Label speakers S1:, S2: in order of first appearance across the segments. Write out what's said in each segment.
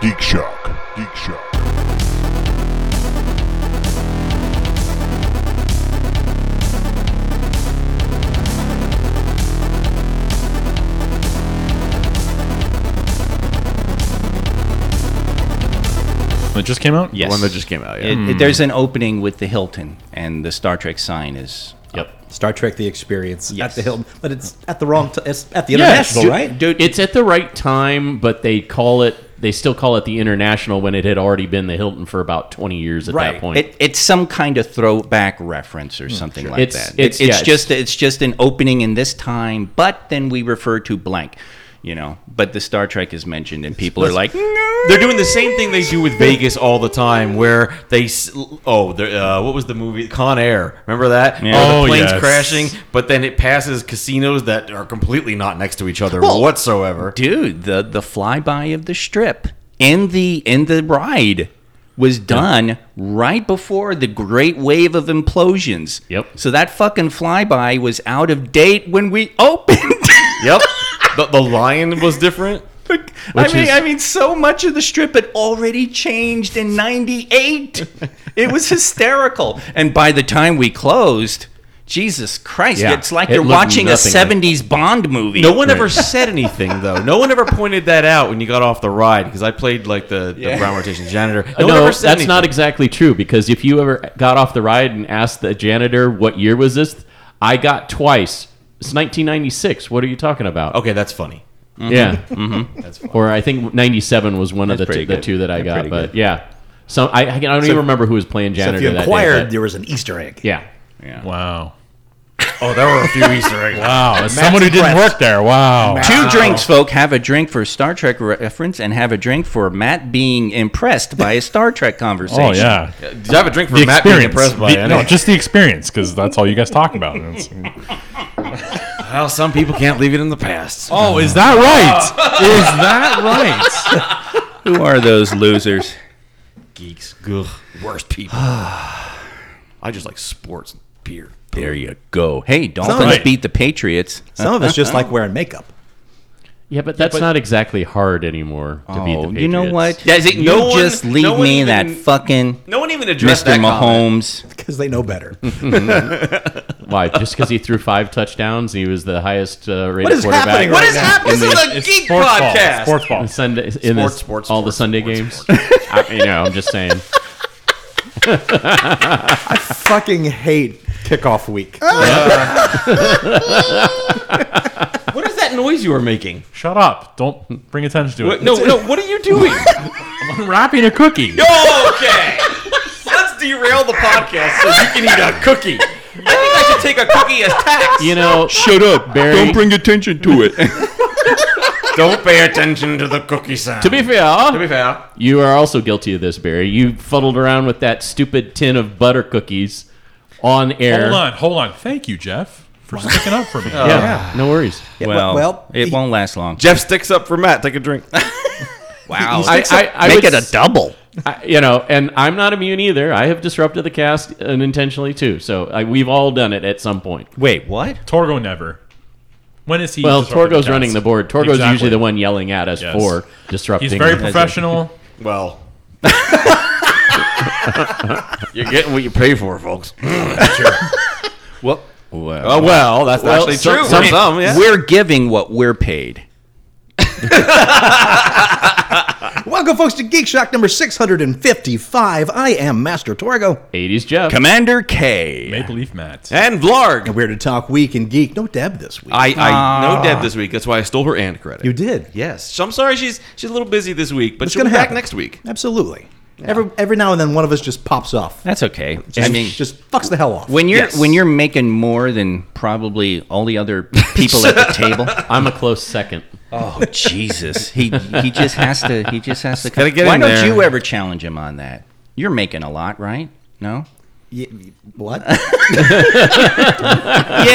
S1: Geek Shock. Geek Shock.
S2: It just came out.
S3: Yes.
S4: One that just came out. Yeah.
S3: It- it- there's an opening with the Hilton, and the Star Trek sign is.
S4: yep.
S5: Star Trek: The Experience
S3: Yes.
S5: at the Hilton, but it's at the wrong. T- it's at the
S2: Yeah,
S5: international,
S2: dude,
S5: right?
S4: Dude, it's at the right time, but they call it. They still call it the International when it had already been the Hilton for about twenty years at
S5: Right.
S4: that point.
S3: It, it's some kind of throwback reference or something like
S4: Hmm. It's-
S3: that.
S4: it's-
S3: It's, it's,
S4: yeah, it's-
S3: just it's just an opening in this time, but then we refer to blank, you know. But the Star Trek is mentioned, and people are like,
S6: They're doing the same thing they do with Vegas all the time, where they s- oh, they're, uh, what was the movie Con Air? Remember that?
S3: Yeah.
S6: Oh,
S2: Oh,
S6: the plane's
S2: yes.
S6: crashing, but then it passes casinos that are completely not next to each other whatsoever.
S3: dude the the flyby of the strip in the in the ride was done right before the great wave of implosions.
S4: Yep.
S3: So that fucking flyby was out of date when we opened.
S6: yep, the, the lion was different.
S3: I mean, I mean, so much of the strip had already changed in '98. it was hysterical. And by the time we closed, Jesus Christ,
S4: Yeah,
S3: it's like
S4: it
S3: you're
S4: looked
S3: watching a
S4: nothing like-
S3: '70s Bond movie.
S6: No one ever said anything though. No one ever pointed that out when you got off the ride because I played like the, the ground rotation janitor.
S4: Uh, no,
S6: No, one ever
S4: that's
S6: said anything.
S4: not exactly true because if you ever got off the ride and asked the janitor what year was this, I got twice. It's 1996. What are you talking about?
S6: okay. That's funny.
S4: Yeah. Mm-hmm. Or I think 97 was one of the, two,
S3: pretty
S4: the
S3: good.
S4: two that I got.
S3: pretty
S4: But yeah. So I, I don't even remember who was playing
S5: So
S4: janitor
S5: if you
S4: that day.
S5: inquired,
S4: but-
S5: there was an Easter egg.
S4: yeah.
S2: Wow.
S6: Oh, there were a few Easter eggs.
S2: Wow. As someone who didn't work there. Wow.
S3: Two drinks, folk. Have a drink for Star Trek reference, and have a drink for Matt being impressed by a Star Trek conversation.
S2: Oh yeah.
S6: Did you have a drink for
S2: The
S6: Matt being
S2: experience.
S6: impressed by
S2: The-
S6: it?
S2: no, just the experience because that's all you guys talk about. It's-
S6: Well, some people can't leave it in the past.
S2: oh, is that right? Is that right?
S3: Who are those losers?
S6: geeks. Ugh, worst people. I just like sports and beer.
S3: There you go. Hey, Dolphins
S2: right.
S3: beat the Patriots.
S5: Some of us just like wearing makeup.
S4: Yeah, but that's not exactly hard anymore to beat the
S3: Oh,
S4: Patriots.
S3: you know what?
S6: Does it-
S3: you
S6: no one-
S3: just leave
S6: no one
S3: me
S6: even-
S3: that fucking
S6: No one even addressed
S3: Mr.
S6: that comment.
S3: Mahomes.
S5: because they know better.
S4: Why? Just because he threw five touchdowns, he was the highest uh, rated
S5: What is
S4: quarterback.
S5: happening right
S6: What is happening? This is a
S2: It's
S6: geek
S2: sports ball.
S6: podcast.
S2: Sports ball.
S4: on Sunday in
S6: Sports,
S4: this-
S6: sports,
S4: all the
S6: sports,
S4: Sunday
S6: sports,
S4: games. I, you know, I'm just saying.
S5: Fucking hate kickoff week.
S6: Ah! What is that noise you are making?
S2: Shut up! Don't bring attention to
S6: What,
S2: it.
S6: no, no. What are you doing?
S2: I'm wrapping a cookie.
S6: okay. Let's derail the podcast so you can eat a cookie. I think I should take a cookie as tax.
S4: You know,
S1: Shut up.
S4: Barry.
S1: Don't bring attention to it.
S6: Don't pay attention to the cookie sound.
S4: to be fair,
S6: be fair,
S4: you are also guilty of this, Barry. You fuddled around with that stupid tin of butter cookies on air.
S2: Hold on, hold on. Thank you, Jeff, for sticking up for me.
S6: Oh,
S4: Yeah, no worries.
S3: Well,
S5: well,
S3: it
S5: he-
S3: won't last long.
S6: Jeff sticks up for Matt. Take a drink.
S3: Wow.
S4: I- I- I
S3: Make
S4: would
S3: it a
S4: s-
S3: double.
S4: I, you know, and I'm not immune either. I have disrupted the cast unintentionally too. So I, we've all done it at some point.
S3: Wait, what?
S2: Torgo never. When is he?
S4: Well,
S2: disrupted
S4: Torgo's
S2: the
S4: running
S2: cast?
S4: the board. Torgo's
S2: Exactly.
S4: usually the one yelling at us
S2: Yes.
S4: for disrupting.
S2: He's very
S4: the-
S2: professional.
S6: Well, you're getting what you pay for, folks.
S3: Well,
S6: Oh well, that's
S4: Well,
S6: actually
S4: some-
S6: true.
S4: some-
S3: we're giving what we're paid.
S5: Welcome, folks, to Geek Shock number 655. I am Master Torgo.
S4: 80s Jeff.
S3: Commander K.
S2: Maple Leaf Matt.
S6: and Vlarg.
S5: We're to talk week and geek. No Deb this week.
S6: I, I no Deb this week. That's why I stole her and credit.
S5: you did.
S6: Yes. So I'm sorry she's she's a little busy this week, but
S5: It's
S6: she'll
S5: going
S6: be
S5: to
S6: back
S5: happen.
S6: next week.
S5: Absolutely. Every, every now and then, one of us just pops off.
S3: That's okay. I
S5: Just-
S3: mean,
S5: just fucks the hell off.
S3: when you're
S6: Yes.
S3: when you're making more than probably all the other people at the table.
S4: I'm a close second.
S3: Oh Jesus! He he just has to he just has to. Come.
S6: gotta get
S3: Why
S6: in
S3: don't
S6: there.
S3: you ever challenge him on that? You're making a lot, right? No.
S5: Y- y- what?
S6: yeah,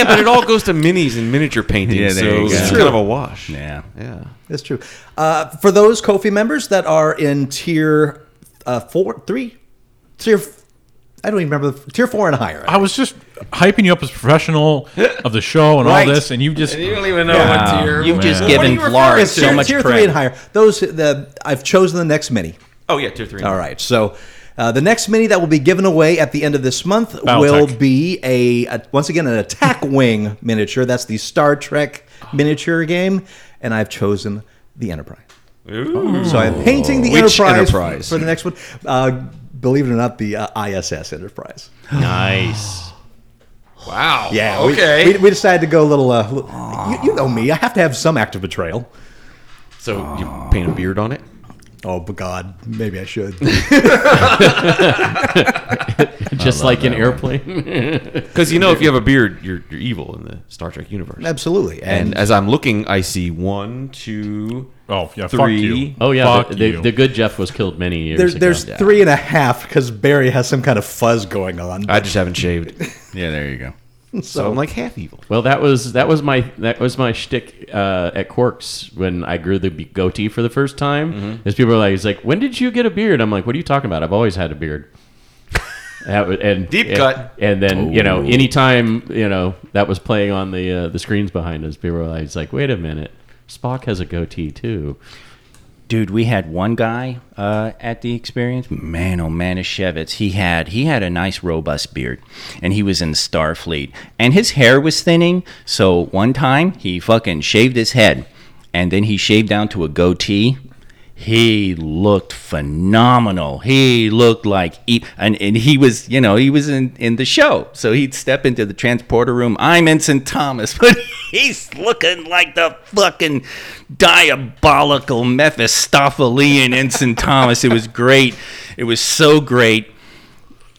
S6: but it all goes to minis and miniature paintings,
S3: Yeah, there
S6: so
S3: you go.
S6: it's
S3: True.
S6: kind of a wash.
S3: Yeah.
S6: Yeah.
S5: That's true. Uh, for those Kofi members that are in tier uh, four, three, tier, f- I don't even remember, the, tier four and higher.
S2: I was just hyping you up as professional of the show and
S3: Right.
S2: all this, and you just
S7: You don't even know what tier.
S3: You've just
S2: man.
S3: given
S5: What are you
S3: Lars
S5: referring to?
S3: so much
S5: tier three and
S3: credit.
S5: higher. Those the I've chosen the next mini.
S6: Oh yeah, tier three.
S5: All right. So uh, the next mini that will be given away at the end of this month will
S2: Battletech.
S5: be a, a once again an attack wing miniature. That's the Star Trek miniature game, and I've chosen the Enterprise. So I'm painting the
S7: Which
S5: Enterprise,
S7: Enterprise?
S5: for the next one. Uh, believe it or not, the uh, ISS Enterprise.
S4: Nice.
S7: Wow.
S5: Yeah. we-
S7: Okay.
S5: We, we, decided to go a little. Uh, li- you, you know me. I have to have some act of betrayal.
S6: So you paint a beard on it.
S5: Oh, but God, maybe I should.
S4: Just like an airplane.
S6: Because you know, if you have a beard, you're, you're evil in the Star Trek universe.
S5: Absolutely.
S6: And as I'm looking, I see one, two.
S2: oh yeah, fuck
S6: Three.
S2: you.
S4: Oh yeah,
S2: fuck
S4: the, the,
S2: you.
S4: the good Jeff was killed many years
S5: There's,
S4: ago.
S5: there's three and a half because Barry has some kind of fuzz going on.
S6: I just haven't shaved,
S1: Yeah, there you go.
S6: so I'm like half evil.
S4: Well, that was that was my that was my shtick uh, at Quarks when I grew the be- goatee for the first time.
S3: Mm-hmm.
S4: Is people are like, "It's like when did you get a beard?" I'm like, "What are you talking about? I've always had a beard." That was- and
S6: Deep
S4: and-
S6: cut.
S4: And then you know,
S3: Oh.
S4: anytime you know that was playing on the uh, the screens behind us, people were like, it's like, "Wait a minute, Spock has a goatee too."
S3: Dude, we had one guy uh, at the experience. Man, oh Manischewitz, he had he had a nice robust beard, and he was in Starfleet, and his hair was thinning. So one time he fucking shaved his head, and then he shaved down to a goatee. He looked phenomenal. He looked like he, and, and he was, you know, he was in, in the show. So he'd step into the transporter room. I'm Ensign Thomas, but he's looking like the fucking diabolical Mephistophelian Ensign Thomas. It was great. It was so great.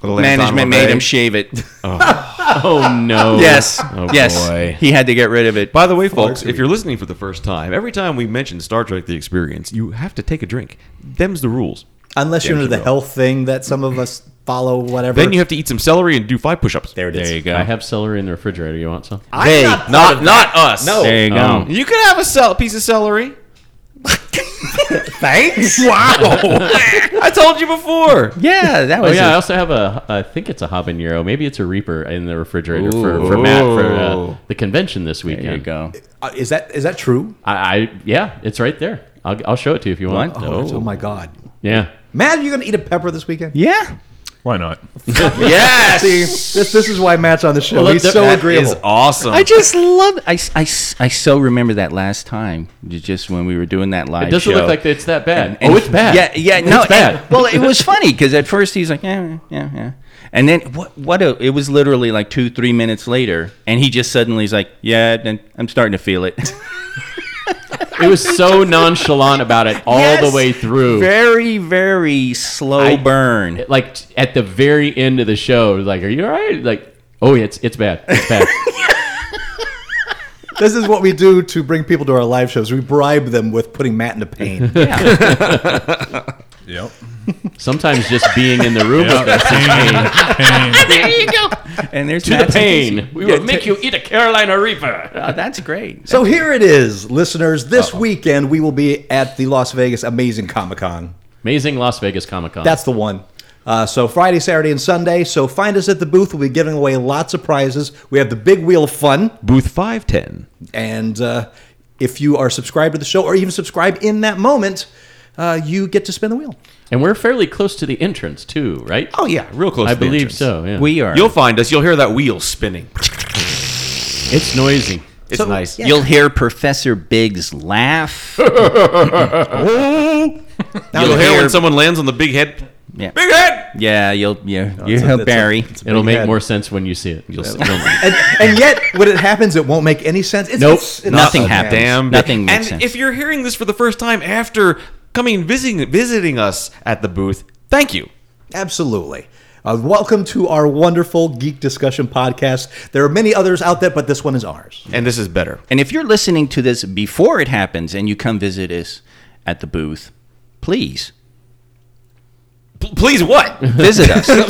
S3: Management made him shave it.
S4: Oh no!
S3: Yes. yes.
S6: boy.
S3: He had to get rid of it.
S6: By the way, folks, if you're listening for the first time, every time we mention Star Trek: The Experience, you have to take a drink. Them's the rules.
S5: Unless you're into the
S6: will.
S5: health thing that some of us follow, whatever.
S6: Then you have to eat some celery and do five push-ups.
S5: there it is.
S3: There you go.
S4: I have celery in the refrigerator. You want some?
S3: They-
S6: Not not us. No.
S3: There you go.
S6: You could have a cel- piece of celery.
S5: Thanks.
S6: I told you before.
S3: Yeah, that
S4: Oh
S3: was
S4: yeah, I
S3: yeah.
S4: also have a. I think it's a habanero. Maybe it's a reaper in the refrigerator for, for Matt for uh, the convention this weekend.
S3: There you go.
S5: Uh, is that is that true?
S4: I, I yeah, it's right there. I'll, I'll show it to you if you want.
S3: What?
S5: Oh, it's- oh my God.
S4: Yeah.
S5: Matt, are you going to eat a pepper this weekend?
S3: Yeah.
S2: Why not?
S6: Yes.
S5: See, this this is why Matt's on the show.
S4: Well,
S5: He's
S4: that-
S5: so
S4: that
S5: agreeable.
S6: Is awesome.
S3: I just love. I, I, I so remember that last time, j- just when we were doing that live.
S4: It doesn't
S3: show.
S4: look like it's that bad.
S3: And-
S4: oh, it's bad.
S3: Yeah, yeah, no,
S4: it's bad.
S3: and- well, it was funny because at first he's like, yeah, yeah, yeah, and then what? What? A, it was literally like two, three minutes later, and he just suddenly is like, yeah, then I'm starting to feel it.
S4: it was so nonchalant about it all
S3: Yes.
S4: the way through.
S3: Very, very slow
S4: I-
S3: burn.
S4: like t- at the very end of the show, like, are you all right? Like, oh, yeah, it's it's bad. It's bad.
S5: this is what we do to bring people to our live shows. We bribe them with putting Matt into pain.
S2: Yep.
S4: Sometimes just being in the room with
S2: Yep.
S4: us is pain.
S2: Pain, pain.
S3: and there's
S4: To the
S3: Matt's-
S4: pain. We will make you eat a Carolina Reaper.
S3: Oh, that's great.
S5: So here it is, listeners. This weekend we will be at the Las Vegas Amazing Comic Con.
S4: Amazing Las Vegas Comic Con.
S5: That's the one. Uh, so Friday, Saturday, and Sunday. So find us at the booth. We'll be giving away lots of prizes. We have the big wheel of fun,
S6: Booth five ten.
S5: and uh, if you are subscribed to the show or even subscribe in that moment, uh, you get to spin the wheel.
S4: and we're fairly close to the entrance too, right?
S6: Oh yeah, real close.
S4: I
S6: to the
S4: believe
S6: entrance.
S4: so. Yeah.
S3: We are.
S6: You'll find us. You'll hear that wheel spinning.
S4: it's noisy.
S6: It's nice.
S3: You'll hear Professor Biggs laugh.
S6: You'll hear when someone lands on the big head.
S3: Yeah.
S6: Big head.
S3: Yeah, you'll yeah, you hear Barry.
S4: It'll make more sense when you see it. You'll see.
S5: And, and yet, when it happens, it won't make any sense. It's,
S3: Nope,
S5: it's- it's
S3: nothing
S5: not-
S3: happens.
S6: Damn.
S3: Nothing
S6: And
S3: makes sense.
S6: if you're hearing this for the first time after coming and visiting visiting us at the booth, thank you.
S5: Absolutely. Uh, welcome to our wonderful geek discussion podcast. There are many others out there, but this one is ours.
S6: And this is better.
S3: And if you're listening to this before it happens and you come visit us at the booth, please
S6: P- please, what?
S3: visit us.
S4: You know,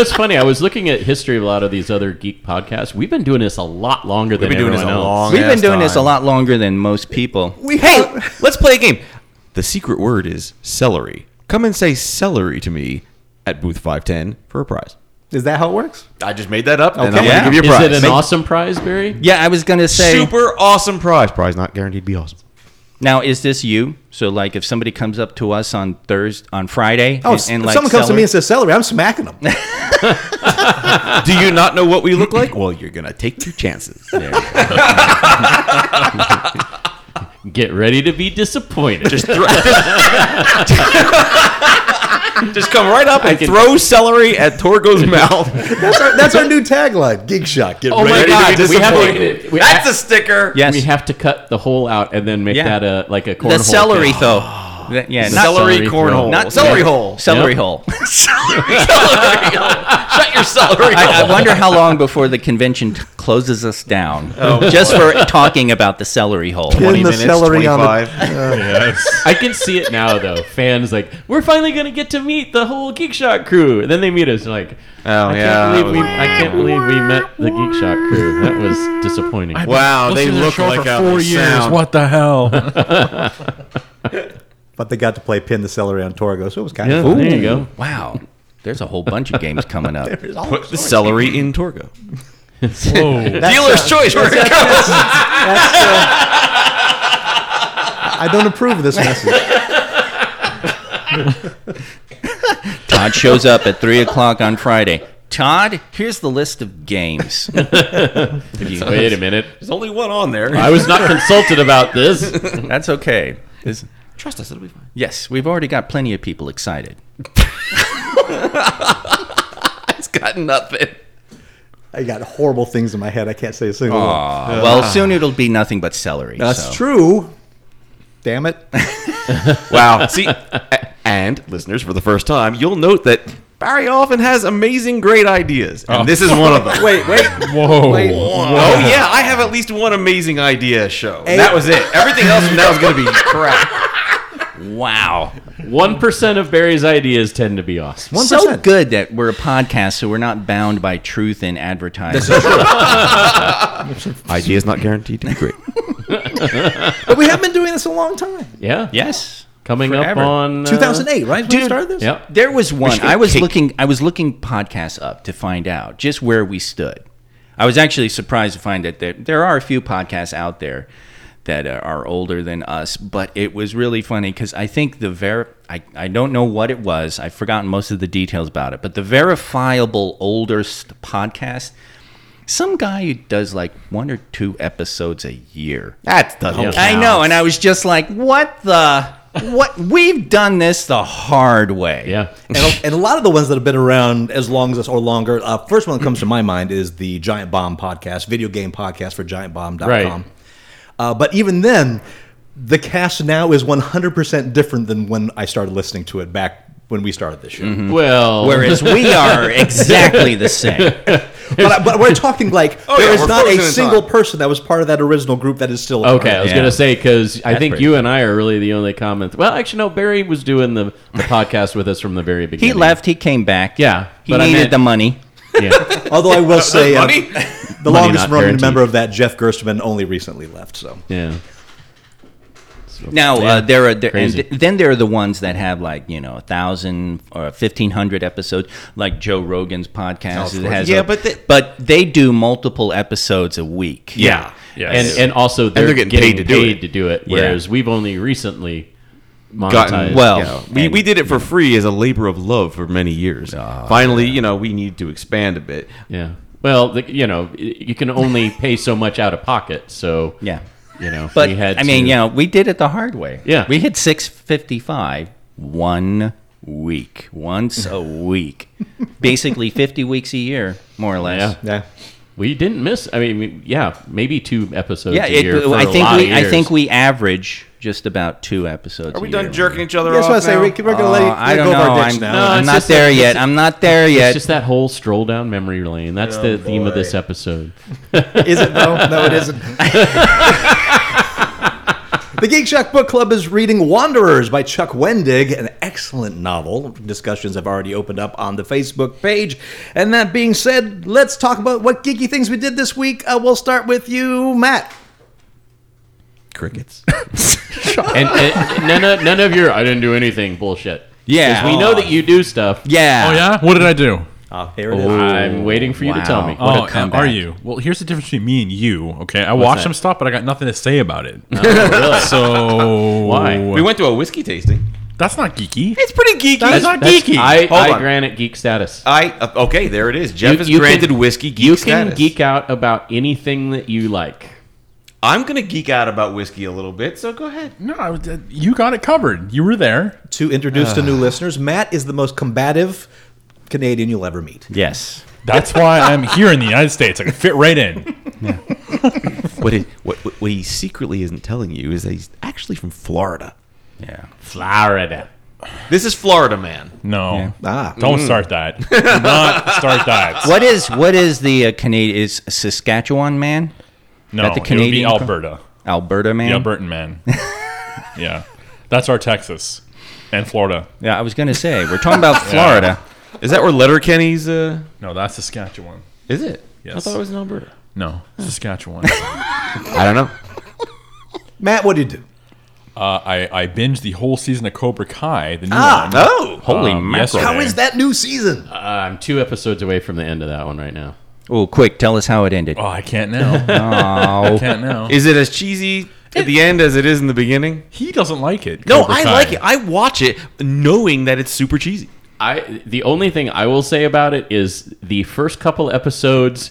S4: it's funny. I was looking at history of a lot of these other geek podcasts. We've been doing this a lot longer than
S6: been doing this
S4: everyone else.
S6: a long-
S3: We've been
S6: Last
S3: doing this a
S6: time.
S3: lot longer than most people.
S5: We
S6: hey, let's play a game. The secret word is celery. Come and say celery to me at booth five ten for a prize.
S5: Is that how it works?
S6: I just made that up, and I'm
S5: Okay.
S6: gonna
S3: Yeah.
S6: give you a
S4: Is it
S6: prize.
S4: an awesome prize, Barry?
S3: Yeah, I was gonna say.
S6: Super awesome prize. Prize not guaranteed to be awesome.
S3: Now, is this you? So, like, if somebody comes up to us on Thursday, on Friday,
S5: Oh, if someone comes to me and says celery, I'm smacking them.
S6: Do you not know what we look like? Well, you're gonna take your chances.
S4: Get ready to be disappointed.
S6: Just, thro- just come right up and throw celery at Torgo's mouth.
S5: That's our, oh that's our new tagline. Gig shot.
S6: Oh,
S5: Get ready.
S4: God,
S6: we have
S4: disappointed.
S6: a,
S4: We-
S6: that's a sticker.
S3: yes,
S4: We have to cut the hole out and then make
S3: Yeah.
S4: that a like a cornhole.
S3: the celery
S4: thing.
S3: though. That- yeah, not
S6: celery,
S4: celery
S6: cornhole.
S4: hole.
S3: Not
S6: celery
S3: yeah.
S6: hole.
S3: celery
S4: Yep.
S3: hole.
S6: Shut your celery
S3: I, I
S6: hole.
S3: wonder how long before the convention t- closes us down just for talking about the celery hole.
S5: Pin the
S6: minutes,
S5: celery on the-
S6: 25.
S2: Yes.
S4: I can see it now though. Fans like, we're finally gonna get to meet the whole Geek Shock crew. And then they meet us like,
S6: Oh,
S4: I
S6: yeah,
S4: can't believe we,
S6: that was-
S4: I can't believe we met the Geek Shock crew. That was disappointing.
S6: Wow, they
S2: Listen to the
S6: look
S2: show
S6: like
S2: for
S6: how
S2: four
S6: they
S2: years.
S6: sound.
S2: What the hell?
S5: But they got to play pin the celery on Torgo, so it was kind
S4: Yeah,
S5: of cool.
S4: there you go.
S3: Wow, there's a whole bunch of games coming up.
S6: Put the celery in Torgo.
S2: Whoa.
S6: Dealer's choice. We're gonna go.
S5: I don't approve of this message.
S3: Todd shows up at three o'clock on Friday. Todd, here's the list of games.
S4: Wait a minute.
S6: There's only one on there.
S4: I was not consulted about this.
S3: That's okay. This-
S6: trust us. It'll be fine.
S3: yes, we've already got plenty of people excited.
S6: It's got nothing.
S5: I got horrible things in my head. I can't say a single one.
S3: Aw, well,
S6: Ah.
S3: soon it'll be nothing but celery.
S5: That's
S3: so.
S5: true. Damn it.
S6: Wow. See, a- and listeners, for the first time, you'll note that Barry often has amazing, great ideas, and this is one of them.
S5: Wait, wait.
S2: Whoa.
S6: Oh yeah, I have at least one amazing idea show. And that was it. Everything else from now is going to be crap.
S3: Wow.
S4: One percent of Barry's ideas tend to be awesome.
S5: One
S3: So
S5: percent.
S3: good that we're a podcast, so we're not bound by truth in advertising.
S6: Idea is not guaranteed to be great.
S5: But we have been doing this a long time.
S4: Yeah.
S3: yes.
S4: Coming
S3: Forever.
S4: up on uh,
S5: 2008, right? When we
S3: dude,
S5: started this?
S4: Yep.
S3: There was one.
S6: should
S3: I was
S6: take-
S3: looking. I was looking podcasts up to find out just where we stood. I was actually surprised to find that there, there are a few podcasts out there that are- are older than us. But it was really funny because I think the ver. I, I don't know what it was. I've forgotten most of the details about it. But the verifiable oldest podcast. Some guy who does like one or two episodes a year.
S6: That doesn't.
S3: I know, and I was just like, "What the? What? We've done this the hard way."
S4: Yeah.
S5: And a, and a lot of the ones that have been around as long as us or longer. Uh, first one that comes to my mind is the Giant Bomb podcast, video game podcast for giantbomb.com.
S4: Right.
S5: Uh, but even then, the cast now is 100% different than when I started listening to it back when we started this show.
S4: Mm-hmm. Well,
S3: Whereas we are exactly the same.
S5: But, I- but we're talking like
S6: yeah,
S5: there is
S6: we're
S5: not
S6: frozen
S5: a
S6: in time.
S5: single person that was part of that original group that is still a part
S4: Okay, I
S5: of
S4: was
S3: Yeah.
S4: gonna say because I think
S3: pretty
S4: you and I are really the only comments. Well, actually, no. Barry was doing the, the podcast with us from the very
S3: He
S4: beginning.
S3: left. He came back.
S4: Yeah,
S3: he
S4: but I
S3: needed
S4: meant-
S3: the money.
S4: Yeah.
S5: it. Although I will say, uh,
S6: Money?
S5: the
S4: Money
S5: longest
S4: not
S5: running
S4: guaranteed.
S5: member of that, Jeff Gerstmann, only recently left. So
S4: yeah.
S3: Now
S4: Yeah.
S3: uh, there are there, and
S4: Crazy.
S3: th- then there are the ones that have like you know a thousand or fifteen hundred episodes, like Joe Rogan's podcast. it has
S6: Oh, Yeah,
S3: a-
S6: but the-
S3: but they do multiple episodes a week.
S4: Yeah.
S2: Yes.
S4: And and also they're,
S6: they're
S4: getting, paid, to, do it. Whereas we've only recently monetized.
S6: Gotten
S3: Well,
S6: well, we,
S3: and-
S6: we did it for free as a labor of love for many years. Finally, you know, we need to expand a bit.
S4: Yeah. Well, the, you know, y- you can only pay so much out of pocket. So
S3: yeah.
S4: you know,
S3: But
S4: we had
S3: I mean,
S4: to-
S3: you know, we did it the hard way.
S4: Yeah.
S3: we hit six fifty five one week, once a week, basically fifty weeks a year, more or less.
S4: Yeah.
S5: yeah,
S4: we didn't miss. I mean, we- yeah, maybe two episodes.
S3: Yeah,
S4: a
S3: it,
S4: year for
S3: I
S4: a
S3: think
S4: lot
S3: we
S4: of years.
S3: I think we average just about two episodes.
S6: Are we
S3: a
S6: done
S3: year.
S6: jerking each other
S5: that's
S6: off?
S5: what I say.
S6: now?
S5: Rick, We're going to
S3: Uh,
S5: let, it-
S3: I
S5: let it
S3: don't
S5: go
S3: know.
S5: of our dicks
S3: I'm,
S5: now.
S4: No,
S3: I'm
S4: it's
S3: not
S4: just
S3: there
S4: that-
S3: yet. I'm not there yet.
S4: It's just that whole stroll down memory lane. That's the theme of this episode.
S5: Is it though? No, it isn't. the Geek Shock Book Club is reading Wanderers by Chuck Wendig, an excellent novel. Discussions have already opened up on the Facebook page. And that being said, let's talk about what geeky things we did this week. Uh, we'll start with you, Matt.
S6: Crickets.
S4: and, and none of none of your I didn't do anything bullshit.
S3: Yeah.
S4: 'Cause we know that you do stuff.
S3: yeah.
S2: Oh yeah. What did I do?
S5: Ah, here it is.
S4: I'm waiting for you to tell
S3: wow.
S4: me.
S3: What a
S2: oh, and
S3: comeback.
S2: are you? Well, here's the difference between me and you. Okay, I watched
S4: that?
S2: some stuff, but I got nothing to say about it. So
S4: Why?
S6: We went to a whiskey tasting.
S2: That's not geeky.
S6: It's pretty geeky.
S2: That is not
S4: That's-
S2: geeky.
S4: I,
S6: Hold
S4: I
S6: on.
S4: grant it geek status.
S6: I uh, okay. There it is. Jeff
S4: You-
S6: is
S4: you
S6: granted
S4: can-
S6: whiskey geek
S4: you
S6: status.
S4: can geek out about anything that you like.
S6: I'm gonna geek out about whiskey a little bit. So go ahead.
S2: no, I was- uh, you got it covered. You were there.
S5: To introduce to new
S6: Ah.
S5: listeners, Matt is the most combative Canadian you'll ever meet.
S3: Yes.
S2: That's why I'm here in the United States. I can fit right in.
S6: What, he- what, what what he secretly isn't telling you is that he's actually from Florida.
S3: Yeah.
S4: Florida.
S6: This is Florida man.
S2: No,
S5: Ah.
S2: don't start that. Do not start that.
S3: What is what is the uh, Canadian is Saskatchewan man?
S2: No,
S3: that the Canadian
S2: it
S3: co-
S2: would be Alberta,
S3: Alberta man.
S2: the Albertan man. yeah, that's our Texas and Florida.
S3: Yeah, I was gonna say we're talking about Florida.
S6: Is that where Letterkenny's? Uh,
S2: No, that's Saskatchewan.
S6: is it? I
S2: Yes.
S6: thought it was in Alberta.
S2: No, Saskatchewan.
S6: I don't know.
S5: Matt, what do you do?
S2: Uh, I, I binged the whole season of Cobra Kai, the new
S5: Ah,
S2: one.
S6: No.
S3: Holy
S2: um,
S6: Oh,
S3: mackerel!
S2: yesterday.
S5: How is that new season?
S4: I'm two episodes away from the end of that one right now.
S3: Oh, quick, tell us how it ended.
S2: Oh, I can't now. I
S3: Oh,
S2: can't now.
S6: Is it as cheesy at the end as it is in the beginning?
S2: He doesn't like it.
S6: No,
S2: Cobra
S6: I
S2: Kai.
S6: like it. I watch it knowing that it's super cheesy.
S4: I the only thing I will say about it is the first couple episodes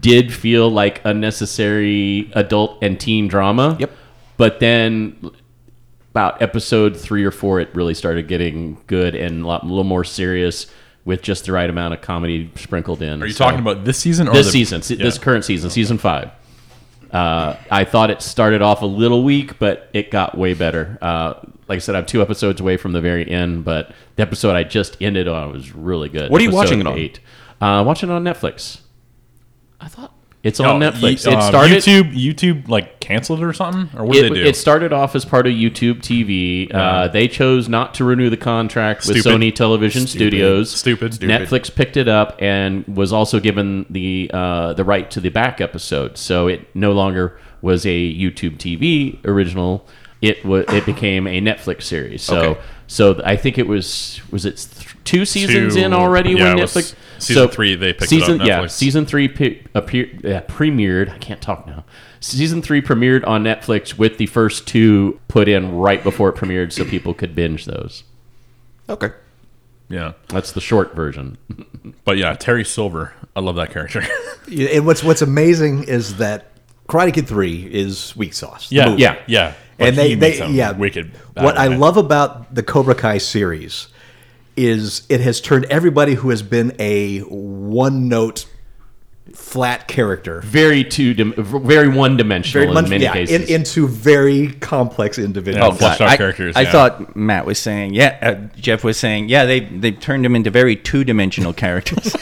S4: did feel like unnecessary adult and teen drama.
S6: Yep.
S4: But then about episode 3 or 4 it really started getting good and a, lot, a little more serious with just the right amount of comedy sprinkled in.
S2: Are you talking about this season or
S4: this
S2: the-
S4: season, se- this
S2: Yeah.
S4: current season, season five. Uh, I thought it started off a little weak, but it got way better. Uh, like I said, I'm two episodes away from the very end, but the episode I just ended on was really good.
S6: What are you
S4: Episode
S6: watching it on?
S4: Eight. Uh, watching it on Netflix. I thought it's
S2: Oh,
S4: on Netflix.
S2: y-
S4: it
S2: uh,
S4: started.
S2: YouTube, YouTube like canceled it or something, or what
S4: It,
S2: did they do?
S4: it started off as part of YouTube TV. Uh, they chose not to renew the contract with
S2: Stupid.
S4: Sony Television Studios.
S2: Stupid. Stupid.
S4: Netflix picked it up and was also given the uh, the right to the back episode, so it no longer was a YouTube TV original. It was it became a Netflix series. So
S6: Okay.
S4: so th- I think it was was it th- two seasons
S2: Two.
S4: in already
S2: Yeah,
S4: when
S2: it was
S4: Netflix
S2: season three, they picked it up,
S4: season- Yeah,
S2: Netflix.
S4: season three pe- appeared uh, premiered. I can't talk now. Season three premiered on Netflix with the first two put in right before it premiered, so people could binge those.
S6: Okay.
S2: yeah,
S4: That's the short version.
S2: but yeah, Terry Silver. I love that character.
S5: Yeah, And what's what's amazing is that Karate Kid Three is weak sauce. the
S2: yeah,
S5: movie.
S2: yeah, yeah. But
S5: and they,
S2: he makes
S5: they
S2: a
S5: yeah
S2: wicked. bad
S5: What I
S2: man.
S5: love about the Cobra Kai series is it has turned everybody who has been a one note flat character
S4: Very two, dim- very one dimensional
S5: very much
S4: in many
S5: yeah, in,
S4: cases.
S5: into very complex individuals.
S2: Oh, fleshed out
S3: I,
S2: characters.
S3: I
S2: yeah.
S3: thought Matt was saying, yeah, uh, Jeff was saying, yeah, they they turned him into very two dimensional characters.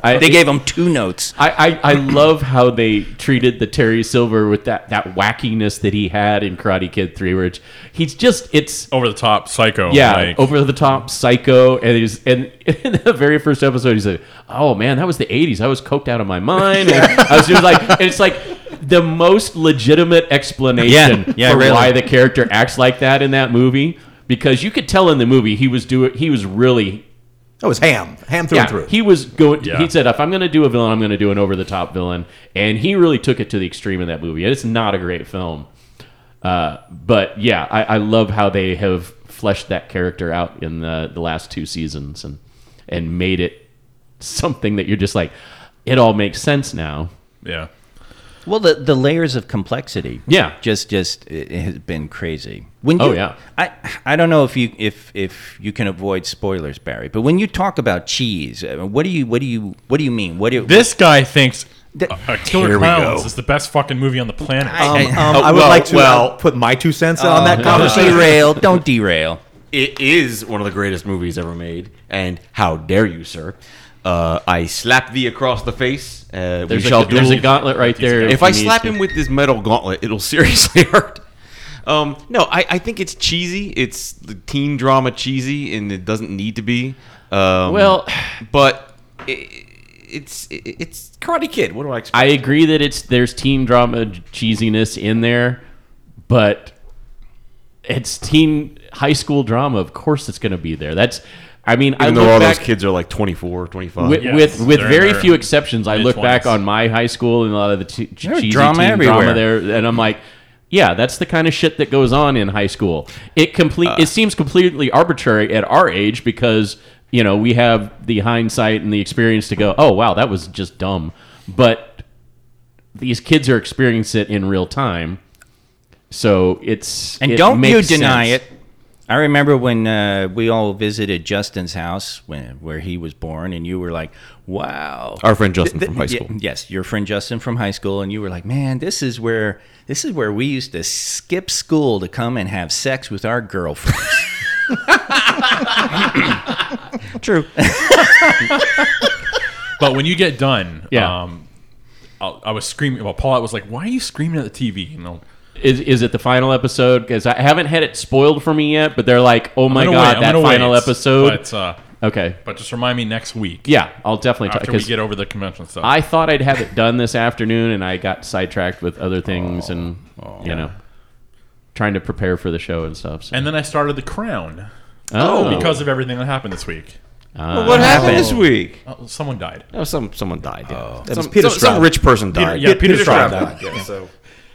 S4: I,
S3: they gave him two notes.
S4: I, I, I love how they treated the Terry Silver with that, that wackiness that he had in Karate Kid 3, where it's, he's just, it's,
S2: over the top psycho.
S4: yeah,
S2: like,
S4: over the top psycho. And he's, and in the very first episode, he's like, oh man, that was the 80s. I was coked out of my mind. And I was just like, and it's like the most legitimate explanation
S3: Yeah, yeah,
S4: for
S3: really.
S4: why the character acts like that in that movie. Because you could tell in the movie he was doing, he was really
S5: Oh, it's ham, ham through and through.
S4: he was going.
S2: Yeah.
S4: He said, "If I'm going to do a villain, I'm going to do an over the top villain," and he really took it to the extreme in that movie. And it's not a great film, uh, but yeah, I, I love how they have fleshed that character out in the the last two seasons and and made it something that you're just like, it all makes sense now.
S2: yeah.
S3: Well, the, the layers of complexity,
S4: Yeah.
S3: just just it, it has been crazy. When
S4: Oh,
S3: you-
S4: yeah.
S3: I I don't know if you if if you can avoid spoilers, Barry. But when you talk about cheese, uh, what do you what do you what do you mean? What do you,
S2: This guy thinks
S3: Th-
S2: uh, Killer
S6: Here we
S2: Clowns
S6: go.
S2: is the best fucking movie on the planet.
S5: um,
S3: I-
S5: um, I would
S6: well,
S5: like to uh,
S6: well.
S5: put my two cents on that
S3: Don't
S5: conversation.
S3: derail. Don't derail.
S6: It is one of the greatest movies ever made, and how dare you, sir? Uh, I slap thee across the face. Uh, we
S4: There's,
S6: shall
S4: a, there's a
S6: duel.
S4: gauntlet right there.
S6: If I
S4: you need
S6: slap
S4: to-
S6: him with this metal gauntlet, it'll seriously hurt. Um, no, I, I think it's cheesy. It's the teen drama cheesy, and it doesn't need to be. Um,
S4: Well-
S6: but it, it's it, it's Karate Kid. What do I expect?
S4: I agree that it's there's teen drama cheesiness in there, but it's teen high school drama. Of course, it's going to be there. That's I mean, I
S6: Even
S4: look
S6: though all
S4: back
S6: those kids are like 24, 25.
S4: with
S2: Yes,
S4: with, with
S2: they're
S4: very
S2: in their
S4: few exceptions. I look back
S2: mid-twenties.
S4: on my high school and a lot of the t- cheesy
S3: was
S4: teen
S3: drama
S4: drama
S3: everywhere.
S4: there, and I'm like, yeah, that's the kind of shit that goes on in high school. It
S3: Uh.
S4: complete. it seems completely arbitrary at our age because you know we have the hindsight and the experience to go, oh wow, that was just dumb. But these kids are experiencing it in real time, so it's
S3: And
S4: it
S3: don't you
S4: makes
S3: deny
S4: sense.
S3: it. I remember when uh, we all visited Justin's house when, where he was born, and you were like, wow.
S6: Our friend Justin
S3: Th-
S6: from high
S3: th-
S6: school.
S3: y- yes, your friend Justin from high school, and you were like, "Man, this is where this is where we used to skip school to come and have sex with our girlfriends." True.
S2: But when you get done,
S4: Yeah.
S2: um, I, I was screaming. Well, Paulette was like, "Why are you screaming at the TV?" You know,
S4: Is, is it the final episode? Because I haven't had it spoiled for me yet, but they're like, oh my
S2: I'm gonna
S4: god,
S2: wait, I'm
S4: that
S2: gonna
S4: final
S2: wait,
S4: episode.
S2: But, uh,
S4: okay.
S2: but just remind me next week.
S4: Yeah, I'll definitely talk
S2: after we
S4: because
S2: get over the convention stuff.
S4: I thought I'd have it done this afternoon, and I got sidetracked with other
S2: Oh,
S4: things and you know trying to prepare for the show and stuff. So.
S2: and then I started The Crown
S4: oh,
S2: because of everything that happened this week.
S6: what happened this week?
S2: Uh, someone died.
S6: Oh, some someone died. Yeah.
S5: That was
S6: some,
S5: Peter
S6: some, some
S5: Strzok.
S6: rich person died.
S2: yeah, Peter Strzok
S6: died. Yeah, so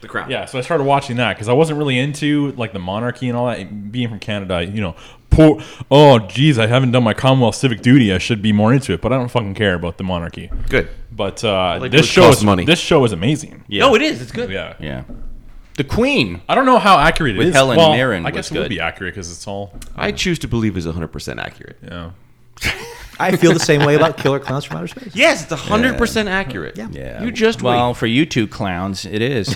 S6: the crown.
S2: Yeah, so I started watching that because I wasn't really into like the monarchy and all that. Being from Canada, you know, poor. Oh, geez, I haven't done my Commonwealth civic duty. I should be more into it, but I don't fucking care about the monarchy.
S6: Good.
S2: But uh,
S6: Like,
S2: this
S6: it
S2: show
S6: costs
S2: is
S6: money.
S2: This show is amazing. Yeah.
S6: No, it is. It's good.
S2: yeah.
S3: yeah. The Queen.
S2: I don't know how accurate it is.
S3: With Helen
S2: well,
S3: Mirren
S2: I
S3: was
S2: guess it
S3: good.
S2: would be accurate because it's all.
S6: I choose to believe is 100% accurate.
S2: You know.
S5: I feel the same way about Killer Clowns from Outer Space.
S6: Yes, it's 100% accurate.
S5: Yeah.
S3: Yeah.
S6: You just
S3: well for you two clowns, it is.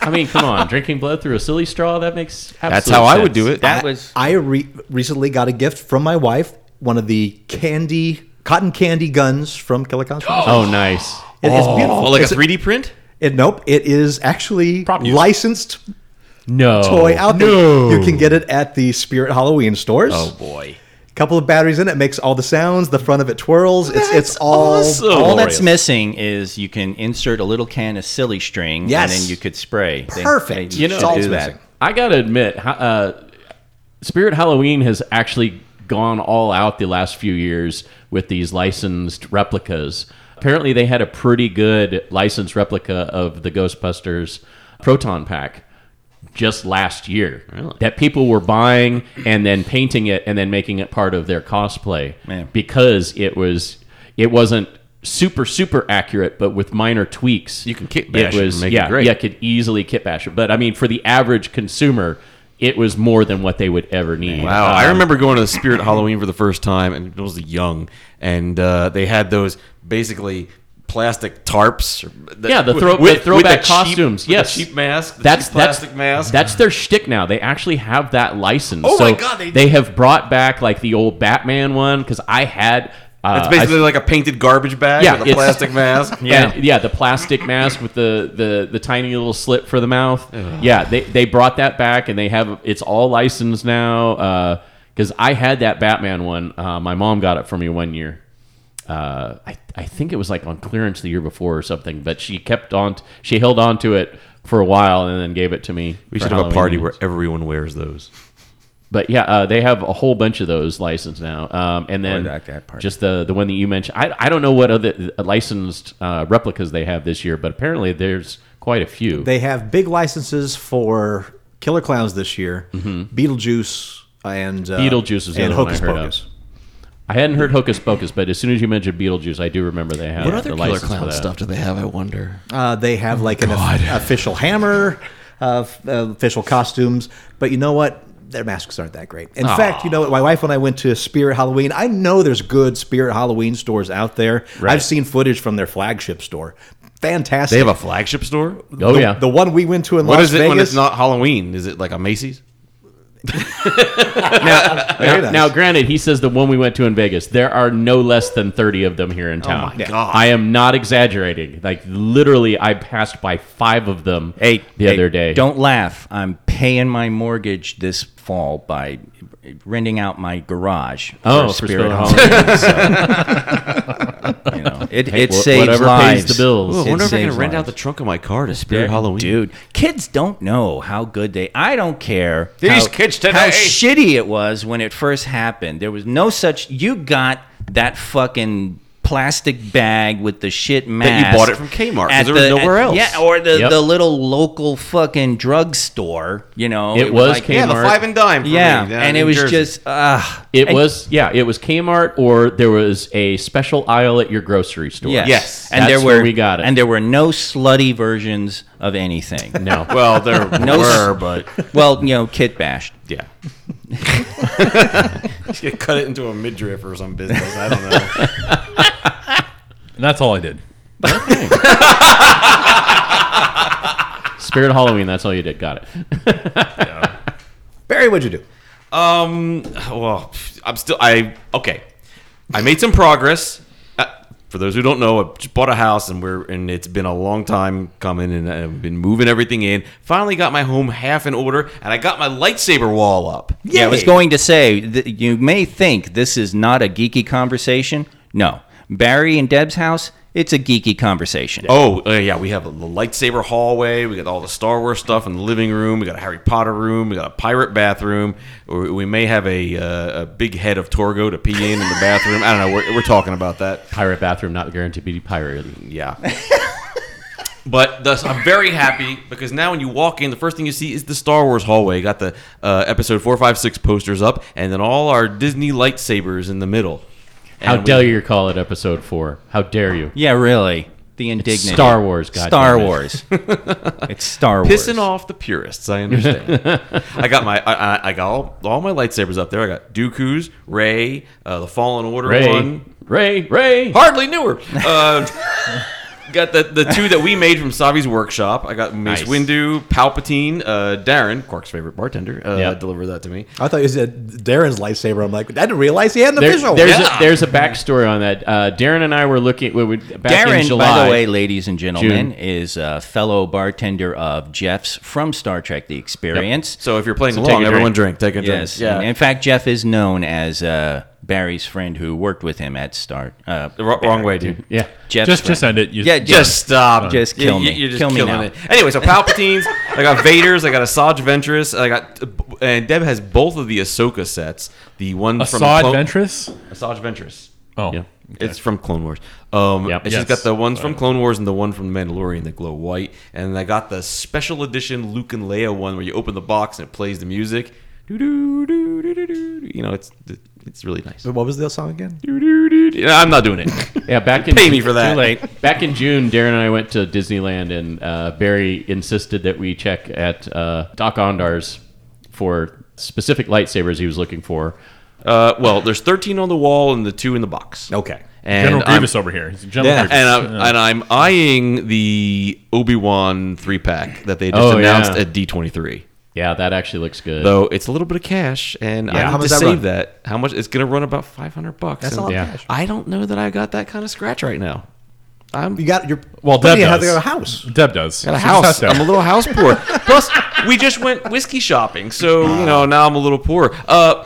S4: I mean, come on, drinking blood through a silly straw that makes absolute
S6: That's how I would
S4: sense.
S6: do it.
S3: That was
S5: I re- recently got a gift from my wife, one of the candy, cotton candy guns from Killer Clowns from Outer Space.
S4: Oh, nice.
S5: It- it's beautiful.
S6: Oh, like
S5: It's-
S6: a 3D print?
S5: it- nope, it is actually
S2: Prop use.
S5: licensed
S4: No
S5: toy out there. You can get it at the Spirit Halloween stores.
S4: Oh,
S6: boy.
S5: couple of batteries in it makes all the sounds. The front of it twirls. It's it's
S6: That's
S5: all
S6: awesome.
S3: all
S6: glorious.
S3: that's missing is you can insert a little can of silly string,
S5: Yes.
S3: and then you could spray. They-
S5: perfect.
S3: they
S5: you
S3: should
S5: it's all
S3: do
S5: it's
S3: that.
S5: missing.
S4: I gotta admit, ha- uh, Spirit Halloween has actually gone all out the last few years with these licensed replicas. Apparently, they had a pretty good licensed replica of the Ghostbusters proton pack just last year that people were buying and then painting it and then making it part of their cosplay
S3: Man.
S4: because it was it wasn't super super accurate but with minor tweaks
S6: You can kit bash it and make it
S4: yeah
S6: great.
S4: yeah could easily kit bash it but i mean for the average consumer it was more than what they would ever need
S6: Wow,
S4: Uh,
S6: I remember going to the Spirit Halloween for the first time, and it was young, and uh, they had those basically plastic tarps. that-
S4: yeah, the, throw, the throwback costumes.
S6: Cheap,
S4: yes,
S6: with the cheap mask. The
S4: that's
S6: cheap plastic
S4: that's,
S6: mask.
S4: That's their shtick now. They actually have that license.
S6: Oh
S4: so
S6: my God, they-
S4: have brought back like the old Batman one because I had. Uh,
S6: it's basically
S4: I-
S6: like a painted garbage bag
S4: Yeah,
S6: with a
S4: it's-
S6: plastic mask.
S4: Yeah, yeah, the plastic mask with the, the, the tiny little slit for the mouth. Yeah, they, they brought that back and they have it's all licensed now. Because I had that Batman one. Uh, my mom got it for me one year. Uh, I I think it was like on clearance the year before or something. But she kept on. She held on to it for a while and then gave it to me.
S6: We
S4: for
S6: should have a
S4: Halloween.
S6: party where everyone wears those.
S4: But yeah, uh, they have a whole bunch of those licensed now, um, and then
S3: that- that part.
S4: just the the one that you mentioned. I, I don't know what other licensed uh, replicas they have this year, but apparently there's quite a few.
S5: They have big licenses for Killer Clowns this year, Beetlejuice and uh,
S4: Mm-hmm. Beetlejuice is the
S5: and
S4: other one
S5: Hocus
S4: I heard of.
S5: Pocus.
S4: I hadn't heard Hocus Pocus, but as soon as you mentioned Beetlejuice, I do remember they have the license for that.
S6: do they have? I wonder.
S5: Uh, they have
S6: Oh
S5: like an o- official hammer, uh, f- uh, official costumes, but you know what? Their masks aren't that great. In fact, you know what? My wife and I went to Spirit Halloween. I know there's good Spirit Halloween stores out there. I've seen footage from their flagship store. Fantastic.
S6: They have a flagship store.
S4: Oh
S5: the,
S4: yeah,
S5: the one we went to in
S6: What
S5: Las
S6: is it
S5: Vegas.
S6: when it's not Halloween? Is it like a Macy's?
S5: Very nice.
S4: Now, granted, he says the one we went to in Vegas. There are no less than thirty of them here in town.
S6: Oh my God.
S4: I am not exaggerating. Like literally, I passed by five of them
S3: Hey,
S4: the
S3: hey,
S4: other day.
S3: Don't laugh. I'm paying my mortgage this fall by renting out my garage
S4: Oh, for Spirit Halloween.
S3: so, you know, it
S4: Hey,
S3: it
S4: wha-
S3: saves
S4: whatever
S3: lives.
S4: pays the bills. Ooh,
S6: I
S3: It
S6: wonder if I can
S3: saves
S6: rent out
S3: lives.
S6: the trunk of my car to Spirit Halloween.
S3: Dude, kids don't know how good they. I don't care.
S6: These
S3: how,
S6: kids today.
S3: How shitty it was when it first happened. There was no such. You got that fucking plastic bag with the shit mask
S6: bought it from Kmart 'cause
S3: at
S6: there was
S3: the-
S6: nowhere else.
S3: Yeah, or the,
S4: Yep.
S3: the little local fucking drugstore. You know,
S4: It was
S3: like-
S4: Kmart.
S6: Yeah, the five and dime. For
S3: Yeah,
S6: me down
S3: and it
S6: in
S3: was
S6: Jersey.
S3: just. Uh,
S4: It was yeah, it was Kmart or there was a special aisle at your grocery store.
S3: Yes.
S6: Yes.
S3: And
S4: That's
S3: there were
S4: where we got it.
S3: And there were no slutty versions of anything.
S4: No.
S6: well, there
S3: No
S6: were,
S3: s-
S6: but
S3: well, you know, kit bashed.
S6: yeah. You cut it into a midriff or some business. I don't know.
S2: And that's all I did.
S4: Spirit Halloween, that's all you did. Got it.
S5: Barry, what'd you do?
S6: Um. Well, I'm still. I okay. I made some progress. Uh, for those who don't know, I just bought a house, and we're and it's been a long time coming, and I've been moving everything in. Finally, got my home half in order, and I got my lightsaber wall up.
S3: Yeah, I was going to say that you may think this is not a geeky conversation. No, Barry and Deb's house, it's a geeky conversation.
S6: Oh uh, yeah, we have a the lightsaber hallway. We got all the Star Wars stuff in the living room. We got a Harry Potter room. We got a pirate bathroom. Or we may have a uh, a big head of Torgo to pee in in the bathroom. I don't know. We're, we're talking about that.
S4: Pirate bathroom not guaranteed to be pirate.
S6: Yeah. but thus, I'm very happy because now when you walk in, the first thing you see is the Star Wars hallway. Got the uh, episode four, five, six posters up, and then all our Disney lightsabers in the middle.
S4: How
S6: And we-
S4: dare you call it episode four? How dare you?
S3: Yeah, really. The indignity.
S4: Star Wars, God
S3: Star
S4: damn it.
S3: Wars. it's Star Wars.
S6: Pissing off the purists, I understand. I got my, I, I- I got all, all my lightsabers up there. I got Dooku's, Ray, uh, the Fallen Order
S4: Ray,
S6: one,
S4: Ray, Ray.
S6: hardly knew her. Uh, got the, the two that we made from Savi's workshop. I got Mace
S4: Nice.
S6: Windu, Palpatine, uh, Darren, Quark's favorite bartender, uh,
S4: Yep.
S6: delivered that to me.
S5: I thought you said Darren's lightsaber. I'm like, I didn't realize he had an
S4: There-
S5: official.
S4: there's,
S6: Yeah.
S4: a, there's a backstory on that. Uh, Darren and I were looking. We, we, back
S3: Darren,
S4: in July,
S3: by the way, ladies and gentlemen, is a fellow bartender of Jeff's from Star Trek The Experience.
S6: So if you're playing
S4: So take
S6: along,
S4: a
S6: everyone drink.
S4: drink.
S6: Take a drink.
S3: Yes.
S6: Yeah.
S3: And in fact, Jeff is known as uh, Barry's friend who worked with him at Start. Uh,
S6: The wr- wrong way, dude.
S4: yeah,
S3: Jeff's
S2: Just
S3: friend.
S2: just end it. You-
S3: Yeah,
S6: Just stop.
S3: Just
S6: You-
S3: kill
S6: you-
S3: me.
S6: You're just
S3: Kill me
S6: killing
S3: now.
S6: it. Anyway, so Palpatine's. I got Vader's. I got Asajj Ventress. I got and Deb has both of the Ahsoka sets. The one from the
S2: Assad
S6: Clone-
S2: Ventress.
S6: Asajj Ventress.
S2: Oh,
S4: Yeah.
S6: It's from Clone Wars. Um,
S4: Yep.
S6: and
S2: Yes.
S6: She's got the ones from Clone Wars and the one from The Mandalorian that glow white. And I got the special edition Luke and Leia one where you open the box and it plays the music. Doo-doo-doo-doo-doo-doo. You know, it's it's really nice.
S5: what was the song again?
S6: Doo-doo-doo-doo. Yeah, I'm not doing it.
S4: yeah. Back in
S6: Pay me for that.
S4: Too late. Back in June, Darren and I went to Disneyland, and uh, Barry insisted that we check at uh, Doc Ondar's for specific lightsabers he was looking for.
S6: Uh, well, there's 13 on the wall and the two in the box.
S5: Okay.
S6: And
S2: General
S6: I'm-
S2: Grievous over here. He's General
S5: Yeah,
S2: Grievous.
S6: and uh, I'm,
S2: Yeah.
S6: and I'm eyeing the Obi Wan three pack that they just
S4: Oh,
S6: announced
S4: yeah.
S6: at D23.
S4: Yeah, that actually looks good.
S6: Though it's a little bit of cash, and I
S4: Yeah.
S6: need
S4: How
S6: to
S5: much does that
S6: save
S5: run?
S6: that. How much? It's going to run about 500 bucks.
S5: That's
S6: and
S5: all
S4: Yeah.
S5: cash.
S6: I don't know that I got that kind of scratch right now. I'm
S5: You got your
S2: Well,
S5: Deb
S2: Deb
S5: you have
S2: does.
S5: the house.
S2: Deb does.
S6: got a
S2: She just has
S6: house.
S2: to.
S6: I'm a little house poor. Plus, we just went whiskey shopping, so you know now I'm a little poor. Uh,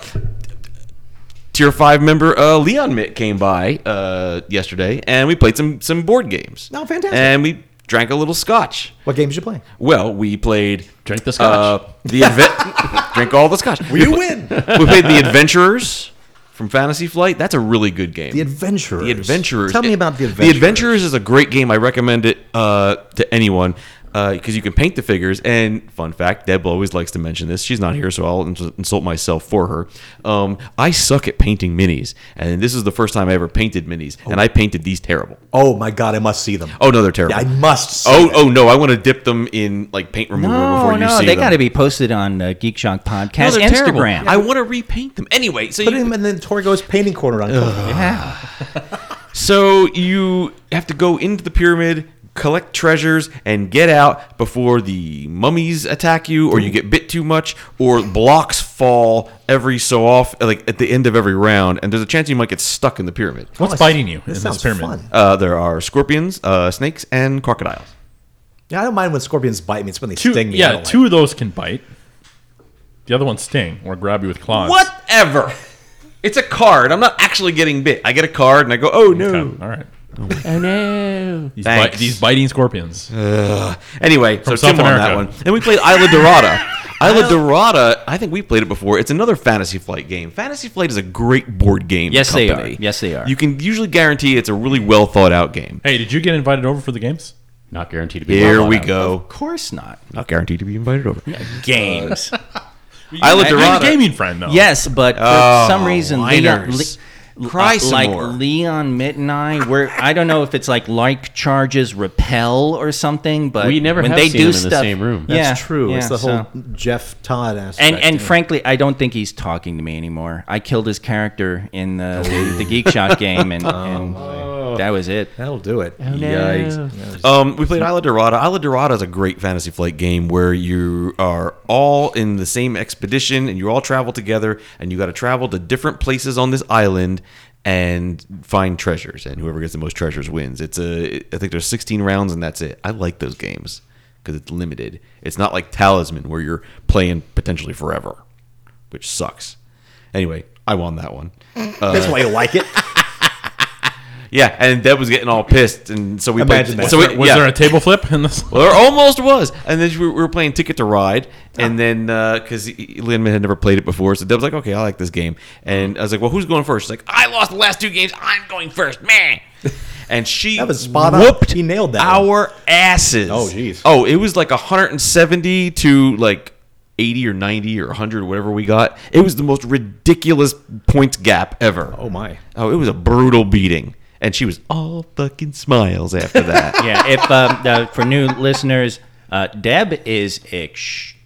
S6: tier five member uh, Leon Mitt came by uh, yesterday, and we played some some board games.
S5: Oh, fantastic.
S6: And we drank a little scotch.
S5: What games you play?
S6: Well, we played
S4: Drink the scotch.
S6: uh, the adve- drink all the scotch. We,
S5: You win.
S6: we played the Adventurers from Fantasy Flight. That's a really good game.
S5: The Adventurers.
S6: The Adventurers.
S5: Tell me about the
S6: The
S5: Adventurers.
S6: Adventurers is a great game. I recommend it uh, to anyone because you can paint the figures. And fun fact, Deb always likes to mention this. She's not here, so I'll ins- insult myself for her. Um, I suck at painting minis, and this is the first time I ever painted minis, and I painted these terrible.
S5: Oh my God, I must see them.
S6: Oh no, they're terrible.
S5: I must. See
S6: Oh,
S5: them.
S6: oh no! I want to dip them in like paint remover
S3: No,
S6: before you
S3: no,
S6: see
S3: they
S6: them.
S3: got to be posted on uh, Geek Shock
S6: No,
S3: Podcast
S6: they're terrible.
S3: Instagram.
S6: I want to repaint them anyway. So
S5: Put
S6: you,
S5: him in the Torgo's painting corner on. Corner.
S3: Yeah.
S6: So you have to go into the pyramid, collect treasures, and get out before the mummies attack you, or you get bit too much, or blocks fall every so off, like at the end of every round, and there's a chance you might get stuck in the pyramid.
S2: What's biting you in
S5: This
S2: this
S5: sounds
S2: pyramid?
S5: fun.
S6: Uh, there are scorpions, uh, snakes, and crocodiles.
S5: Yeah, I don't mind when scorpions bite me. It's when they
S2: Two,
S5: sting me. I
S2: yeah,
S5: don't like
S2: two of those can bite. The other one's sting or grab you with claws.
S6: Whatever. It's a card. I'm not actually getting bit. I get a card and I go, oh no.
S2: Okay, all right.
S4: Oh no!
S2: These,
S6: Thanks.
S2: bi- these biting scorpions.
S6: Anyway, so
S2: South
S6: Tim won that
S2: America.
S6: one. And we played Isla Dorada. Isla Dorada, I think we played it before. It's another Fantasy Flight game. Fantasy Flight is a great board game.
S3: Yes, they
S6: company.
S3: are. Yes, they are.
S6: You can usually guarantee it's a really well thought out game.
S2: Hey, did you get invited over for the games?
S4: Not guaranteed to be.
S6: Here
S4: well
S6: we
S4: thought out.
S6: go.
S3: Of course not.
S6: Not guaranteed to be invited over.
S3: Games.
S6: Isla
S2: I- I have a
S6: Dorada.
S2: gaming friend though.
S3: Yes, but for
S6: Oh,
S3: some reason, Leon,
S6: lighters.
S3: Le-
S6: Cry
S3: uh,
S6: some
S3: like
S6: more.
S3: Leon Mitt and I, we're I don't know if it's like like charges repel or something, but
S4: We never
S3: when
S4: have
S3: they
S4: seen
S3: do
S4: them in the
S3: stuff,
S4: same room.
S3: Yeah,
S4: That's
S5: It's true. it's
S3: yeah,
S5: the whole
S3: so-
S5: Jeff Todd aspect.
S3: And and
S5: yeah.
S3: frankly, I don't think he's talking to me anymore. I killed his character in the the, the Geek Shot game, and, and
S6: Oh.
S3: that was it.
S5: that'll do it.
S6: Um, we played Isla Dorada. Isla Dorada is a great fantasy flight game where you are all in the same expedition and you all travel together and you got to travel to different places on this island and find treasures and whoever gets the most treasures wins. It's a I think there's 16 rounds and that's it. I like those games because it's limited. It's not like Talisman where you're playing potentially forever, which sucks. Anyway, I won that one.
S5: That's why you like it.
S6: Yeah, and Deb was getting all pissed, and so we
S5: Imagine
S6: played.
S5: that.
S6: So we-
S2: Was
S6: yeah.
S2: there a table flip in this?
S6: Well, there almost was. And then we we were playing Ticket to Ride,
S5: Ah.
S6: and then uh, because Linman had never played it before, so Deb's like, "Okay, I like this game." And I was like, "Well, who's going first? She's like, "I lost the last two games. I'm going first, man." And she
S5: That was spot on.
S6: whooped
S5: He nailed that one.
S6: our asses.
S5: Oh, jeez.
S6: Oh, it was like 170 to like 80 or 90 or 100, whatever we got. It was the most ridiculous points gap ever.
S5: Oh my.
S6: Oh, it was a brutal beating, and she was all fucking smiles after that.
S3: Yeah, if um, the, for new listeners, uh, Deb is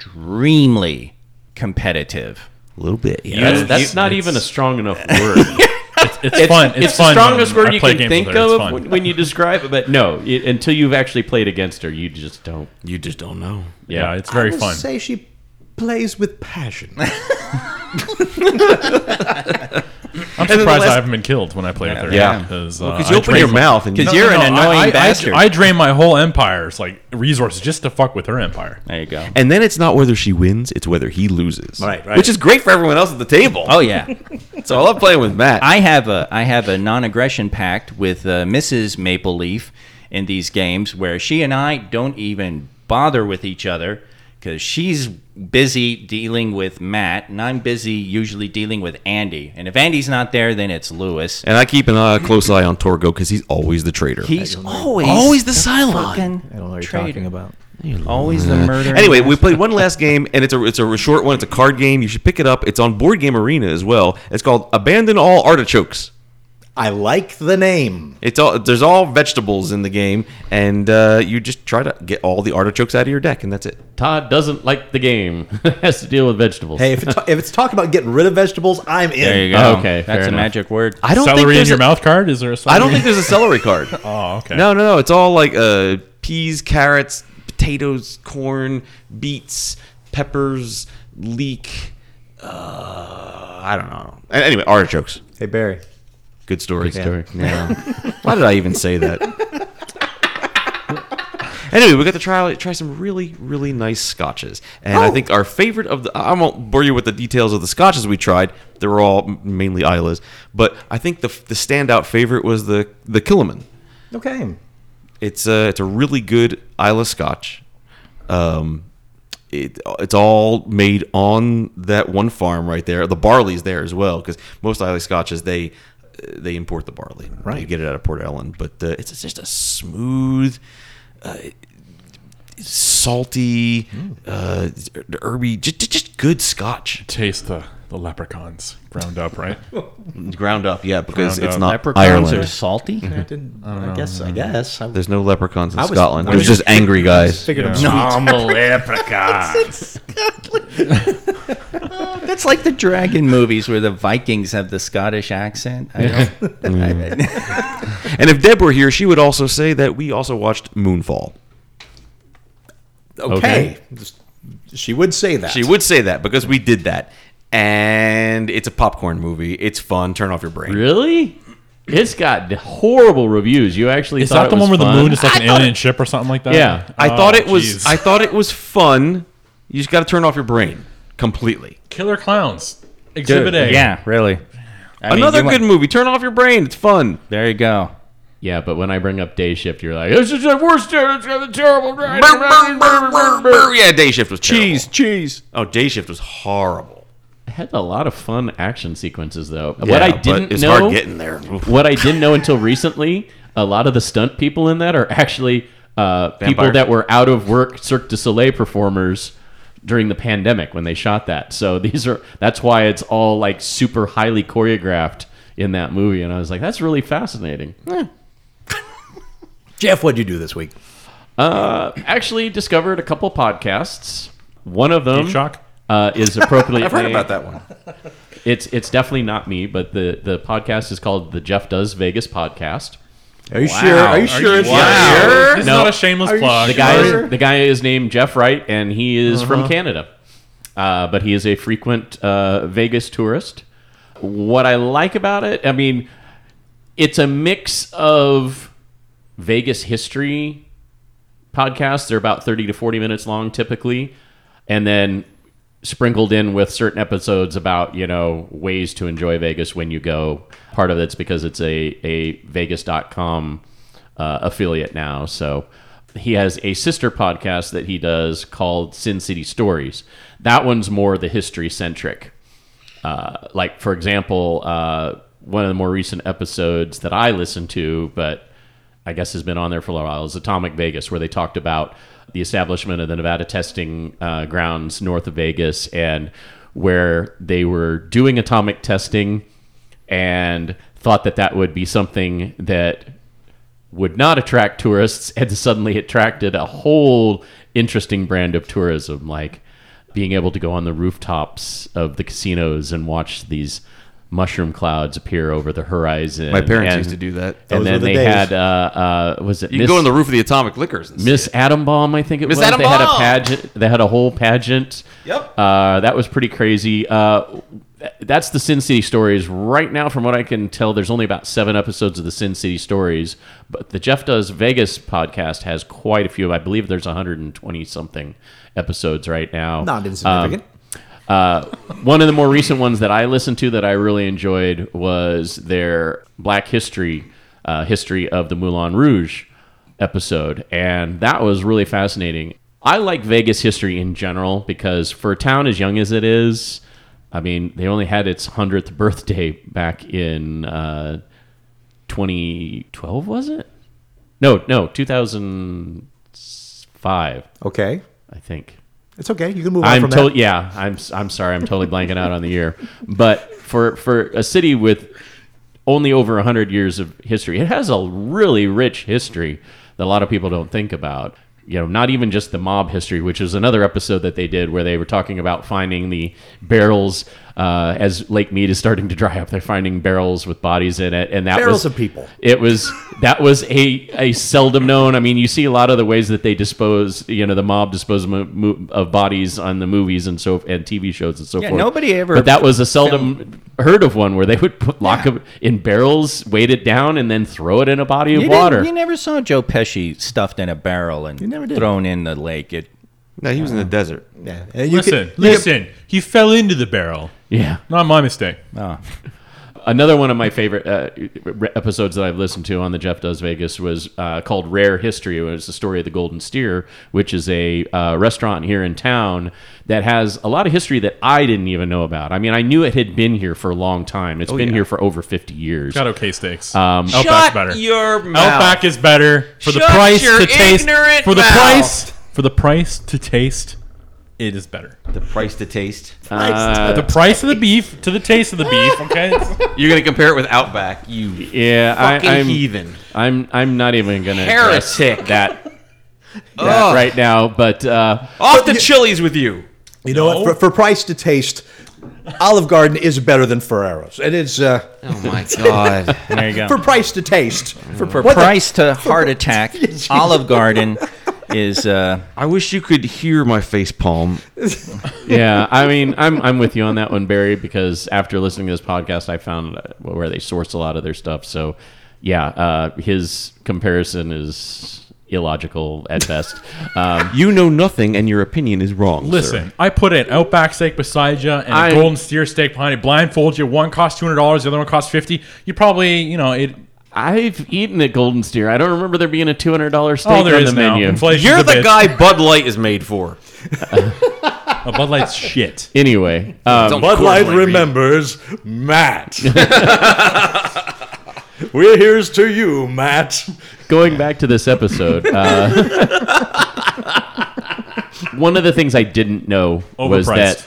S3: extremely competitive.
S6: A little bit. Yeah.
S4: That's,
S2: You-
S4: that's
S2: you-
S4: not even a strong enough word.
S2: It's, fun. It's,
S4: it's
S2: fun.
S4: the strongest
S2: when
S4: word
S2: I
S4: you
S2: play
S4: can
S2: games
S4: think
S2: with her. It's
S4: of
S2: fun.
S4: when, when you describe it. But no, it, until you've actually played against her, you just don't.
S6: You just don't know.
S2: Yeah, it's very
S5: I would
S2: fun.
S5: Say she plays with passion.
S2: I'm
S6: then the
S2: surprised
S6: last-
S2: I haven't been killed when I play with her. uh,
S6: Yeah.
S2: because
S6: Because you open your mouth and you,
S3: You're an annoying
S2: I, I,
S3: bastard.
S2: I drain my whole empire's like resources just to fuck with her empire.
S3: There you go.
S6: and then it's not whether she wins, it's whether he loses.
S5: Right, right.
S6: Which is great for everyone else at the table.
S3: Oh yeah,
S6: so I love playing with Matt.
S3: I have a I have a non-aggression pact with uh, Mrs. Maple Leaf in these games where she and I don't even bother with each other because she's busy dealing with Matt and I'm busy usually dealing with Andy. And if Andy's not there, then it's Lewis.
S6: and I keep an eye, a close eye on Torgo because he's always the traitor.
S3: He's always
S6: always the Cylon.
S3: fucking
S5: I don't know what you're
S3: traitor.
S5: talking about.
S3: Always
S6: Mm.
S3: the murder.
S6: Anyway, we played one last game, and it's a it's a short one. It's a card game. You should pick it up. It's on Board Game Arena as well. It's called Abandon All Artichokes.
S5: I like the name.
S6: It's all there's all vegetables in the game, and uh, you just try to get all the artichokes out of your deck, and that's it.
S4: Todd doesn't like the game. Has to deal with vegetables.
S5: Hey, if it's, if it's talk about getting rid of vegetables, I'm in.
S3: there you go.
S4: Okay, fair
S3: that's a
S4: enough.
S3: magic word.
S6: I don't think
S2: Celery in
S6: there's
S2: your
S6: a-
S2: mouth card? Is there a celery?
S6: I don't think there's a celery card.
S2: Oh, okay.
S6: No, no, no. It's all like uh, peas, carrots, potatoes, corn, beets, peppers, leek. Uh, I don't know. A- Anyway, artichokes.
S5: Hey Barry,
S6: Good story. Good
S4: story.
S6: Yeah. Why did I even say that? anyway, we got to try try some really really nice scotches, and I think our favorite of the I won't bore you with the details of the scotches we tried. They were all mainly Islas, but I think the the standout favorite was the the Killiman.
S5: okay.
S6: It's a it's a really good Isla Scotch. Um, it it's all made on that one farm right there. The barley's there as well because most Isla Scotches they they import the barley.
S5: Right.
S6: you get it out of Port Ellen, but uh, it's just a smooth. Uh, salty uh herby just, just good scotch
S2: Taste the, the leprechauns ground up, right?
S6: ground up yeah because
S2: Ground
S6: it's
S2: up.
S6: not
S3: Leprechauns
S6: ireland Mm-hmm.
S3: are salty.
S5: I, didn't, I, guess. I guess. I
S6: there's no leprechauns in
S5: I was-
S6: scotland
S5: I
S6: there's
S5: was-
S6: just angry guys
S5: figured
S2: Yeah.
S5: it was sweet.
S3: Oh, That's like the dragon movies where the Vikings have the Scottish accent. I don't,
S6: And if Deb were here, she would also say that we also watched Moonfall.
S5: Okay. She would say that.
S6: She would say that because we did that. And it's a popcorn movie. It's fun. Turn off your brain.
S4: really? It's got horrible reviews. You actually
S2: Is
S4: thought it
S2: that the
S4: was
S2: one where
S4: fun?
S2: the moon is like an
S6: I thought
S2: alien ship or something like that?
S4: Yeah.
S6: I thought
S2: Oh,
S6: it was
S2: jeez.
S6: I thought it was fun. You just got to turn off your brain. completely.
S2: Killer Clowns. Exhibit A.
S3: Yeah, really. I mean,
S6: Another
S3: you want-
S6: good movie. Turn off your brain. It's fun.
S3: There you go.
S4: Yeah, but when I bring up day shift, you're like, this is the worst. It's gonna be terrible.
S6: yeah, Day Shift was cheese, cheese. Oh, Day Shift was horrible.
S4: It had a lot of fun action sequences, though.
S6: Yeah,
S4: what I
S6: but
S4: didn't
S6: it's
S4: know,
S6: hard getting there. Oof.
S4: what I didn't know until recently, a lot of the stunt people in that are actually uh, people
S6: Vampires.
S4: that were out of work Cirque du Soleil performers during the pandemic when they shot that. So these are that's why it's all like super highly choreographed in that movie. And I was like, that's really fascinating.
S5: Jeff, what'd you do this week?
S4: Actually, discovered a couple podcasts. One of them
S2: Shock.
S4: uh, is appropriately.
S6: I've heard about that one.
S4: It's it's definitely not me, but the the podcast is called the Jeff Does Vegas podcast.
S5: Are you sure? Are you sure? it's
S2: Wow.
S5: not here?
S2: This is
S4: No.
S2: not a shameless plug.
S4: The guy is the guy is named Jeff Wright, and he is
S6: Uh-huh.
S4: from Canada, uh, but he is a frequent uh, Vegas tourist. What I like about it, I mean, it's a mix of Vegas history podcasts. They're about thirty to forty minutes long typically, and then sprinkled in with certain episodes about you know ways to enjoy Vegas when you go. Part of it's because it's a a Vegas.com uh, affiliate now, so he has a sister podcast that he does called Sin City Stories. That one's more the history centric. Uh, like for example, uh, one of the more recent episodes that I listened to, but I guess has been on there for a little while, is Atomic Vegas, where they talked about the establishment of the Nevada testing uh, grounds north of Vegas and where they were doing atomic testing and thought that that would be something that would not attract tourists and suddenly attracted a whole interesting brand of tourism like being able to go on the rooftops of the casinos and watch these mushroom clouds appear over the horizon
S6: My parents
S4: And-
S6: used to do that.
S4: and
S5: Those
S4: then
S5: were the
S4: they
S5: days.
S4: had uh, uh, was it
S6: You
S4: Miss,
S6: can go on the roof of the Atomic Liquors. and
S4: Miss Atom Bomb? I think it
S6: Miss
S4: was.
S6: Atom
S4: they had a
S6: Bomb!
S4: pageant. They had a whole pageant.
S6: Yep.
S4: Uh, that was pretty crazy. Uh, th- that's the Sin City stories right now. From what I can tell, there's only about seven episodes of the Sin City stories, but the Jeff Does Vegas podcast has quite a few. I believe there's 120 something episodes right now.
S5: Not insignificant.
S4: Uh, One of the more recent ones that I listened to that I really enjoyed was their Black History uh, history of the Moulin Rouge episode, and that was really fascinating. I like Vegas history in general because for a town as young as it is, I mean, they only had its hundredth birthday back in uh, 2012, was it? No, no, 2005,
S5: okay.
S4: I think.
S5: It's okay. You can move on
S4: I'm
S5: from
S4: totally yeah. I'm s- I'm sorry. I'm totally blanking out on the year. But for for a city with only over hundred years of history, it has a really rich history that a lot of people don't think about. You know, not even just the mob history, which is another episode that they did where they were talking about finding the barrels uh, as Lake Mead is starting to dry up. They're finding barrels with bodies in it, and that was
S5: Barrels of people.
S4: it was that was a a seldom known. I mean, you see a lot of the ways that they dispose, you know, the mob dispose mo- mo- of bodies on the movies and so and TV shows and so
S3: Yeah,
S4: forth.
S3: nobody ever
S4: But that was a seldom heard of one where they would put, lock them in barrels, weight it down, and then throw it in a body of
S3: You didn't-
S4: water.
S3: You never saw Joe Pesci stuffed in a barrel and
S5: never did.
S3: thrown in the lake. It,
S6: shit. No, he was in the desert.
S5: that. Yeah. And you
S2: Listen,
S5: can-
S2: listen. He fell into the barrel.
S4: yeah.
S2: Not my mistake.
S3: oh.
S4: another one of my favorite uh, re- episodes that I've listened to on the Jeff Does Vegas was uh, called Rare History. It was the story of the Golden Steer, which is a uh, restaurant here in town that has a lot of history that I didn't even know about. I mean, I knew it had been here for a long time.
S6: Oh,
S4: It's been here for over 50 years.
S2: Got okay steaks.
S4: Um,
S2: Outback's better.
S6: Your
S2: Outback is better for the
S6: Shut
S2: price
S6: your
S2: to taste.
S6: ignorant
S2: For the
S6: mouth.
S2: price, for the price to taste, it is better.
S6: The price to taste.
S2: the price of the beef to the taste of the beef. Okay, It's-
S6: You're gonna compare it with Outback. You
S4: yeah,
S6: fucking
S4: I, I'm,
S6: heathen.
S4: I'm, I'm not even going to address
S6: Heretic.
S4: that, that
S6: Ugh.
S4: right now, but uh,
S6: Off the chilies with you.
S5: You know what? For, for price to taste, Olive Garden is better than Ferrero's. It is uh,
S6: Oh my god.
S3: There you go.
S5: for price to taste. For,
S3: For price to heart attack, Olive Garden is. Uh,
S6: I wish you could hear my face palm.
S4: yeah, I mean, I'm I'm with you on that one, Barry, because after listening to this podcast, I found uh, where they source a lot of their stuff. So, yeah, uh, his comparison is illogical at best. Um,
S6: You know nothing, and your opinion is wrong.
S2: Listen,
S6: sir.
S2: I put an Outback steak beside you and
S4: I-
S2: a golden steer steak behind it. Blindfold you. One costs two hundred dollars. The other one costs fifty. You probably, you know, it.
S4: I've eaten at Golden Steer. I don't remember there being a two hundred dollar steak
S2: Oh, there
S4: on
S2: is
S4: the
S2: now.
S4: menu.
S2: Inflation's
S6: you're
S2: a
S6: the
S2: bitch.
S6: guy Bud Light is made for.
S2: A Bud Light's shit.
S4: Anyway, um,
S6: Bud
S5: Light remembers Matt. We're here's to you, Matt.
S4: going back to this episode, uh, one of the things I didn't know was
S2: Overpriced.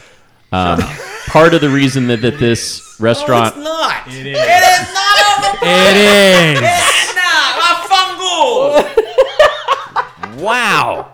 S4: that um, part of the reason that, that this restaurant
S5: not.
S2: It is. It is not It is.
S6: Wow.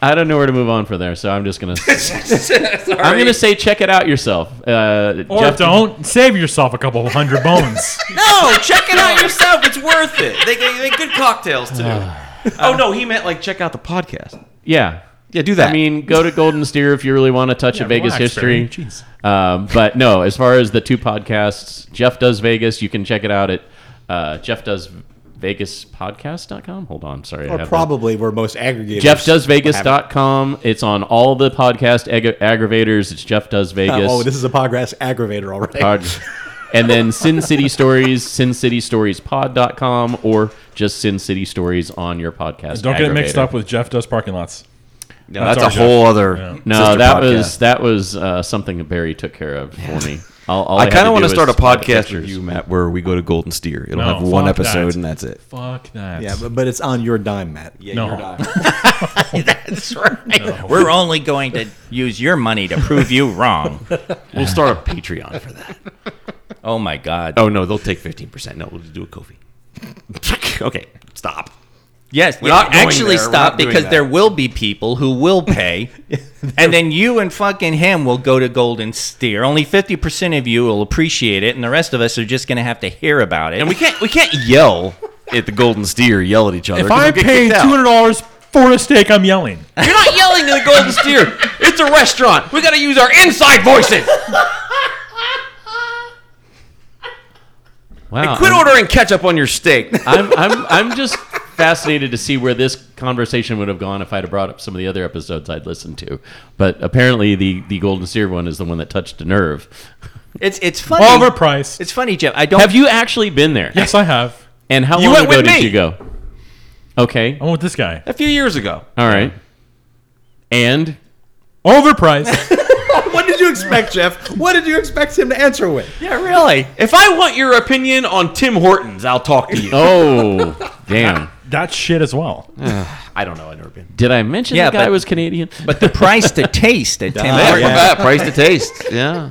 S4: I don't know where to move on from there, so I'm just gonna. I'm gonna say check it out yourself. Uh,
S2: Or don't save yourself a couple hundred bones.
S6: No, check it out yourself. It's worth it. They they, they good cocktails too. oh no, he meant like check out the podcast.
S4: Yeah.
S6: Yeah, do that.
S4: I mean, go to Golden Steer if you really want to touch a Vegas
S2: relax,
S4: history.
S2: Barry. Jeez.
S4: Um, but no, as far as the two podcasts, Jeff Does Vegas, you can check it out at uh, Jeff Does Vegas Podcast.com. Hold on. Sorry. I
S5: Or
S4: have that.
S5: probably we're most aggregated.
S4: JeffDoesVegas.com. It's on all the podcast ag- aggravators. It's Jeff Does Vegas.
S5: Oh, this is a podcast aggravator already.
S4: Pod- and then Sin City Stories, sincitystoriespod.com, or just Sin City Stories on your podcast.
S2: Don't get it mixed
S4: aggregator.
S2: up with Jeff does parking lots.
S6: No, that's,
S2: That's
S6: a
S2: our
S6: whole other.
S4: No,
S6: sister
S4: that
S6: podcast.
S4: was that was uh, something that Barry took care of for me. I'll, all
S6: I kind of
S4: want to
S6: start a podcast review, Matt, where we go to Golden Steer. It'll
S2: No,
S6: have one
S2: fuck
S6: episode,
S2: that.
S6: and that's it.
S2: Fuck that.
S5: Yeah, but, but it's on your dime, Matt.
S2: no.
S3: That's right. We're only going to use your money to prove you wrong.
S6: We'll start a Patreon for that.
S3: Oh my God.
S6: Oh no, they'll take fifteen percent. No, we'll just do a Kofi. okay, stop.
S3: Yes,
S6: We're
S3: yeah,
S6: not going
S3: actually
S6: there. We're
S3: stop
S6: not doing
S3: because
S6: that.
S3: there will be people who will pay, and then you and fucking him will go to Golden Steer. Only fifty percent of you will appreciate it, and the rest of us are just gonna have to hear about it.
S6: And we can't we can't yell at the Golden Steer. Yell at each other.
S2: If
S6: 'cause
S2: I'm
S6: we'll get
S2: paying
S6: kicked out.
S2: two hundred dollars for a steak, I'm yelling.
S6: You're not yelling to the Golden Steer. It's a restaurant. We got to use our inside voices.
S4: Wow,
S6: Quit ordering ketchup on your steak.
S4: I'm, I'm I'm just fascinated to see where this conversation would have gone if I'd have brought up some of the other episodes I'd listened to. But apparently, the the Golden Steer one is the one that touched a nerve.
S3: It's it's funny.
S2: Overpriced.
S3: It's funny, Jeff. I don't.
S4: Have you actually been there?
S2: yes, I have.
S4: And how
S6: You
S4: long
S6: went
S4: ago
S6: with
S4: did
S6: me.
S4: you go? Okay.
S2: I'm with this guy.
S6: A few years ago.
S4: All right. And
S2: Overpriced.
S5: What did you expect, Jeff? What did you expect him to answer with?
S6: Yeah, really. If I want your opinion on Tim Hortons, I'll talk to you.
S4: oh, damn!
S2: that shit as well.
S6: I don't know. I've never been.
S4: Did I mention
S3: Yeah,
S4: the guy
S3: but-
S4: was Canadian?
S3: but the price to taste at Tim
S5: Yeah,
S3: Hortons.
S5: yeah.
S6: price to taste.
S4: yeah.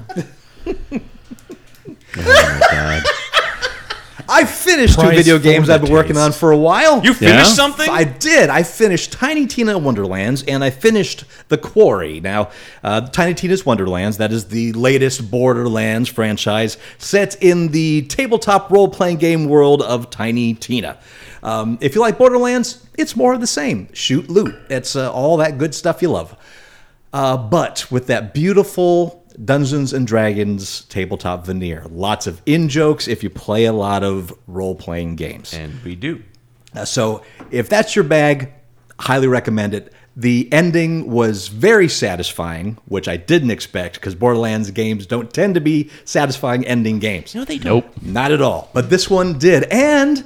S5: I finished two
S2: Price
S5: video
S2: for
S5: games
S2: the
S5: I've been working
S2: taste.
S5: on for a while.
S6: You finished
S4: Yeah?
S6: something?
S5: I did. I finished Tiny Tina Wonderlands and I finished The Quarry. Now, uh, Tiny Tina's Wonderlands, that is the latest Borderlands franchise set in the tabletop role playing game world of Tiny Tina. Um, if you like Borderlands, it's more of the same shoot, loot. It's uh, all that good stuff you love. Uh, but with that beautiful Dungeons and Dragons tabletop veneer, lots of in jokes if you play a lot of role playing games.
S6: and we do.
S5: Uh, So if that's your bag, highly recommend it. The ending was very satisfying, which I didn't expect because Borderlands games don't tend to be satisfying ending games. No, they
S4: Nope.
S5: Not at all. But this one did, and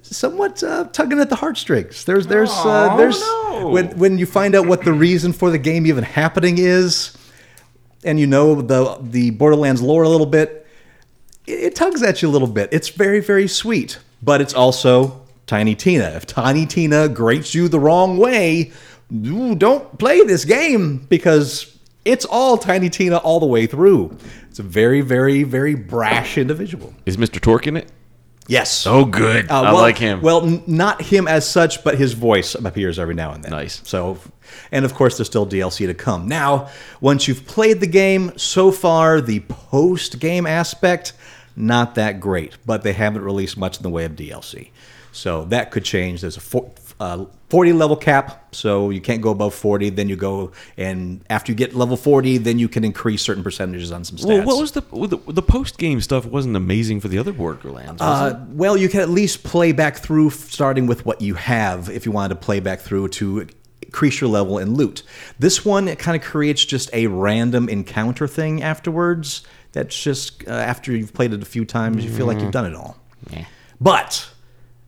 S5: somewhat uh, tugging at the heartstrings. There's, there's, uh, there's when when you find out what the reason for the game even happening is, and you know the the Borderlands lore a little bit it, it tugs at you a little bit. It's very, very sweet, but it's also Tiny Tina. If Tiny Tina grates you the wrong way, you don't play this game because it's all Tiny Tina all the way through. It's a very, very, very brash individual.
S6: Is Mr. Torque in it?
S5: Yes.
S6: Oh, good.
S5: Uh,
S6: I
S5: well-
S6: like him.
S5: Well, n- not him as such, but his voice appears every now and then.
S6: Nice.
S5: So, and of course, there's still DLC to come. Now, once you've played the game, so far the post-game aspect not that great, but they haven't released much in the way of DLC. So that could change. There's a four, uh, 40 level cap, so you can't go above 40. Then you go, and after you get level 40, then you can increase certain percentages on some stats.
S6: Well, what was the well, the, the post game stuff? Wasn't amazing for the other Borderlands. was
S5: Uh, well, you can at least play back through, f- starting with what you have, if you wanted to play back through to increase your level and loot. This one it kind of creates just a random encounter thing afterwards. That's just uh, after you've played it a few times, you feel like you've done it all. But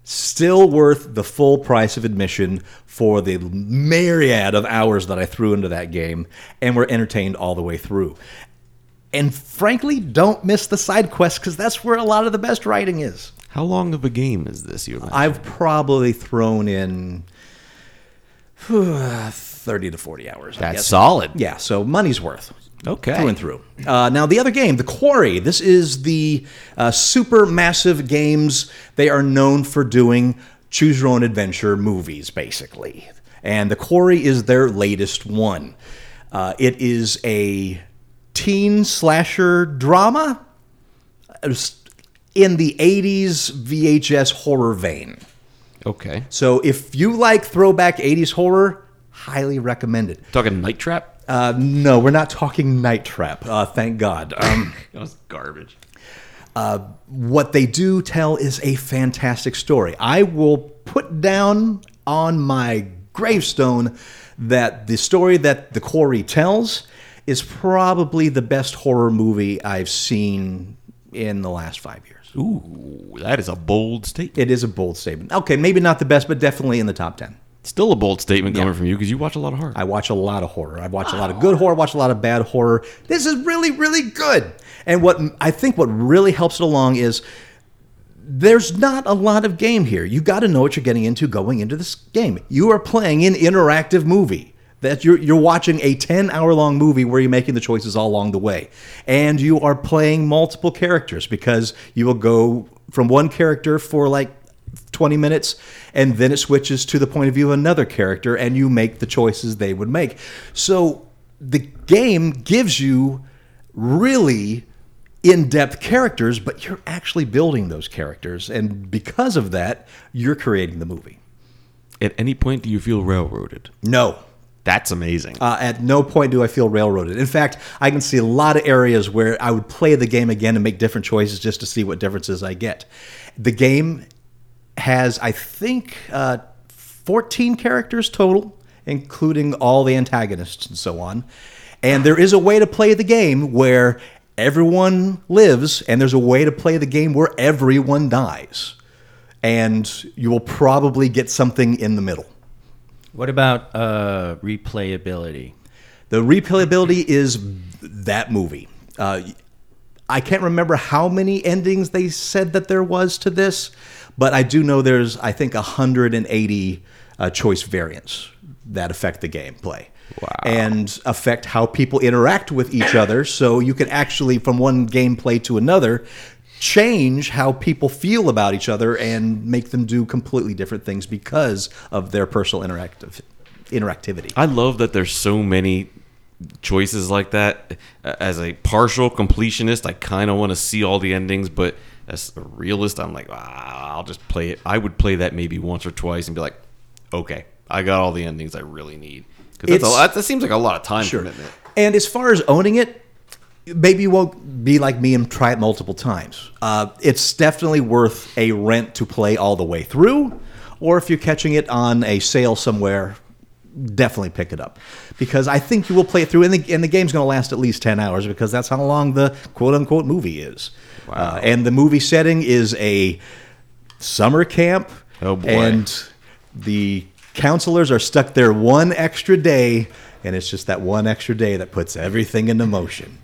S5: still worth the full price of admission for the myriad of hours that I threw into that game and were entertained all the way through. And frankly, don't miss the side quests because that's where a lot of the best writing is.
S6: it? How long of a game is this? You imagine?
S5: I've probably thrown in whew, 30 to 40 hours. I
S6: that's
S5: guess.
S6: solid.
S5: Yeah, so money's worth.
S6: Okay.
S5: Through and through. Uh, now, the other game, The Quarry. This is the uh, super massive games. They are known for doing choose your own adventure movies, basically. And The Quarry is their latest one. Uh, it is a teen slasher drama It was in the 80s VHS horror vein.
S6: Okay.
S5: So if you like throwback 80s horror, highly recommend it.
S6: Talking Night Trap.
S5: Uh, no, we're not talking Night Trap. Uh, thank God. Um,
S6: That was garbage.
S5: what they do tell is a fantastic story. I will put down on my gravestone that the story that the Quarry tells is probably the best horror movie I've seen in the last five years.
S6: Ooh, that is a bold statement.
S5: It is a bold statement. Okay, maybe not the best, but definitely in the top 10.
S6: Still a bold statement coming from you because you watch a lot of horror.
S5: I watch a lot of horror. I watch a lot of good horror. I watch a lot of bad horror. This is really, really good. And what I think what really helps it along is there's not a lot of game here. You got to know what you're getting into going into this game. You are playing an interactive movie. That you're you're watching a 10 hour long movie where you're making the choices all along the way. And you are playing multiple characters because you will go from one character for like 20 minutes and then it switches to the point of view of another character and you make the choices they would make so the game gives you really in-depth characters but you're actually building those characters and because of that you're creating the movie
S6: At any point, do you feel railroaded?
S5: no
S6: That's amazing.
S5: uh, at no point do I feel railroaded. In fact, I can see a lot of areas where I would play the game again and make different choices just to see what differences I get. The game has, I think, uh, 14 characters total, including all the antagonists and so on. And there is a way to play the game where everyone lives, and there's a way to play the game where everyone dies. And you will probably get something in the middle.
S3: What about uh, replayability?
S5: The replayability is that movie. Uh, I can't remember how many endings they said that there was to this, but I do know there's, I think, 180 uh, choice variants that affect the gameplay. And affect how people interact with each other. So you can actually, from one gameplay to another, change how people feel about each other and make them do completely different things because of their personal interactive interactivity.
S6: I love that there's so many choices like that. Uh, As a partial completionist, I kind of want to see all the endings, but as a realist, I'm like, ah, I'll just play it. I would play that maybe once or twice and be like, okay, I got all the endings I really need. Because
S5: It's-
S6: that seems like a lot of time commitment.
S5: And as far as owning it, maybe you won't be like me and try it multiple times. Uh, it's definitely worth a rent to play all the way through, or if you're catching it on a sale somewhere, definitely pick it up because I think you will play it through, and the, and the game's going to last at least ten hours because that's how long the quote unquote movie is. Uh, and the movie setting is a summer camp.
S6: Oh, boy.
S5: And the counselors are stuck there one extra day, and it's just that one extra day that puts everything into motion.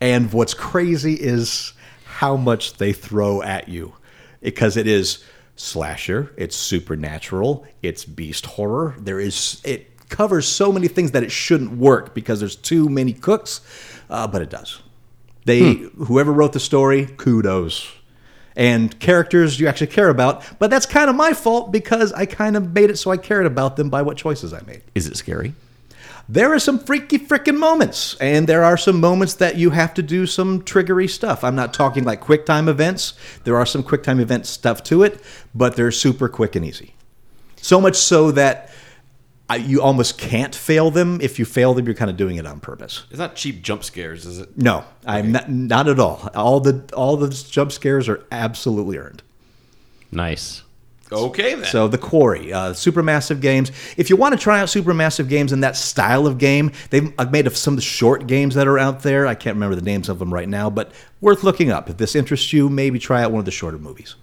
S5: And what's crazy is how much they throw at you because it is slasher, it's supernatural, it's beast horror. There is it covers so many things that it shouldn't work because there's too many cooks, uh, but it does. They whoever wrote the story, kudos. And characters you actually care about, but that's kind of my fault because I kind of made it so I cared about them by what choices I made
S6: Is it scary?
S5: there are some freaky frickin' moments, and there are some moments that you have to do some triggery stuff. I'm not talking like quick time events. There are some quick time event stuff to it, but they're super quick and easy. So much so that I, you almost can't fail them. If you fail them, you're kind of doing it on purpose.
S6: It's not cheap jump scares, is it?
S5: No, I'm not, not at all. All the all the jump scares are absolutely earned.
S4: Nice.
S6: Okay then.
S5: So the Quarry, uh, Supermassive Games. If you want to try out Supermassive Games in that style of game, they've I've made of some of the short games that are out there. I can't remember the names of them right now, but worth looking up. If this interests you, maybe try out one of the shorter movies.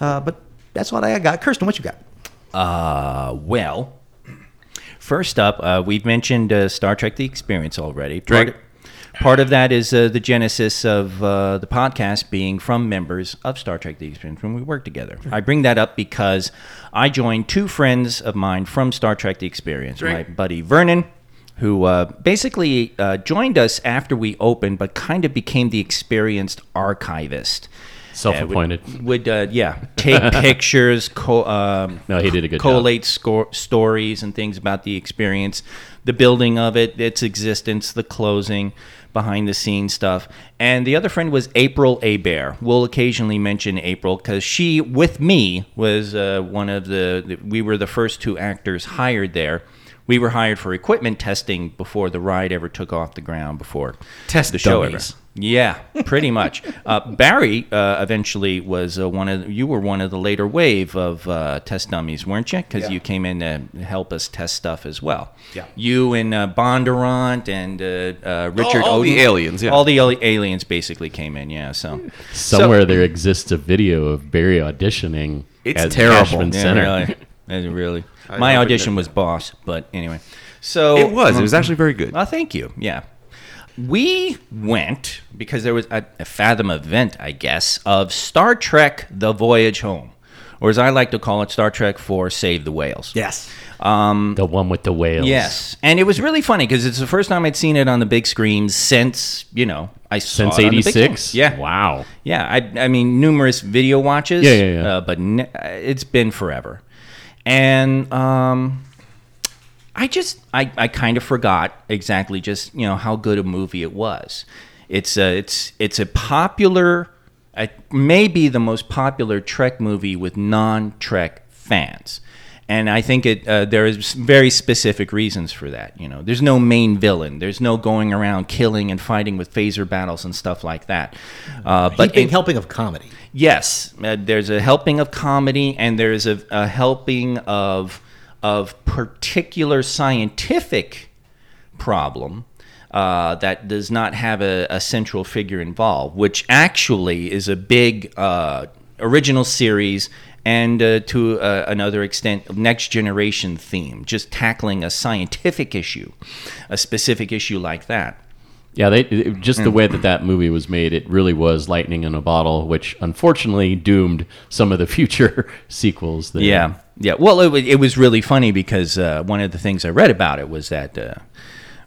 S5: Uh, but that's what I got. Kirsten, what you got?
S3: Uh, well, first up, uh, we've mentioned uh, Star Trek: The Experience already. Part,
S6: Drake.
S3: part of that is uh, the genesis of uh, the podcast being from members of Star Trek: The Experience when we worked together. I bring that up because I joined two friends of mine from Star Trek: The Experience.
S7: Drake.
S3: My buddy Vernon. Who uh, basically uh, joined us after we opened, but kind of became the experienced archivist.
S4: Self-appointed.
S3: Uh, would would uh, yeah take pictures, co- um,
S4: No, he did a good job.
S3: collate scor- stories and things about the experience, the building of it, its existence, the closing, behind the scenes stuff. And the other friend was April Abear. We'll occasionally mention April because she, with me, was uh, one of the, the. We were the first two actors hired there. We were hired for equipment testing before the ride ever took off the ground. Before
S6: Test
S3: the show ever.
S6: dummies.
S3: Yeah, pretty much. uh, Barry uh, eventually was uh, one of you were one of the later wave of uh, test dummies, weren't you? Because you came in to help us test stuff as well.
S6: Yeah.
S3: You and uh, Bondurant and uh, uh, Richard.
S6: all the
S3: Odin.
S6: aliens, yeah.
S3: All the al- aliens basically came in. Yeah. So
S4: Somewhere there exists a video of Barry auditioning.
S6: It's
S4: at
S6: terrible.
S4: Cashman
S6: Yeah,
S4: Center.
S3: really. That's really. My
S6: hope it
S3: audition
S6: didn't.
S3: was boss, but anyway. So
S6: it was. It was
S3: Um,
S6: actually very good.
S3: Oh, thank you. Yeah. We went because there was a, a Fathom event, I guess, of Star Trek The Voyage Home, or as I like to call it, Star Trek for Save the Whales.
S5: Yes.
S4: The one with the whales.
S3: Yes. And it was really funny because it's the first time I'd seen it on the big screen since, you know, I saw
S4: Since
S3: it on the big screen.
S4: '86.
S3: Yeah.
S4: Wow.
S3: Yeah, I, I mean, numerous video watches.
S4: Yeah, yeah, yeah.
S3: Uh, but ne- it's been forever. And um, I just, I, I kind of forgot exactly just, you know, how good a movie it was. It's a, it's, it's a popular, it may be the most popular Trek movie with non Trek fans. And I think it, uh, there is very specific reasons for that. You know, there's no main villain. There's no going around killing and fighting with phaser battles and stuff like that. Uh,
S5: But
S3: but
S5: big
S3: it-
S5: helping of comedy.
S3: Yes, uh, there's a helping of comedy, and there's a, a helping of of particular scientific problem uh, that does not have a, a central figure involved, which actually is a big uh, original series and uh, to uh, another extent next generation theme, just tackling a scientific issue, a specific issue like that.
S4: Yeah, they it- just the way that that movie was made, it really was lightning in a bottle, which unfortunately doomed some of the future sequels. There.
S3: Yeah, yeah. Well, it, wa- it was really funny because uh, one of the things I read about it was that uh,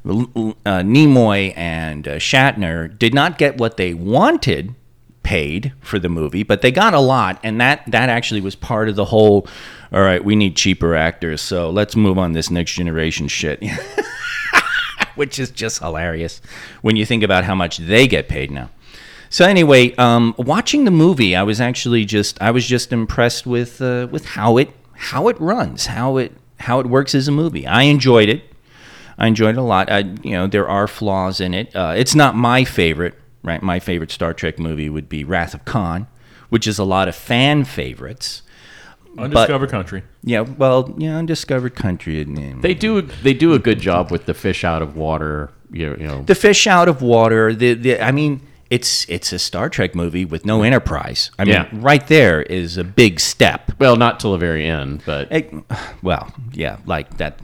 S3: L- L- uh, Nimoy and uh, Shatner did not get what they wanted paid for the movie, but they got a lot, and that that actually was part of the whole. All right, we need cheaper actors, so let's move on this next generation shit. Which is just hilarious when you think about how much they get paid now. So anyway, um, watching the movie, I was actually just I was just impressed with uh, with how it how it runs, how it how it works as a movie. I enjoyed it. I enjoyed it a lot. I, you know, there are flaws in it. Uh, it's not my favorite, right? My favorite Star Trek movie would be Wrath of Khan, which is a lot of fan favorites.
S2: Undiscovered country.
S3: Yeah, well, yeah, undiscovered country. Name.
S4: they do they do a good job with the fish out of water. You know, you know.
S3: the fish out of water. The, the I mean, it's it's a Star Trek movie with no Enterprise. I mean,
S4: Yeah.
S3: right there is a big step.
S4: well, not till the very end, but
S3: Hey, well, yeah, like that.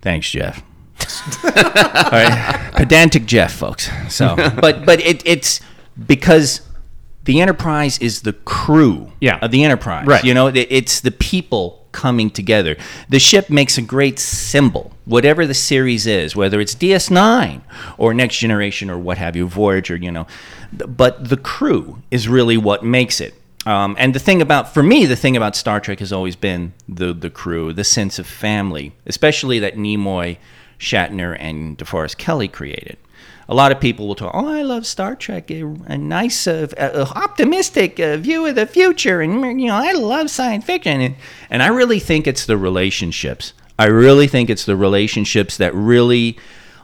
S3: Thanks, Jeff. All right, pedantic Jeff, folks. So, but but it, it's because the Enterprise is the crew
S4: Yeah.
S3: of the Enterprise.
S4: Right.
S3: You know, it- it's the people coming together. The ship makes a great symbol, whatever the series is, whether it's DS9 or Next Generation or what have you, Voyager. You know, Th- but the crew is really what makes it. Um, and the thing about, for me, the thing about Star Trek has always been the the crew, the sense of family, especially that Nimoy, Shatner, and DeForest Kelly created. A lot of people will talk, oh, I love Star Trek, a, a nice, uh, uh, optimistic uh, view of the future, and you know, I love science fiction, and, and I really think it's the relationships. I really think it's the relationships that really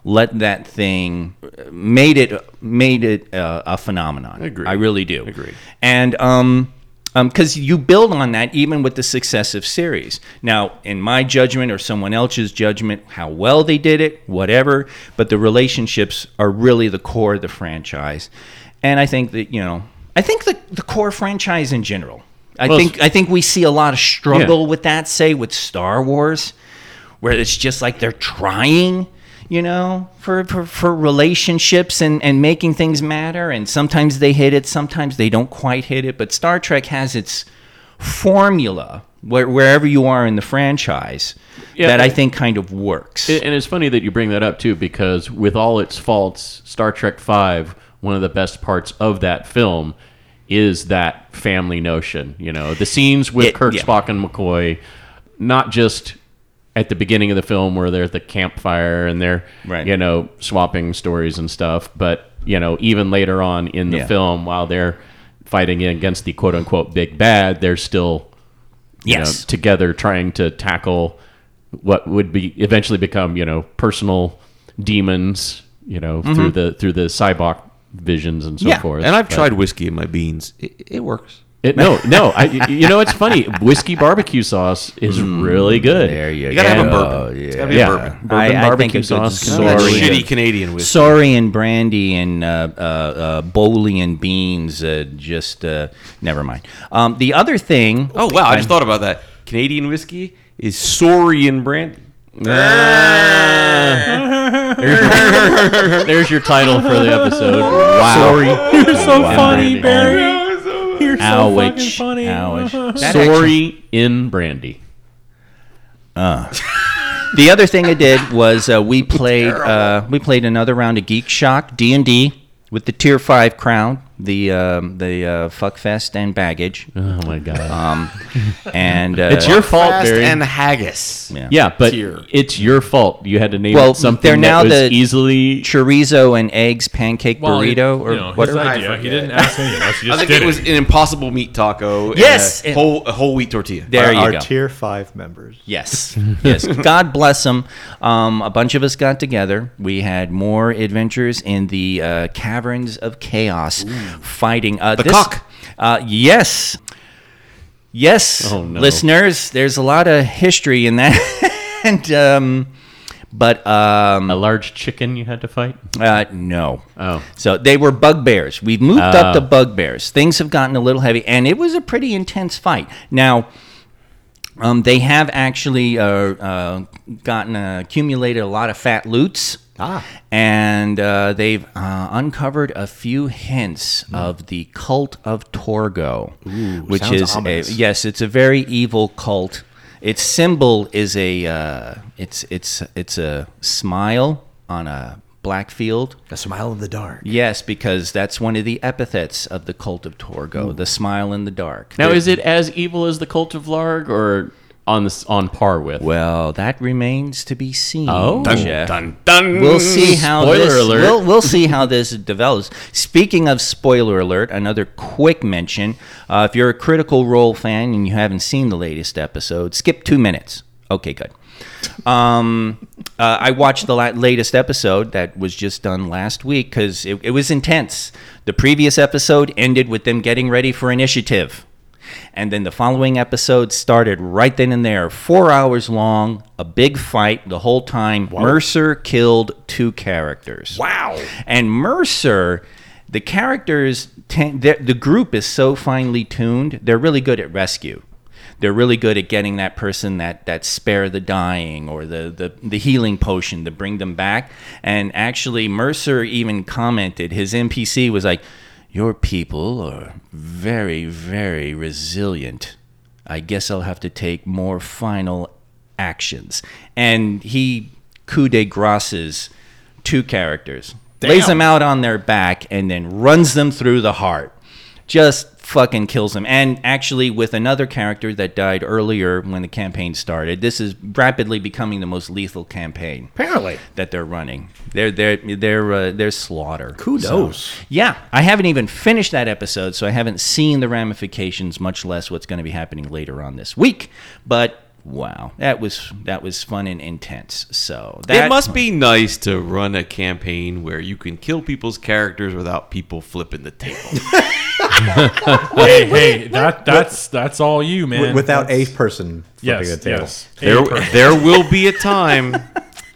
S3: let that thing made it made it uh, a phenomenon. I
S4: agree.
S3: I really do.
S4: Agree.
S3: And um because you build on that even with the successive series. Now, in my judgment or someone else's judgment, how well they did it, whatever, but the relationships are really the core of the franchise. And I think that, you know, I think the, the core franchise in general. I
S4: Well,
S3: think I think we see a lot of struggle
S4: Yeah.
S3: with that, say with Star Wars, where it's just like they're trying, you know, for, for, for relationships and, and making things matter. And sometimes they hit it, sometimes they don't quite hit it. But Star Trek has its formula where, wherever you are in the franchise
S4: Yeah,
S3: that I
S4: and-
S3: think kind of works.
S4: And and it's funny that you bring that up too, because with all its faults, Star Trek Five, one of the best parts of that film is that family notion. You know, the scenes with
S3: It-
S4: Kirk,
S3: yeah.
S4: Spock, and McCoy, not just at the beginning of the film where they're at the campfire and they're
S3: Right.
S4: you know swapping stories and stuff, but you know even later on in the
S3: Yeah.
S4: film while they're fighting against the quote unquote big bad, they're still you know,
S3: Yes.
S4: together trying to tackle what would be eventually become you know personal demons you know through the through the cyborg visions and so
S3: Yeah,
S4: forth
S6: And I've
S4: But
S6: tried whiskey in my beans. It, it works.
S4: it, no no I, you know it's funny whiskey barbecue sauce is really good
S6: You gotta have a bourbon.
S3: Yeah.
S6: It's gotta be
S4: yeah
S6: a bourbon.
S4: bourbon
S3: I- I think
S4: barbecue
S3: a good
S4: sauce
S3: Sorry.
S6: That
S3: Sorry.
S6: shitty Canadian whiskey.
S3: Sorry and brandy and uh, uh, uh, bowley and beans. Uh, just uh, never mind. Um, the other thing.
S6: Oh wow! I just thought about that. Canadian whiskey is Saurian brandy.
S4: there's your title for the episode wow
S2: You're so
S4: Brandy.
S2: funny, Barry. You're so fucking
S4: ouch
S2: funny.
S3: Ouch.
S4: sorry in brandy
S3: Uh. The other thing I did was uh, we played uh, we played another round of Geek Shock D and D with the Tier Five crowd, the um, the uh, Fuckfest and baggage,
S4: oh my god
S3: um, and uh,
S4: it's your fault Barry.
S6: haggis.
S3: Yeah.
S4: Yeah, but
S7: tier.
S4: it's your fault. You had to name
S3: Well,
S4: it something
S3: they're now
S4: that was
S3: the-
S4: easily.
S3: chorizo and eggs pancake
S2: Well, it-
S3: burrito or
S2: you know,
S3: whatever.
S2: His idea. He didn't ask any of us.
S6: I
S2: He just
S6: think
S2: did
S6: it was an impossible meat taco. and
S3: Yes!
S6: a whole a whole wheat tortilla.
S3: There you
S8: our
S3: go.
S8: tier five members.
S3: Yes, yes. God bless them. Um, a bunch of us got together. We had more adventures in the uh, caverns of chaos, fighting uh, the
S6: cock.
S3: Uh, yes, yes,
S4: Oh, no.
S3: listeners. There's a lot of history in that, and um, but um,
S4: A large chicken you had to fight.
S3: uh, no.
S4: Oh.
S3: So they were bugbears. We've moved up
S4: Oh.
S3: to bugbears. Things have gotten a little heavy, and it was a pretty intense fight. Now, um, they have actually uh, uh, gotten uh, accumulated a lot of fat loots. Ah. And uh, they've uh, uncovered a few hints of the cult of Torgo, which
S8: sounds
S3: is a,
S8: ominous.
S3: yes, it's a very evil cult. Its symbol is a uh, it's it's it's a smile on a black field.
S5: A smile in the dark.
S3: Yes, because that's one of the epithets of the cult of Torgo, the smile in the dark.
S4: Hmm. Now, is it as evil as the Cult of Larg, or on this on par with?
S3: well, that remains to be seen.
S4: Oh. Dun,
S3: Jeff.
S6: Dun dun.
S3: We'll see how
S4: Spoiler
S3: this,
S4: alert.
S3: We'll, we'll see how this develops. Speaking of spoiler alert, another quick mention: uh, if you're a Critical Role fan and you haven't seen the latest episode, skip two minutes. Okay, good. Um, uh, I watched the la- latest episode that was just done last week because it, it was intense. The previous episode ended with them getting ready for initiative. And then the following episode started right then and there. Four hours long, a big fight the whole time. Mercer killed two characters. Wow. And Mercer, the characters, ten, the the group is so finely tuned, they're really good at rescue. They're really good at getting that person that, that spare the dying or the, the, the healing potion to bring them back. And actually, Mercer even commented, his NPC was like, your people are very, very resilient. I guess I'll have to take more final actions. And he coup de graces two characters, lays them out on their back, and then runs them through the heart. Just fucking kills him. And actually, with another character that died earlier when the campaign started, this is rapidly becoming the most lethal campaign
S5: Apparently.
S3: that they're running. They're they're they're uh, they're slaughter.
S5: Kudos.
S3: So, yeah, I haven't even finished that episode, so I haven't seen the ramifications, much less what's going to be happening later on this week. But wow, that was that was fun and intense. So that
S6: it must be nice to run a campaign where you can kill people's characters without people flipping the table.
S2: hey, hey, that that's that's all you, man.
S5: W- without a
S2: That's-
S5: person flipping
S2: yes,
S5: a table.
S2: yes. A
S6: there,
S2: person.
S6: there will be a time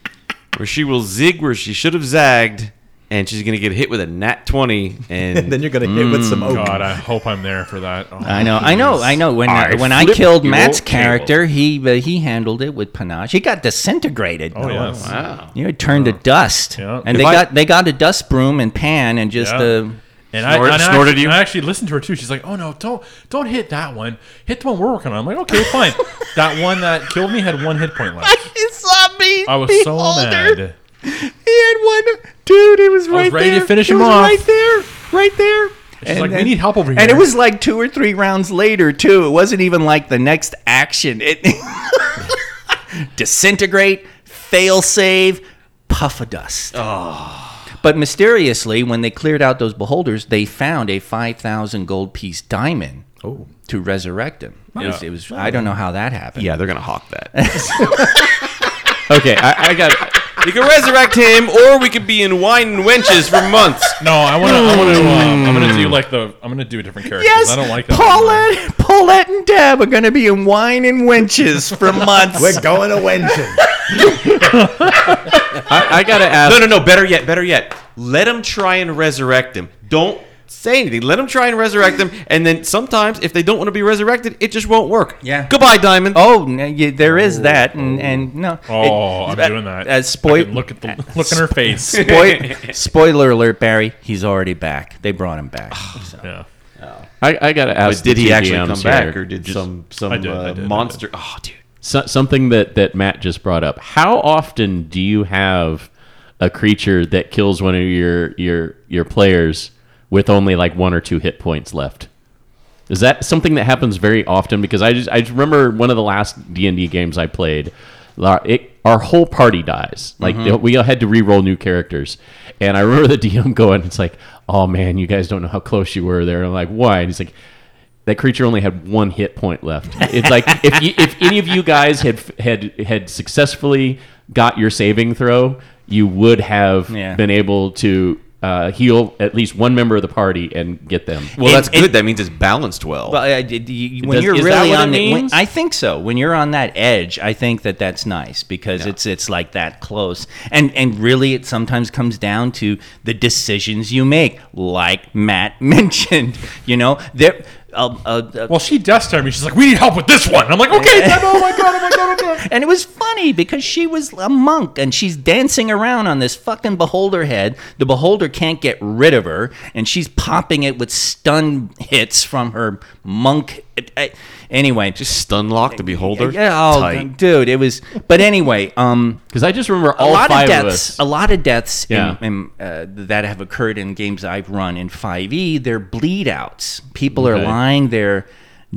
S6: where she will zig where she should have zagged, and she's gonna get hit with a nat twenty, and
S5: Then you're gonna hit with some oak.
S2: Mm, God, I hope I'm there for that. Oh,
S3: I know, I know, I know. When I, when I
S6: flipped
S3: killed
S6: your
S3: Matt's
S6: table.
S3: character, he uh, he handled it with panache. He got disintegrated.
S2: Oh, yes.
S6: wow,
S3: You know, it turned to dust,
S2: Yeah.
S3: and
S2: If
S3: they
S2: I-
S3: got they got a dust broom and pan and just
S2: Yeah.
S3: uh,
S2: And I,
S6: Snort-
S2: and I
S6: snorted
S2: actually,
S6: you?
S2: I actually listened to her too. She's like, "Oh no, don't don't hit that one. Hit the one we're working on." I'm like, "Okay, fine." that one that killed me had one hit point left.
S3: he saw me.
S2: I was so mad.
S3: He had one dude. He was right
S2: ready to
S3: there.
S2: finish
S3: He
S2: him
S3: was
S2: off.
S3: Right there, right there.
S2: She's like, "We need help over here."
S3: And it was like two or three rounds later too. It wasn't even like the next action. It disintegrate, fail save, puff of dust. But mysteriously, when they cleared out those beholders, they found a five thousand gold piece diamond to resurrect him. It was, it was I don't know how that happened.
S6: yeah, they're gonna hawk that.
S4: Okay, I, I got.
S6: you can resurrect him, or we could be in wine and wenches for months.
S2: no, I want to. I want to. Uh, I'm gonna
S6: Mm.
S2: do like the. I'm gonna do a different character. 'cause
S3: Yes,
S2: I don't like that.
S3: Paulette, Paulette and Deb are going to be in wine and winches for months.
S5: We're going to Wenching.
S4: I, I gotta ask.
S6: No, no, no. Better yet, better yet. Let him try and resurrect him. Don't say anything. Let him try and resurrect him, and then sometimes if they don't want to be resurrected, it just won't work.
S3: Yeah.
S6: Goodbye, Diamond.
S3: Oh, n- yeah, there is that, and, and no.
S2: Oh,
S3: it-
S2: I'm doing that.
S3: As
S2: I
S3: spoil,
S2: can look at the look in her face.
S3: spoil, spoiler alert, Barry, he's already back. They brought him back. So.
S2: yeah.
S4: I, I gotta ask.
S6: But did
S4: the
S6: he
S4: two
S6: actually
S4: DMs
S6: come back,
S4: here.
S6: or did some some
S2: I did, I
S6: uh,
S2: did, I
S6: monster? Oh, dude.
S4: so, something that that Matt just brought up. How often do you have a creature that kills one of your your your players with only like one or two hit points left? Is that something that happens very often? Because I just I just remember one of the last D and D games I played. la- It, our whole party dies. Like they- we all had to re-roll new characters, and I remember the DM going, "It's like, oh man, you guys don't know how close you were there." And I'm like, "Why?" And he's like, that creature only had one hit point left. It's like if you, if any of you guys had had had successfully got your saving throw, you would have
S3: Yeah.
S4: been able to uh, heal at least one member of the party and get them.
S6: Well,
S3: It-
S6: that's
S3: it-
S6: good. that means it's balanced well.
S3: Well, I, did you, when
S4: Does-
S3: you're
S4: is that
S3: really
S4: what it
S3: on the, when,
S4: means?
S3: I think so. When you're on that edge, I think that that's nice because it's it's like that close, and and really it sometimes comes down to the decisions you make, like Matt mentioned. You know, there. Uh, uh, uh,
S2: Well, she death stared me. She's like, "We need help with this one." I'm like, "Okay." then, oh my god! Oh my god! Oh my god!
S3: And it was funny because she was a monk and she's dancing around on this fucking beholder head. The beholder can't get rid of her and she's popping it with stun hits from her monk. it- I- Anyway, just
S6: Just stun lock the beholder.
S3: yeah, oh,
S6: Tight.
S3: dude, it was. But anyway, um,
S4: Because I just remember
S3: a
S4: all
S3: lot
S4: five
S3: of
S4: of
S3: deaths,
S4: us.
S3: a lot of deaths
S4: Yeah.
S3: in, in, uh, that have occurred in games I've run in 5e. They're bleed outs. People are
S4: Okay.
S3: lying there,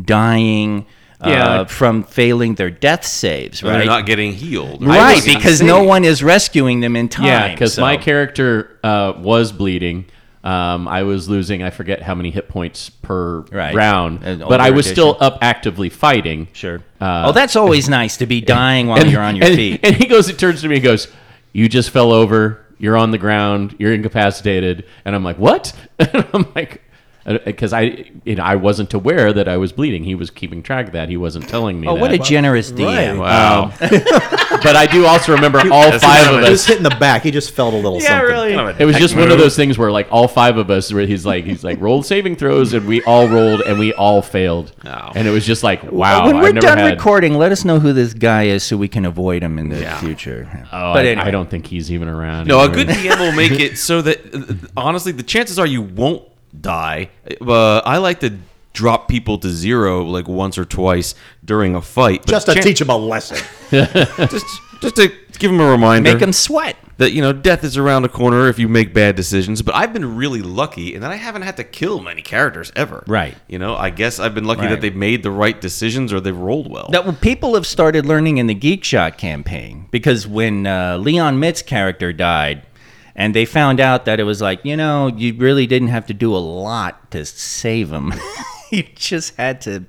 S3: dying.
S4: Yeah.
S3: Uh, from failing their death saves,
S6: They're
S3: right?
S6: not getting healed.
S3: Right,
S4: was gonna
S3: because no one is rescuing them in time.
S4: Yeah, because
S3: so-
S4: my character uh, was bleeding. Um, I was losing. I forget how many hit points per
S3: Right.
S4: round,
S3: An
S4: but I
S3: older
S4: was still
S3: edition.
S4: up actively fighting.
S3: Sure.
S4: Uh,
S3: oh, that's always nice to be dying while you're on your
S4: and,
S3: feet.
S4: And he goes, it turns to me and goes, You just fell over. You're on the ground. You're incapacitated. And I'm like, What? And I'm like, because I, you know, I wasn't aware that I was bleeding. He was keeping track of that. He wasn't telling me.
S3: oh, what a
S4: that.
S3: generous DM.
S6: Wow.
S4: But I do also remember all five of
S5: He was
S4: us.
S5: hit in the back. He just felt a little something.
S4: It was just one of those things where, like, all five of us, where he's like, he's like, rolled saving throws, and we all rolled, and we all failed,
S3: Oh.
S6: Wow.
S4: and it was just like, wow.
S3: when
S4: I've
S3: we're
S4: never
S3: done
S4: had-
S3: recording, let us know who this guy is so we can avoid him in the future.
S4: Oh,
S3: but
S4: I,
S3: anyway,
S4: I don't think he's even around.
S6: No, a
S4: anymore.
S6: good DM will make it so that uh, honestly, the chances are you won't die. Uh, I like to drop people to zero like once or twice during a fight. but
S5: Just to
S6: chan-
S5: teach him a lesson.
S6: just just to give them a reminder.
S3: Make them sweat.
S6: that you know death is around the corner if you make bad decisions but i've been really lucky in that i haven't had to kill many characters ever
S3: Right.
S6: you know i guess i've been lucky
S3: Right.
S6: that they've made the right decisions or they've rolled well
S3: That well, people have started learning in the Geek Shot campaign because when uh, Leon Mitt's character died, and they found out that it was like you know you really didn't have to do a lot to save him, you just had to,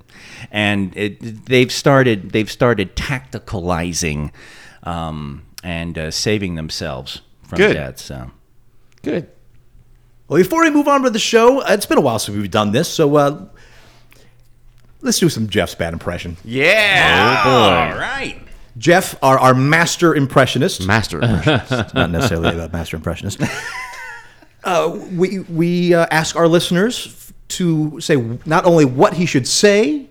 S3: and it, they've started they've started tacticalizing, um, and uh, saving themselves from
S6: Good.
S3: death. So
S6: good
S5: Well, before we move on to the show, uh, it's been a while since we've done this, so uh, let's do some Jeff's bad impression.
S6: yeah
S3: all right,
S5: Jeff, our, our master impressionist,
S6: master impression.
S5: not necessarily a master impressionist. Uh, we we uh, ask our listeners to say not only what he should say,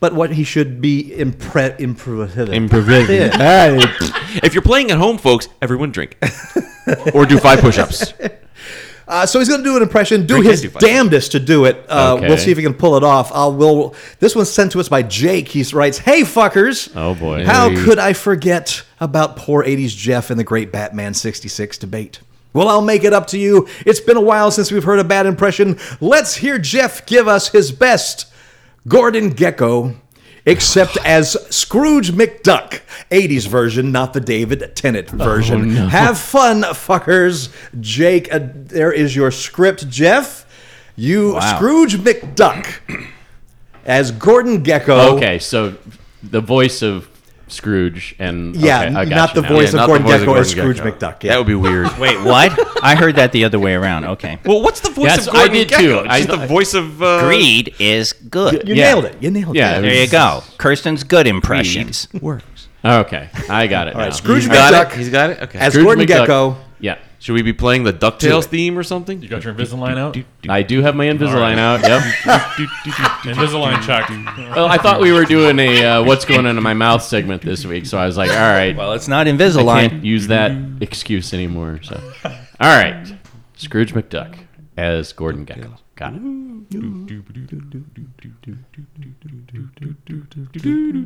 S5: but what he should be impre- improvising.
S6: Improvising. if you're playing at home folks everyone drink or do five push-ups
S5: Uh, so he's going to do an impression. Do
S6: Drink
S5: his
S6: and do fight.
S5: damnedest to do it. Uh,
S4: Okay.
S5: We'll see if he can pull it off. I'll, we'll, this one's sent to us by Jake. He writes, "Hey fuckers!
S4: Oh, boy.
S5: How
S4: Hey.
S5: could I forget about poor '80s Jeff and the great Batman '66 debate? Well, I'll make it up to you. It's been a while since we've heard a bad impression. Let's hear Jeff give us his best, Gordon Gecko." Except as Scrooge McDuck, 80s version, not the David Tennant
S4: Oh,
S5: version. Have fun, fuckers. Jake, uh, there is your script, Jeff. You, Scrooge McDuck, as Gordon Gecko.
S4: Okay, so the voice of Scrooge and
S5: Yeah,
S4: okay, I got
S5: not
S4: you
S5: the
S4: now.
S5: voice
S6: Yeah,
S5: of
S6: not the
S5: Gordon
S6: voice of
S5: Gecko as
S6: Gordon
S5: Scrooge
S6: Gekko.
S5: McDuck.
S6: that would be weird
S3: wait, what? I heard that the other way around. Okay,
S6: well what's the voice
S4: That's-
S6: of gordon
S4: I did
S6: Gekko?
S4: too.
S6: It's just
S4: I-
S6: the voice of uh,
S3: greed is good.
S5: you
S4: Yeah.
S5: nailed it. You nailed
S4: Yeah,
S5: it.
S4: it
S3: There you go. Kirsten's good impressions.
S4: Okay, I got it. now.
S5: Scrooge
S6: he's got
S5: McDuck
S6: it he's got it okay
S5: as
S4: Scrooge
S5: Gordon
S4: McDuck.
S5: Gecko.
S4: Yeah,
S6: should we be playing the ducktales
S5: it.
S6: theme or something
S2: You got your Invisalign out?
S4: I do have my Invisalign out. Yep.
S2: Invisalign check.
S4: well, I thought we were doing a uh, "What's going on in my mouth" segment this week, so I was like, "All right,
S3: Well, it's not
S4: I
S3: Invisalign.
S4: can't use that excuse anymore." So, all right, Scrooge McDuck as Gordon Gecko. Got it.
S5: We're giving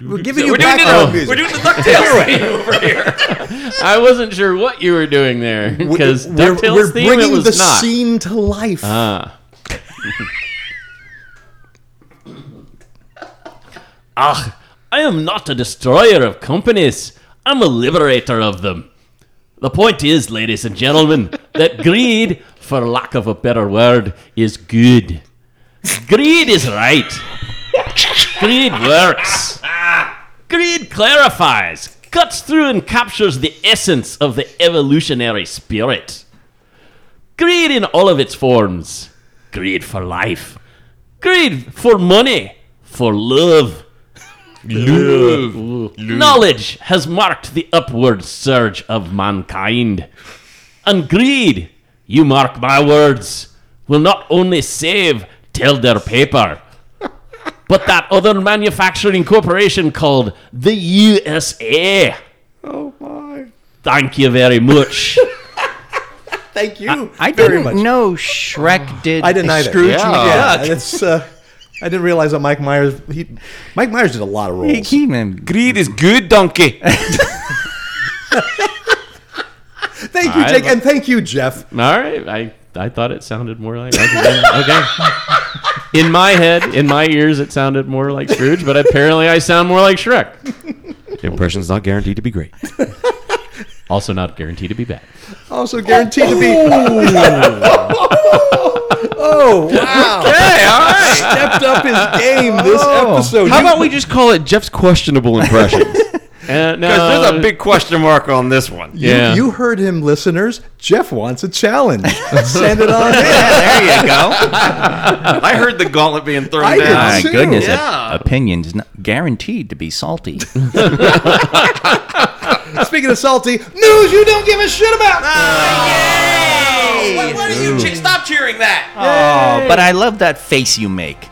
S5: you
S6: we're doing,
S5: background
S6: the,
S5: music.
S6: we're doing the DuckTales theme over here.
S4: I wasn't sure what you were doing there because
S5: We're-
S4: DuckTales
S5: we're
S4: theme
S5: bringing
S4: it was
S5: the
S4: not.
S5: scene to life.
S4: Ah. ah, I am not a destroyer of companies. I'm a liberator of them. The point is, ladies and gentlemen, that greed, for lack of a better word, is good. Greed is right. Greed works. Greed clarifies, cuts through, and captures the essence of the evolutionary spirit. Greed in all of its forms. Greed for life. Greed for money. For love. Love. Knowledge has marked the upward surge of mankind. And greed, you mark my words, will not only save Tilder Paper, but that other manufacturing corporation called the USA. Oh my. Thank you very much.
S5: Thank you.
S3: I
S5: very
S3: didn't
S5: much.
S3: know Shrek did.
S5: I didn't either.
S3: Scrooge
S5: yeah, it's, uh, I didn't realize that Mike Myers. He, Mike Myers did a lot of roles.
S3: McDuck. He- he-
S6: Greed is good, donkey.
S5: Thank you,
S4: I
S5: Jake,
S4: love-
S5: and thank you, Jeff.
S4: All right, I I thought it sounded more like okay. In my head, in my ears, it sounded more like Scrooge, but apparently I sound more like Shrek.
S6: Impression's not guaranteed to be great.
S4: Also, not guaranteed to be bad.
S5: Also guaranteed to be. oh wow!
S6: Hey, all right.
S5: Stepped up his game this episode.
S6: How
S5: You-
S6: about we just call it Jeff's questionable impressions?
S4: Uh, no,
S6: Because there's a big question mark on this one.
S5: You,
S4: yeah.
S5: you heard him, listeners. Jeff wants a challenge. Send it on in.
S3: there you go.
S6: I heard the gauntlet being thrown
S5: I did
S6: down.
S3: Ah, My
S5: too.
S3: goodness,
S6: Yeah.
S3: yeah. opinions not guaranteed to be salty.
S5: Speaking of salty news, you don't give a shit about.
S6: What, what are you? Che- stop cheering that!
S3: oh, but I love that face you make.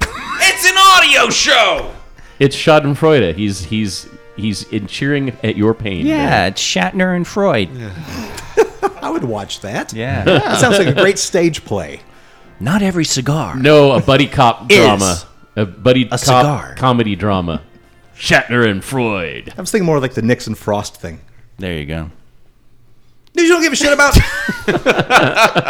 S6: It's an audio show.
S4: it's Schadenfreude. He's he's he's in cheering at your pain.
S3: Yeah, it's Shatner and Freud.
S5: I would watch that.
S3: Yeah.
S5: That sounds like a great stage play.
S3: not every cigar.
S4: No, a buddy cop
S3: Is
S4: drama, a buddy cop
S3: cigar.
S4: comedy drama. Shatner and Freud.
S5: I was thinking more like the Nixon Frost thing.
S3: There you go.
S5: News you don't give a shit about.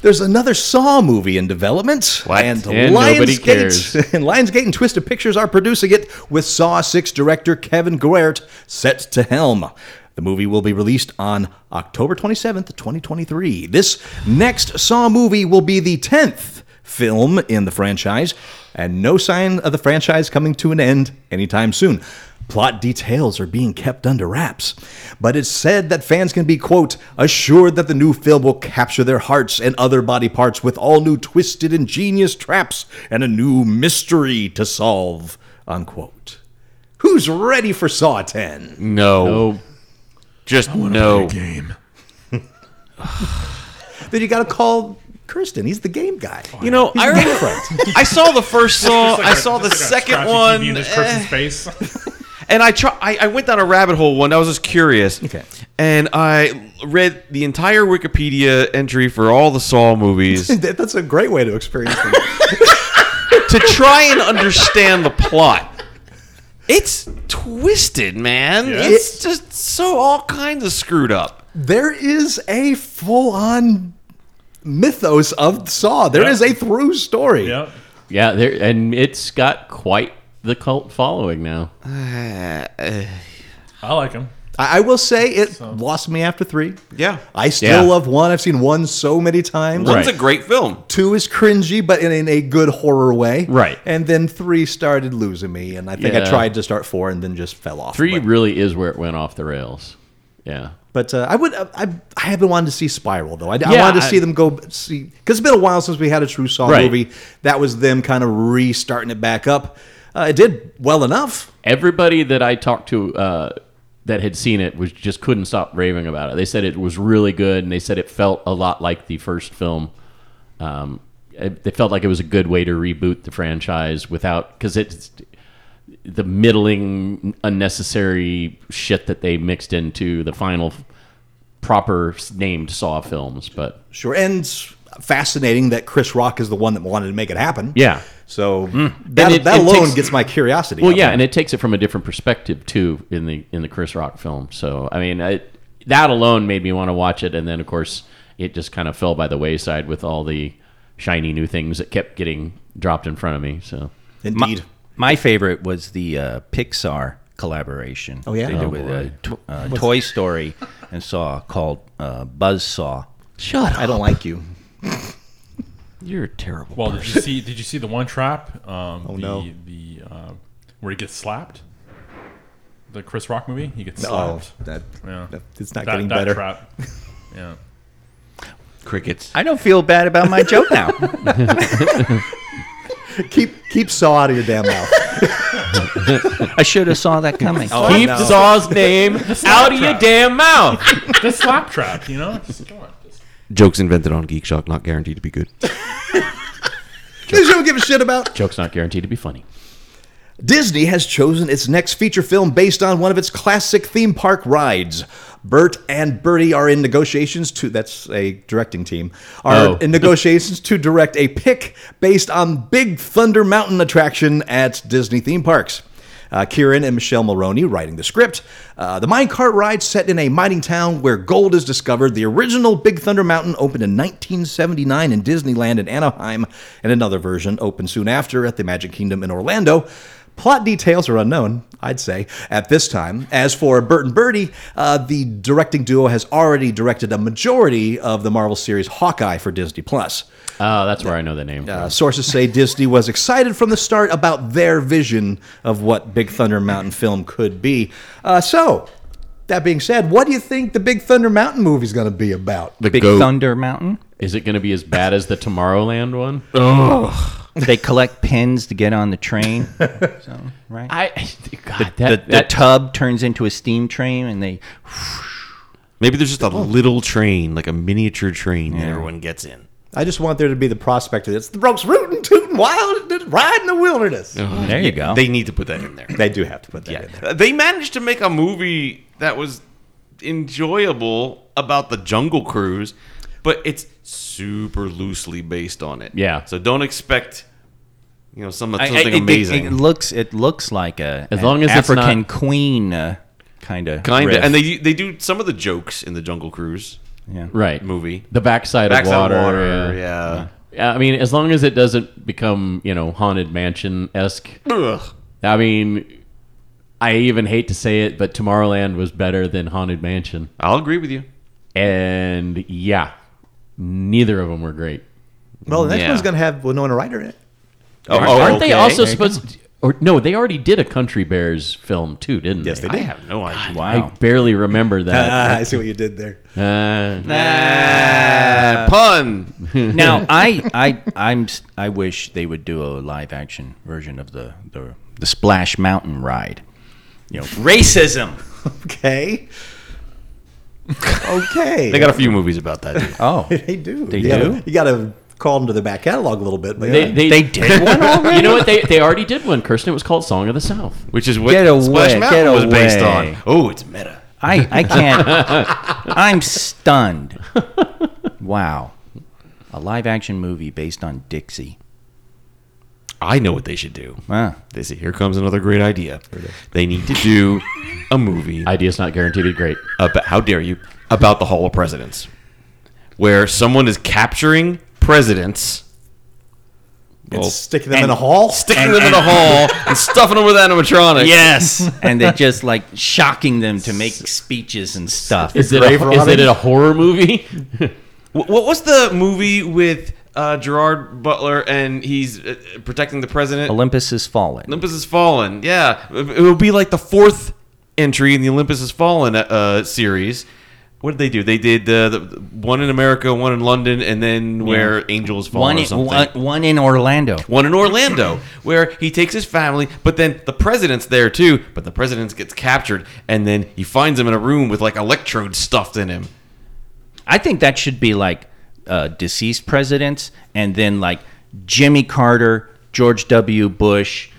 S5: There's another Saw movie in development,
S6: What?
S5: and,
S4: And nobody cares.
S5: Lionsgate and Lionsgate and Twisted Pictures are producing it with Saw Six director Kevin Goert set to helm. The movie will be released on October 27th, 2023. This next Saw movie will be the 10th film in the franchise, and no sign of the franchise coming to an end anytime soon. Plot details are being kept under wraps, but it's said that fans can be, quote, assured that the new film will capture their hearts and other body parts with all new twisted, ingenious traps and a new mystery to solve, unquote. Who's ready for Saw 10?
S6: No.
S4: Oh,
S6: Just no.
S2: game.
S5: Then you gotta call Kirsten. He's the game guy.
S2: Oh,
S6: You know, I remember, I saw the first saw, Oh, I saw the second one, eh,
S2: face.
S6: and I, try, I I went down a rabbit hole one. I was just curious,
S5: Okay.
S6: and I read the entire Wikipedia entry for all the Saw movies
S5: That- That's a great way to experience it.
S6: to try and understand the plot. It's twisted, man. It's just so all kinds of screwed up.
S5: there is a full on mythos of Saw. There
S2: Yeah.
S5: is a through story.
S2: Yeah.
S4: yeah, there, and it's got quite the cult following now.
S6: Uh,
S2: I like him.
S5: I, I will say it lost me after three.
S6: Yeah,
S5: I still
S4: Yeah.
S5: love one. I've seen one so many times.
S6: one's
S4: Right.
S6: a great film.
S5: Two is cringy, but in, in a good horror way.
S4: Right.
S5: And then three started losing me, and I think I
S4: Yeah.
S5: tried to start four and then just fell off.
S4: Three
S5: But,
S4: really is where it went off the rails. Yeah.
S5: but, uh, I would. I I have been wanting to see Spiral though. I, I
S4: Yeah,
S5: wanted to
S4: I-
S5: see them go see because it's been a while since we had a true Saw
S4: Right.
S5: movie. That was them kind of restarting it back up. Uh, it did well enough.
S4: Everybody that I talked to uh, that had seen it was just couldn't stop raving about it. They said it was really good, and they said it felt a lot like the first film. Um, it- they felt like it was a good way to reboot the franchise without because it's the middling unnecessary shit that they mixed into the final proper named Saw films. But
S5: Sure. And s- fascinating that Chris Rock is the one that wanted to make it happen.
S4: yeah, Hmm.
S5: So that,
S4: And it-
S5: that
S4: it
S5: alone
S4: takes-
S5: gets my curiosity.
S4: Well,
S5: up.
S4: yeah, and it takes it from a different perspective too in the in the Chris Rock film. So I mean, I, that alone made me want to watch it, and then of course it just kind of fell by the wayside with all the shiny new things that kept getting dropped in front of me. So
S5: Indeed.
S3: My favorite was the uh, Pixar collaboration.
S5: Oh, yeah?
S3: they did
S5: Oh,
S3: with uh, to- uh, Toy Story and Saw called uh, Buzzsaw.
S4: shut
S5: I don't like you.
S4: You're terrible.
S2: Well, did you see? Did you see the one trap? Um, oh the,
S5: no.
S2: The uh, where he gets slapped. The Chris Rock movie. He gets
S5: Oh,
S2: slapped.
S5: that,
S2: yeah.
S5: that- it's not
S2: That-
S5: getting
S2: that
S5: better.
S2: Trap. Yeah.
S6: Crickets.
S3: I don't feel bad about my joke now.
S5: Keep keep saw out of your damn mouth.
S3: I should have saw that coming.
S4: Keep
S5: no.
S4: Saw's name out of your damn mouth.
S2: the slap trap. You know. Just, come on, just-
S6: Jokes invented on Geek Shock, not guaranteed to be good.
S5: Things you don't give a shit about.
S4: Joke's not guaranteed to be funny.
S5: Disney has chosen its next feature film based on one of its classic theme park rides. Bert and Bertie are in negotiations to that's a directing team are
S4: Oh.
S5: in negotiations to direct a pick based on Big Thunder Mountain attraction at Disney theme parks. Uh, Kieran and Michelle Mulroney writing the script. Uh, the minecart ride set in a mining town where gold is discovered. The original Big Thunder Mountain opened in 1979 in Disneyland in Anaheim, and another version opened soon after at the Magic Kingdom in Orlando. Plot details are unknown, I'd say, at this time. As for Bert and Birdie, uh, the directing duo has already directed a majority of the Marvel series Hawkeye for Disney Plus.
S4: Oh, that's where I know the name. from.
S5: Uh, sources say Disney was excited from the start about their vision of what Big Thunder Mountain film could be. Uh, so, that being said, what do you think the Big Thunder Mountain movie's going to be about?
S6: The
S3: Big
S6: goat.
S3: Thunder Mountain.
S4: Is it going to be as bad as the Tomorrowland one?
S3: They collect pins to get on the train. So, right.
S4: I God,
S3: the,
S4: that,
S3: the
S4: that
S3: tub turns into a steam train, and they
S6: Maybe there's just a little train, like a miniature train that everyone gets in.
S5: I just want there to be the prospect of it's the ropes rooting, tooting, wild, riding the wilderness.
S3: there you go.
S6: They need to put that in there.
S5: They do have to put that in there.
S6: yeah. They managed to make a movie that was enjoyable about the Jungle Cruise, but it's super loosely based on it.
S4: Yeah.
S6: So don't expect you know, some,
S3: I- I-
S6: something
S3: it- it-
S6: amazing.
S3: It, looks it looks like a
S4: As
S3: an
S4: long as it's
S3: African
S4: not-
S3: queen uh, kind of
S6: kind of, and they they do some of the jokes in the Jungle Cruise
S3: yeah.
S4: right
S6: movie.
S4: the backside,
S6: Backside
S4: of water,
S6: yeah.
S4: Yeah, I mean, as long as it doesn't become, you know, haunted mansion esque.
S6: Ugh.
S4: I mean, I even hate to say it, but Tomorrowland was better than Haunted Mansion,
S6: I'll agree with you.
S4: and yeah, neither of them were great.
S5: Well, the next
S6: Yeah.
S5: one's going to have Winona Ryder in it.
S6: Oh,
S4: Aren't
S6: okay.
S4: they also supposed? To, or no, they already did a Country Bears film too, didn't
S5: Yes, they
S6: I
S5: did.
S6: have no idea.
S4: I
S3: Wow.
S4: barely remember that.
S5: Ah, I see what you did there.
S4: Uh,
S6: Ah, pun.
S3: now I I I'm s- I wish they would do a live action version of the the, the Splash Mountain ride. You know, racism.
S5: Okay. Okay.
S6: They got a few movies about that. dude.
S3: Oh,
S5: They do.
S3: They
S5: you Gotta,
S3: do?
S5: you got to call them to the back catalog a little bit. But
S4: they,
S5: yeah.
S4: they,
S3: they did one already.
S4: you know what? They, they already did one, Kirsten. It was called Song of the South.
S6: Which is what
S3: Get away,
S6: Splash Mountain
S3: get
S6: was based
S3: away.
S6: on. Oh, it's meta.
S3: I I can't. I'm stunned. Wow, a live action movie based on Dixie.
S6: I know what they should do.
S3: Wow.
S6: They say, here comes another great idea. They need to do a movie
S4: Idea's not guaranteed to be great.
S6: about how dare you about the Hall of Presidents, where someone is capturing presidents,
S5: and
S6: oh.
S5: sticking them in a hall.
S6: sticking them in a hall, and stuffing them with animatronics.
S3: Yes, and they just like shocking them to make speeches and stuff.
S4: Is it, a, is it a horror movie?
S6: Wh- What was the movie with uh, Gerard Butler and he's uh, protecting the president?
S3: Olympus has fallen.
S6: Olympus Has Fallen. Yeah, it will be like the fourth entry in the Olympus Has Fallen uh, uh, series. What did they do? They did uh, the, the one in America, one in London, and then where Angels Fall
S3: one,
S6: or
S3: in,
S6: something.
S3: one, one in Orlando.
S6: one in Orlando, where he takes his family, but then the president's there too. But the president gets captured, and then he finds him in a room with like electrodes stuffed in him.
S3: I think that should be like uh, deceased presidents, and then like Jimmy Carter, George W. Bush,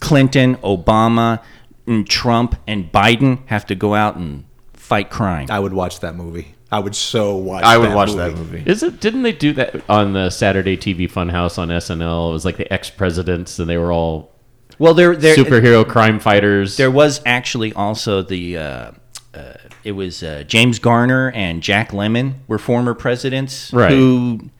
S3: Clinton, Obama, and Trump, and Biden have to go out and fight crime.
S5: I would watch that movie. I would so watch.
S6: I would watch that movie.
S4: Is it? Didn't they do that on the Saturday TV Funhouse on SNL? It was like the ex presidents, and they were all
S3: Well, there, there,
S4: superhero crime fighters.
S3: there was actually also the. Uh, uh, it was uh, James Garner and Jack Lemon were former presidents
S4: Right.
S3: who,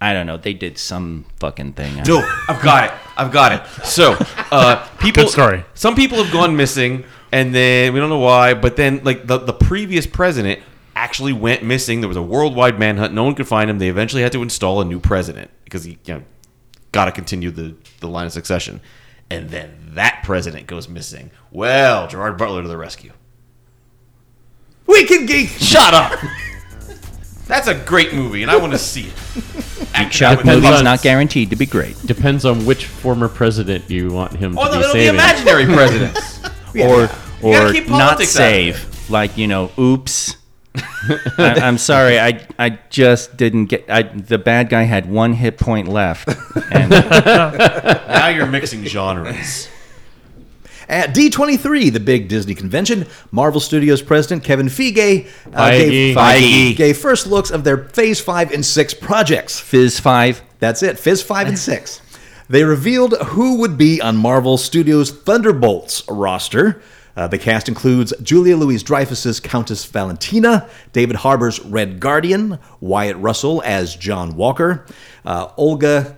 S3: I don't know, they did some fucking thing.
S6: No, I've got it. I've got it. So, uh, people.
S2: Good story.
S6: Some people have gone missing, and then we don't know why. But then, like the the previous president actually went missing. There was a worldwide manhunt. No one could find him. They eventually had to install a new president because he you know, got to continue the the line of succession. And then that president goes missing. Well, Gerard Butler to the rescue.
S5: We can geek.
S6: Shut up. That's a great movie, and I want to see it.
S3: Shot
S6: Depends
S3: movie's
S6: on-
S3: not guaranteed to be great.
S4: Depends on which former president you want him
S6: Oh
S4: to
S6: no,
S4: be
S6: it'll be
S4: saving.
S6: imaginary presidents.
S3: or
S6: gotta
S3: or
S6: keep
S3: not
S6: politics out of it.
S3: save. Like you know, oops. I, I'm sorry. I I just didn't get. I the bad guy had one hit point left, and
S6: now you're mixing genres.
S5: At D23, the big Disney convention, Marvel Studios president Kevin Feige, uh,
S4: Feige.
S5: Gave,
S6: Feige.
S5: gave first looks of their Phase 5 and 6 projects.
S3: Fizz Five.
S5: That's it, Phase 5 and 6. They revealed who would be on Marvel Studios' Thunderbolts roster. Uh, the cast includes Julia Louise Dreyfus's Countess Valentina, David Harbour's Red Guardian, Wyatt Russell as John Walker, uh, Olga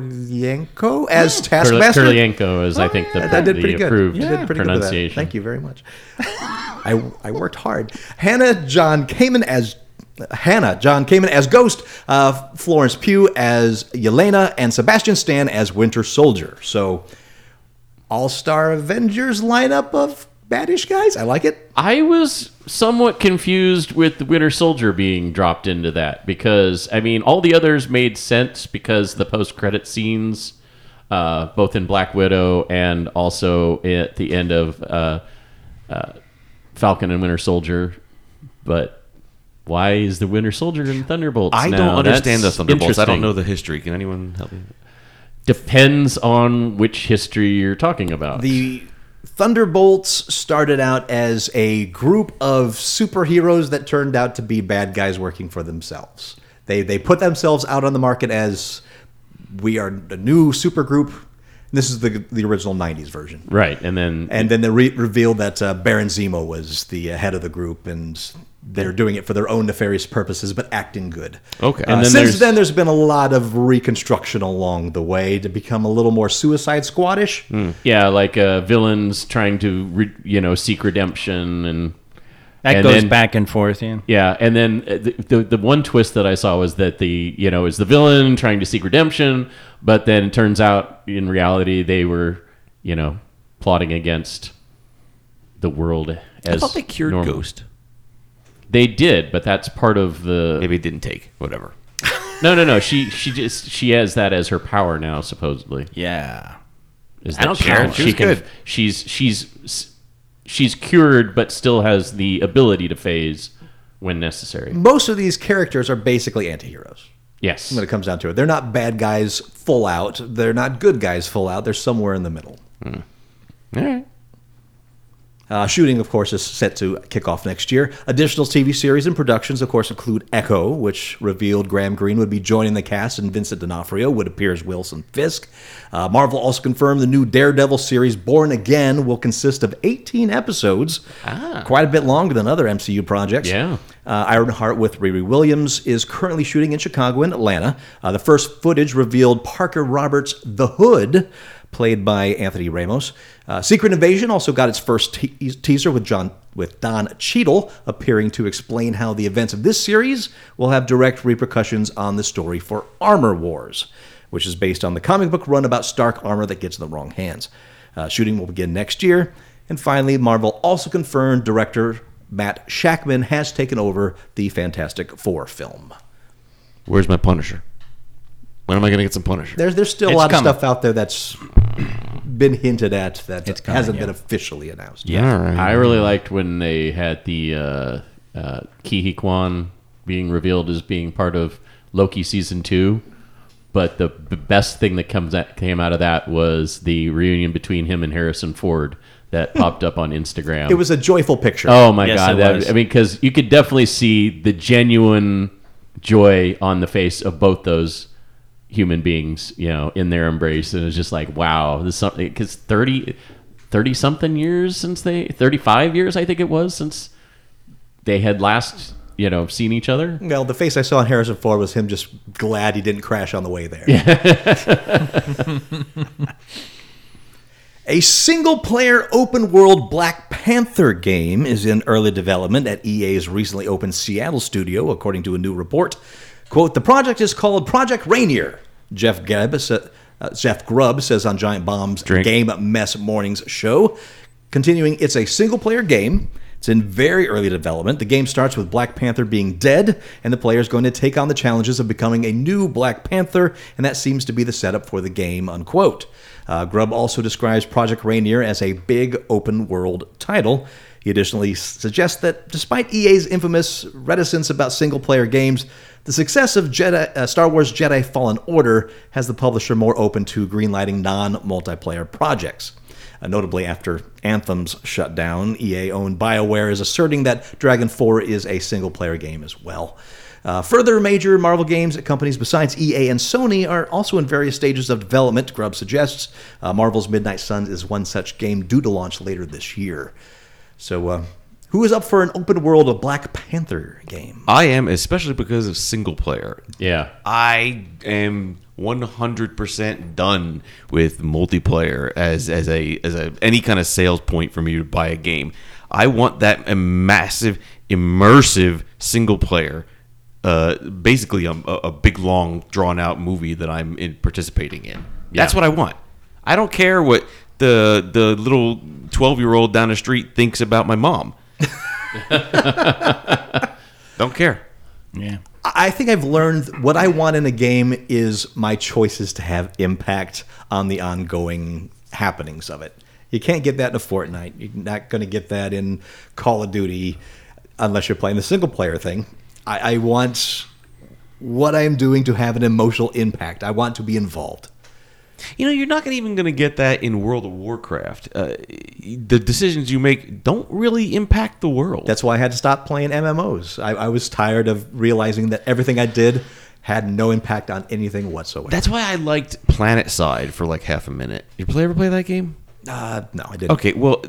S5: Koryenko as
S4: Kurl-
S5: Taskmaster.
S4: Kurlienko is, I think, the,
S5: Oh, That did
S4: the
S5: pretty good.
S4: approved
S5: You did pretty good with that.
S4: pronunciation.
S5: Thank you very much. I, I worked hard. Hannah John Kamen as Hannah John Kamen as Ghost, uh, Florence Pugh as Yelena, and Sebastian Stan as Winter Soldier. So, all star Avengers lineup of baddish guys. I like it.
S4: I was somewhat confused with the Winter Soldier being dropped into that because I mean all the others made sense because the post credit scenes, uh, both in Black Widow and also at the end of uh, uh, Falcon and Winter Soldier, but why is the Winter Soldier in Thunderbolts?
S6: I
S4: now?
S6: don't understand the
S4: That's
S6: Thunderbolts. I don't
S4: interesting.
S6: know the history. Can anyone help me?
S4: Depends on which history you're talking about.
S5: The Thunderbolts started out as a group of superheroes that turned out to be bad guys working for themselves. They they put themselves out on the market as we are a new supergroup. This is the the original '90s version.
S4: Right, and
S3: Eh.
S4: then
S5: And then they re- revealed that uh, Baron Zemo was the uh, head of the group, and they're doing it for their own nefarious purposes, but acting good.
S4: Okay.
S5: And
S4: And then
S5: since
S4: there's-
S5: then, there's been a lot of reconstruction along the way to become a little more Suicide Squadish.
S4: yeah, like uh, villains trying to re- you know seek redemption and
S3: That
S4: and
S3: goes
S4: then-
S3: back and forth, yeah.
S4: Yeah, and then uh, the, the the one twist that I saw was that the you know is the villain trying to seek redemption, but then it turns out in reality they were you know plotting against the world. As
S6: I thought they cured
S4: normal.
S6: Ghost.
S4: They did, but that's part of the
S6: Maybe it didn't take. Whatever.
S4: no no no. She she just she has that as her power now supposedly.
S3: Yeah.
S4: Is
S6: I
S4: that
S6: don't care. She was good.
S4: She's she's she's cured, but still has the ability to phase when necessary.
S5: Most of these characters are basically anti-heroes.
S4: Yes.
S5: when it comes down to it. They're not bad guys full out. They're not good guys full out. They're somewhere in the middle. Uh, shooting, of course, is set to kick off next year. Additional TV series and productions, of course, include Echo, which revealed Graham Greene would be joining the cast, and Vincent D'Onofrio would appear as Wilson Fisk. Uh, Marvel also confirmed the new Daredevil series, Born Again, will consist of 18 episodes, quite a bit longer than other MCU projects.
S4: Yeah.
S5: Uh, Ironheart with Riri Williams is currently shooting in Chicago and Atlanta. Uh, the first footage revealed Parker Roberts the Hood, played by Anthony Ramos. Uh, Secret Invasion also got its first te- teaser with John with Don Cheadle appearing to explain how the events of this series will have direct repercussions on the story for Armor Wars, which is based on the comic book run about Stark armor that gets in the wrong hands. Uh, shooting will begin next year. And finally, Marvel also confirmed director Matt Shackman has taken over the Fantastic Four film.
S6: Where's my Punisher? When am I going to get some Punisher?
S5: There's there's still a
S3: It's
S5: lot
S3: coming.
S5: of stuff out there that's been hinted at that
S3: It's coming,
S5: hasn't
S3: yeah.
S5: been officially announced.
S6: yeah. All right.
S4: I really liked when they had the uh, uh, Kihi Kwan being revealed as being part of Loki season two, but the b- best thing that comes out, came out of that was the reunion between him and Harrison Ford that popped up on Instagram.
S5: It was a joyful picture.
S4: oh my
S3: Yes, it
S4: god! that-
S3: was.
S4: I mean, because you could definitely see the genuine joy on the face of both those human beings, you know, in their embrace, and it's just like wow, this something because 30 30 something years since they 35 years I think it was since they had last you know seen each other.
S5: Well, the face I saw in Harrison Ford was him just glad he didn't crash on the way there. A single player open world Black Panther game is in early development at EA's recently opened Seattle studio, according to a new report. Quote The project is called Project Rainier, Jeff Grubb, sa- uh, Jeff Grubb says on Giant Bomb's Game Mess Mornings show. Continuing, it's a single player game. It's in very early development. The game starts with Black Panther being dead, and the player is going to take on the challenges of becoming a new Black Panther, and that seems to be the setup for the game, unquote. Uh, Grubb also describes Project Rainier as a big open world title. He additionally s- suggests that despite EA's infamous reticence about single player games, the success of Jedi, uh, Star Wars Jedi Fallen Order has the publisher more open to greenlighting non multiplayer projects. Uh, notably, after Anthem's shutdown, EA owned BioWare is asserting that Dragon 4 is a single player game as well. Uh, further major Marvel games at companies besides EA and Sony are also in various stages of development, Grubb suggests. Uh, Marvel's Midnight Suns is one such game due to launch later this year. So, uh, who is up for an open world of Black Panther game?
S6: I am, especially because of single player.
S4: Yeah,
S6: I am 100% done with multiplayer as as a as a any kind of sales point for me to buy a game. I want that a massive immersive single player uh, basically a, a a big long drawn out movie that I'm in participating in. That's what I want. I don't care what the the little 12-year-old down the street thinks about my mom. don't care.
S3: Yeah.
S5: I think I've learned what I want in a game is my choices to have impact on the ongoing happenings of it. You can't get that in a Fortnite. You're not going to get that in Call of Duty unless you're playing the single player thing. I, I want what I'm doing to have an emotional impact. I want to be involved.
S6: You know, you're not gonna, even going to get that in World of Warcraft. Uh, the decisions you make don't really impact the world.
S5: That's why I had to stop playing MMOs. I, I was tired of realizing that everything I did had no impact on anything whatsoever.
S6: That's why I liked Planet Side for like half a minute. You play ever play that game?
S5: uh, no, I didn't.
S6: Okay, well,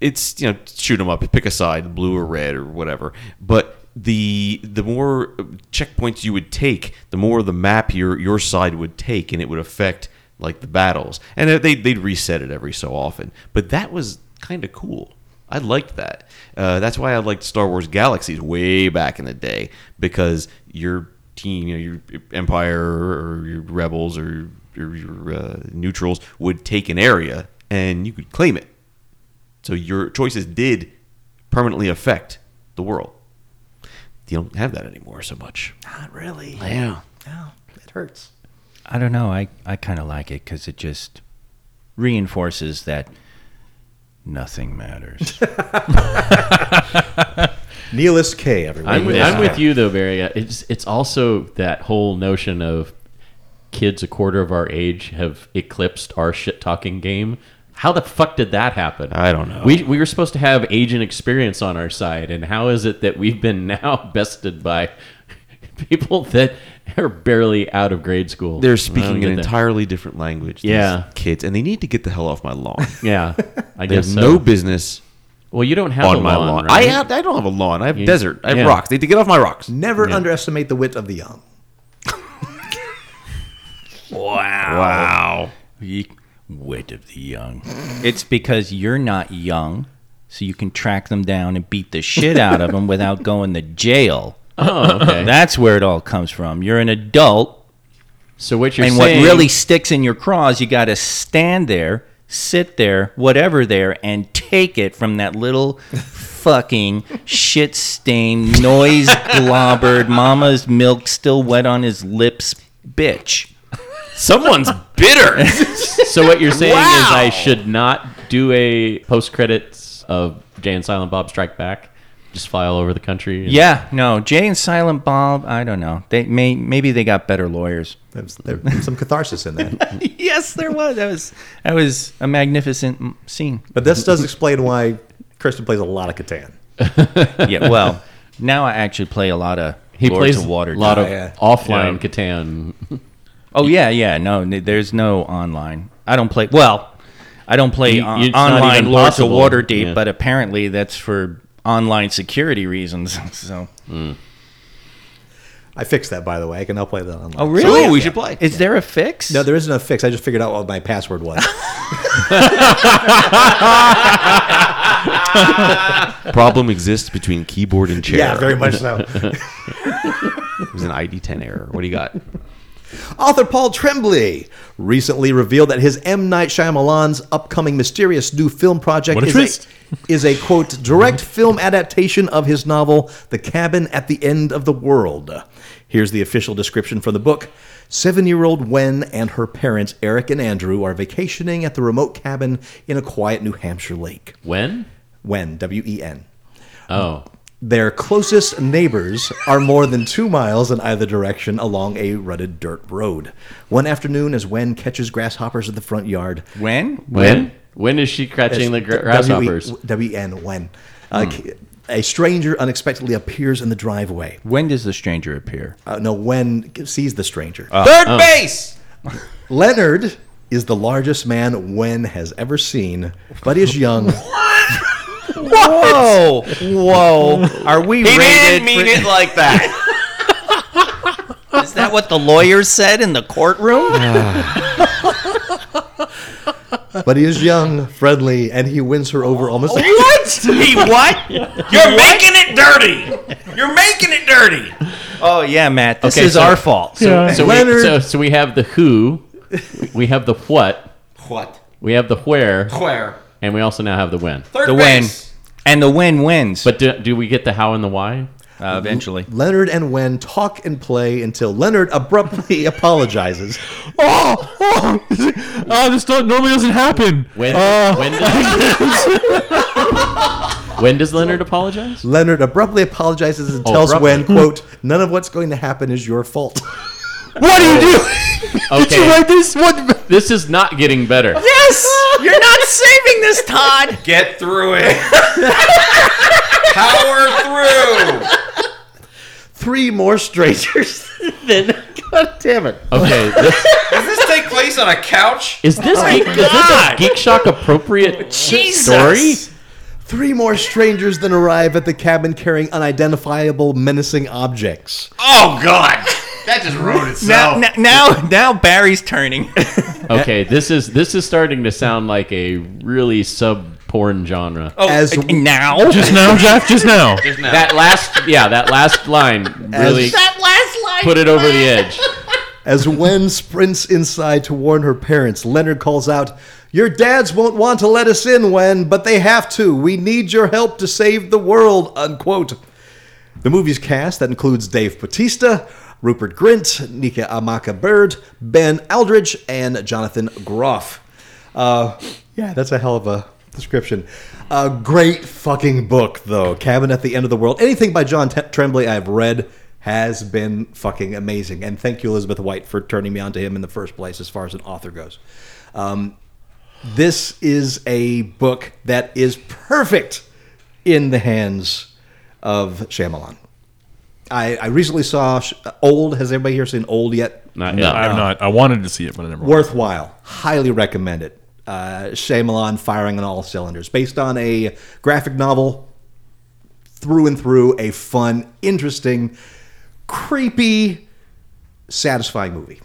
S6: it's you know shoot 'em up, pick a side, blue or red or whatever. But the the more checkpoints you would take, the more the map your your side would take, and it would affect like the battles. And they they'd reset it every so often. But that was kind of cool. I liked that. Uh, that's why I liked Star Wars Galaxies way back in the day because your team, you know, your Empire or your rebels or your, your uh, neutrals would take an area and you could claim it. So your choices did permanently affect the world. You don't have that anymore so much.
S5: Not really.
S6: Yeah.
S5: No, it hurts.
S3: I don't know. I, I kind of like it because it just reinforces that nothing matters.
S5: Nihilist K, everyone.
S4: I'm with, I'm with you though, Barry. Uh, It's it's also that whole notion of kids a quarter of our age have eclipsed our shit talking game. How the fuck did that happen?
S6: I don't know.
S4: We we were supposed to have age and experience on our side, and how is it that we've been now bested by people that are barely out of grade school? I
S6: They're
S4: don't
S6: speaking
S4: get
S6: an
S4: that.
S6: entirely different language. these
S4: Yeah.
S6: Kids, and they need to get the hell off my lawn.
S4: Yeah, I
S6: they have
S4: guess
S6: no
S4: so.
S6: business
S4: Well, you don't have
S6: on
S4: a
S6: my
S4: lawn,
S6: lawn. I,
S4: right?
S6: have, I don't have a lawn. I have
S4: You-
S6: desert. I have
S4: yeah.
S6: rocks. They need to get off my rocks.
S5: Never underestimate the wit of the young.
S6: Wow.
S3: Ye- Wit of the young. It's because you're not young, so you can track them down and beat the shit out of them without going to jail.
S4: Oh, okay.
S3: That's where it all comes from. You're an adult,
S4: so what you're
S3: and
S4: saying?
S3: what really sticks in your craw is you got to stand there, sit there, whatever there, and take it from that little fucking shit stained, noise globbered, mama's milk still wet on his lips, bitch.
S6: Someone's bitter.
S4: So what you're saying is I should not do a post credits of Jay and Silent Bob Strike Back. Just file over the country. and-
S3: Yeah, no, Jay and Silent Bob. I don't know. They may maybe they got better lawyers.
S5: There's, there's some catharsis in that.
S3: yes, there was. That was that was a magnificent m- scene.
S5: But this does explain why Kristen plays a lot of Catan.
S3: Yeah. Well, now I actually play a lot of
S4: He
S3: Lords
S4: plays
S3: of
S4: a
S3: Water.
S4: lot of
S5: yeah.
S4: offline Catan.
S3: Oh yeah, yeah. No, n- there's no online. I don't play. Well, I don't play
S4: You-
S3: on-
S4: it's not
S3: online
S4: even
S3: Lords of
S4: possible.
S3: Waterdeep,
S4: Yeah.
S3: but apparently that's for online security reasons. So,
S5: I fixed that, by the way. I can now play that online.
S3: oh really?
S6: we should play.
S3: Is there a fix?
S5: No, there isn't a fix. I just figured out what my password was.
S6: Problem exists between keyboard and chair.
S5: yeah, very much so.
S6: It was an ID10 error. What do you got?
S5: Author Paul Tremblay recently revealed that his M. Night Shyamalan's upcoming mysterious new film project
S2: What a
S5: is,
S2: twist.
S5: is a, quote, direct film adaptation of his novel, The Cabin at the End of the World. Here's the official description from the book. Seven year old Wen and her parents, Eric and Andrew, are vacationing at the remote cabin in a quiet New Hampshire lake.
S4: When?
S5: Wen, W E N.
S4: Oh,
S5: Their closest neighbors are more than two miles in either direction along a rutted dirt road. One afternoon, as Wen catches grasshoppers in the front yard,
S3: When?
S4: when? When is she catching the gra- grasshoppers? Hmm.
S5: W E N Wen. Uh, k- A stranger unexpectedly appears in the driveway.
S3: When does the stranger appear?
S5: Uh, no, Wen sees the stranger.
S4: Uh.
S6: Third base.
S5: Leonard is the largest man Wen has ever seen, but is young.
S3: Whoa! Whoa! Are we?
S6: He
S3: rated
S6: didn't mean
S3: for-
S6: it like that.
S3: Is that what the lawyer said in the courtroom?
S5: but he is young, friendly, and he wins her over almost.
S4: Oh.
S6: He what? You're making it dirty. You're making it dirty.
S3: oh yeah, Matt. This
S4: Okay,
S3: is
S4: so-
S3: our fault. So
S4: So we, so, so we have the who, we have the what,
S6: What?
S4: we have the where,
S6: Where?
S4: and we also now have the when.
S6: Third
S3: the win, and the win wins.
S4: But do, do we get the how and the why?
S3: uh, eventually,
S5: Leonard and Wen talk and play until Leonard abruptly apologizes.
S2: Oh, oh, oh this don't, normally doesn't happen.
S4: When,
S2: Uh,
S4: when, does, when does Leonard apologize?
S5: Leonard abruptly apologizes and tells
S4: abruptly.
S5: Wen, quote, none of what's going to happen is your fault.
S2: What do you do?
S4: Okay.
S2: Did you write this? What?
S4: This is not getting better.
S3: yes, you're not saving this, Todd.
S6: Get through it. Power through.
S5: three more strangers than. God damn it.
S4: Okay, this,
S6: Does this take place on a couch?
S4: is this geek, is this a Geek Shock appropriate story?
S5: Three more strangers than arrive at the cabin carrying unidentifiable menacing objects.
S7: Oh god, that just ruined itself.
S3: Now, now, now, now Barry's turning.
S4: Okay, this is this is starting to sound like a really sub porn genre.
S6: Oh,
S5: As
S3: now,
S2: Just now, Jeff. Just now.
S6: no.
S4: That last, yeah, that last line really
S7: that last line.
S4: put it over the edge.
S5: As Wen sprints inside to warn her parents, Leonard calls out, Your dads won't want to let us in, Wen, but they have to. We need your help to save the world, unquote. The movie's cast that includes Dave Bautista, Rupert Grint, Nika Amaka Bird, Ben Aldridge, and Jonathan Groff. Uh, yeah, that's a hell of a description. A great fucking book, though. Cabin at the End of the World. Anything by John T- Tremblay I've read has been fucking amazing. And thank you, Elizabeth White, for turning me on to him in the first place as far as an author goes. Um, this is a book that is perfect in the hands of Shyamalan. I, I recently saw Sh- uh, Old. Has anybody here seen Old yet?
S4: Not
S2: No,
S4: yet.
S2: I'm not. I wanted to see it, but I never. watched
S5: Worthwhile. Highly recommend it. Uh, Shyamalan firing on all cylinders. Based on a graphic novel, through and through, a fun, interesting, creepy, satisfying movie.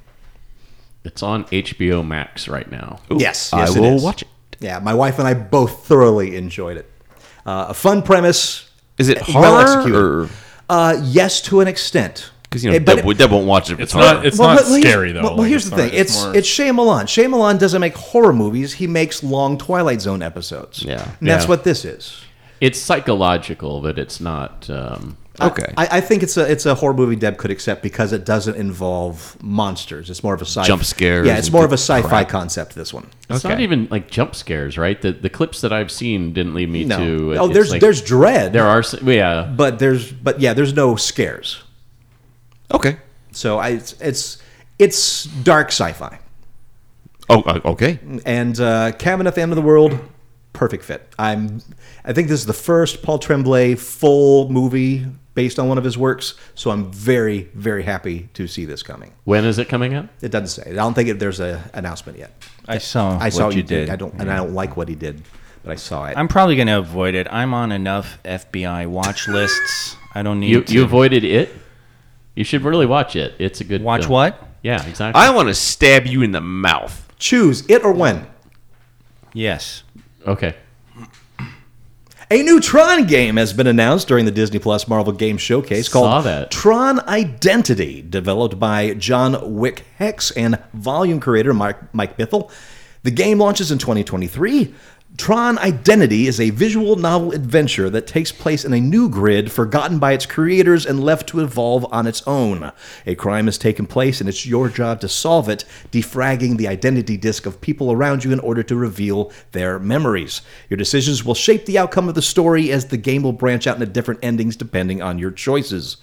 S4: It's on HBO Max right now.
S5: yes,
S6: I
S5: yes,
S6: will
S5: is.
S6: watch it.
S5: Yeah, my wife and I both thoroughly enjoyed it. Uh, a fun premise.
S6: Is it
S5: well
S6: horror
S5: executed.
S6: or-
S5: Uh, yes, to an extent.
S6: Because you know,
S5: Eh, but
S6: Deb, Deb won't watch it. if
S2: It's
S6: horror.
S2: not. It's not
S5: here's-
S2: scary though.
S5: Well, well,
S2: Like,
S5: here's the
S2: not-
S5: thing. It's
S2: more-
S5: it's, Shyamalan. Shyamalan doesn't make horror movies. He makes long Twilight Zone episodes.
S6: Yeah.
S5: and that's
S2: Yeah.
S5: what this is.
S4: It's psychological, but it's not. Um,
S6: okay.
S5: I, I think it's a it's a horror movie Deb could accept because it doesn't involve monsters. It's more of a sci-
S6: Jump scares
S5: Yeah, it's
S6: and
S5: more of a sci-fi concept. This one.
S4: it's not
S6: Okay.
S4: even like jump scares, right? The the clips that I've seen didn't lead me
S5: No.
S4: to.
S5: oh,
S4: it's
S5: there's
S4: like-
S5: there's dread.
S4: there are s- yeah.
S5: but there's but yeah, there's no scares.
S6: okay.
S5: So I it's it's, it's dark sci-fi.
S6: Oh, uh, okay.
S5: and uh, Cabin at the End of the World, perfect fit. I'm, I think this is the first Paul Tremblay full movie based on one of his works, so I'm very, very happy to see this coming.
S4: When is it coming out?
S5: It doesn't say. I don't think it, there's a announcement yet.
S3: I saw.
S5: I saw
S3: what you
S5: he
S3: did.
S5: I don't, and I don't like what he did, but I saw it.
S3: I'm probably going to avoid it. I'm on enough FBI watch lists. I don't need
S4: You
S3: to
S4: you avoided it. You should really watch it. It's a good.
S3: watch
S4: film.
S3: what?
S4: Yeah, exactly.
S6: I want to stab you in the mouth.
S5: Choose it or when.
S3: Yes.
S4: okay.
S5: A new Tron game has been announced during the Disney Plus Marvel Game Showcase called
S4: Saw that.
S5: Tron Identity, developed by John Wick Hex and volume creator Mike, Mike Bithell. The game launches in 2023. Tron Identity is a visual novel adventure that takes place in a new grid forgotten by its creators and left to evolve on its own. A crime has taken place, and it's your job to solve it, defragging the identity disk of people around you in order to reveal their memories. Your decisions will shape the outcome of the story as the game will branch out into different endings depending on your choices.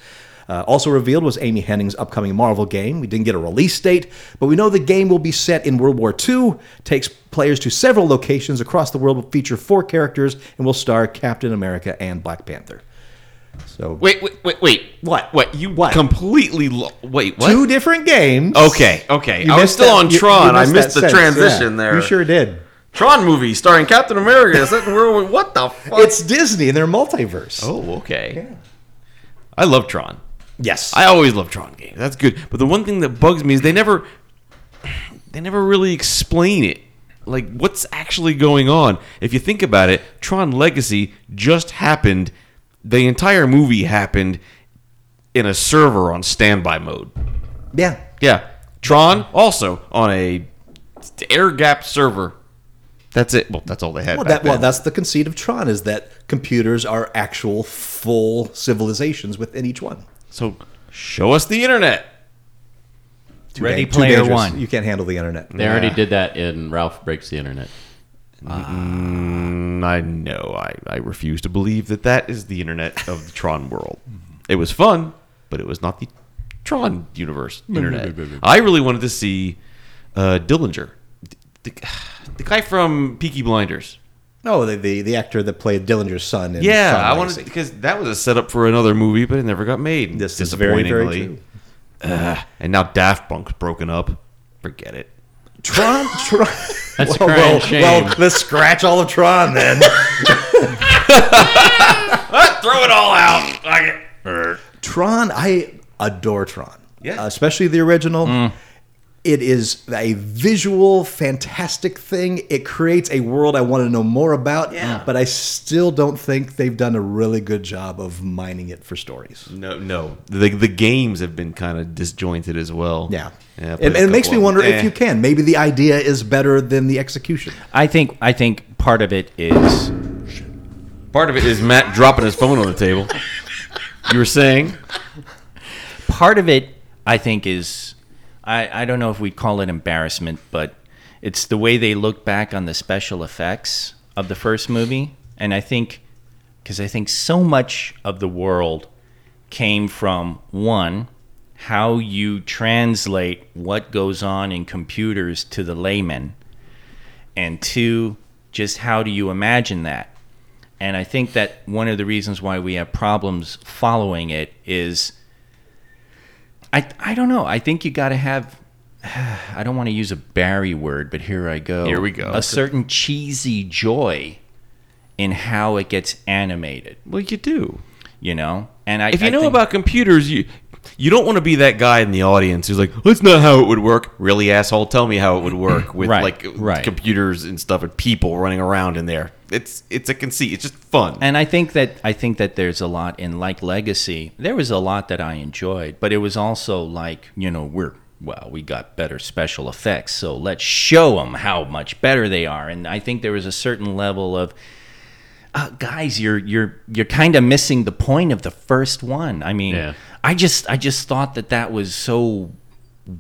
S5: Uh, also revealed was Amy Henning's upcoming Marvel game. We didn't get a release date, but we know the game will be set in World War II, takes players to several locations across the world, will feature four characters, and will star Captain America and Black Panther. So
S6: Wait, wait, wait, wait.
S5: What?
S6: What? You
S5: What?
S6: completely lo- wait. What?
S5: two different games.
S6: Okay, okay.
S5: You
S6: I was
S5: missed
S6: still
S5: that-
S6: on
S5: you- you
S6: Tron. I missed
S5: that
S6: the
S5: sense,
S6: transition
S5: yeah.
S6: there.
S5: You sure did.
S6: Tron movie starring Captain America. Is that real? What the fuck?
S5: It's Disney and their multiverse.
S6: oh, okay. I love Tron.
S5: Yes.
S6: I always love Tron games. That's good. But the one thing that bugs me is they never, they never really explain it. Like what's actually going on? If you think about it, Tron Legacy just happened. The entire movie happened in a server on standby mode.
S5: yeah.
S6: Yeah. Tron also on a air gap server. That's it. Well, that's all they had.
S5: Well,
S6: back
S5: that, well,
S6: then.
S5: that's the conceit of Tron is that computers are actual full civilizations within each one.
S6: so show us the internet.
S5: Too
S3: Ready
S5: too
S3: Player
S5: dangerous.
S3: One.
S5: You can't handle the internet.
S4: They already did that in Ralph Breaks the Internet.
S6: Mm, I know. I, I refuse to believe that that is the internet of the Tron world. It was fun, but it was not the Tron universe internet. I really wanted to see uh, Dillinger, the, the guy from Peaky Blinders.
S5: No, the, the the actor that played Dillinger's son. In
S6: Yeah,
S5: Tron
S6: I wanted
S5: Legacy.
S6: because that was a setup for another movie, but it never got made.
S5: This is very, very true.
S6: Ugh. and now Daft Punk's broken up. Forget it.
S5: Tron, Tron.
S4: That's
S5: well,
S4: a crying
S5: well,
S4: shame.
S5: well, let's scratch all of Tron then.
S6: Throw it all out. Like it.
S5: Tron, I adore Tron.
S6: Yeah. Mm.
S5: Especially the original. It is a visual, fantastic thing. It creates a world I want to know more about, yeah. but I still don't think they've done a really good job of mining it for stories.
S6: No, no. The the games have been kind of disjointed as well.
S5: Yeah.
S6: yeah I
S5: it,
S6: played a
S5: it makes me
S6: couple of
S5: wonder
S6: them.
S5: if
S6: Eh.
S5: you can. Maybe the idea is better than the execution.
S3: I think I think part of it is
S6: Part of it is Matt dropping his phone on the table. You were saying
S3: part of it I think is I, I don't know if we'd call it embarrassment, but it's the way they look back on the special effects of the first movie. And I think because I think so much of the world came from one, how you translate what goes on in computers to the layman, and two, just how do you imagine that? And I think that one of the reasons why we have problems following it is I I don't know. I think you got to have. I don't want to use a Barry word, but here I go.
S6: Here we go.
S3: A certain cheesy joy in how it gets animated,
S6: well, you do.
S3: you know. And I
S6: If you
S3: I
S6: know
S3: think-
S6: about computers, you you don't want to be that guy in the audience who's like, "That's not how it would work." Really, asshole. Tell me how it would work with
S3: Right,
S6: like
S3: right.
S6: computers and stuff and people running around in there. It's it's a conceit. It's just fun.
S3: and I think that I think that there's a lot in like Legacy. There was a lot that I enjoyed, but it was also like you know we're well we got better special effects, so let's show them how much better they are. And I think there was a certain level of uh, guys, you're you're you're kind of missing the point of the first one. I mean,
S4: Yeah.
S3: I just I just thought that that was so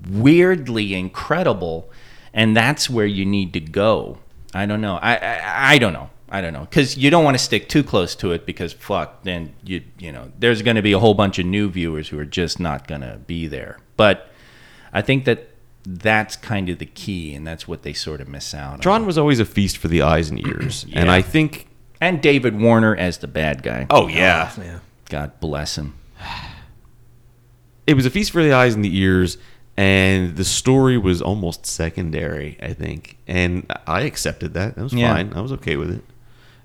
S3: weirdly incredible, and that's where you need to go. I don't know. I I, I don't know. I don't know because you don't want to stick too close to it because fuck, then you you know there's going to be a whole bunch of new viewers who are just not going to be there. But I think that that's kind of the key, and that's what they sort of miss out. on.
S6: Tron was always a feast for the eyes and ears, and I think.
S3: and David Warner as the bad guy.
S6: Oh yeah,
S3: God bless him.
S6: it was a feast for the eyes and the ears, and the story was almost secondary. I think, and I accepted that. That was
S3: Yeah.
S6: fine. I was okay with it.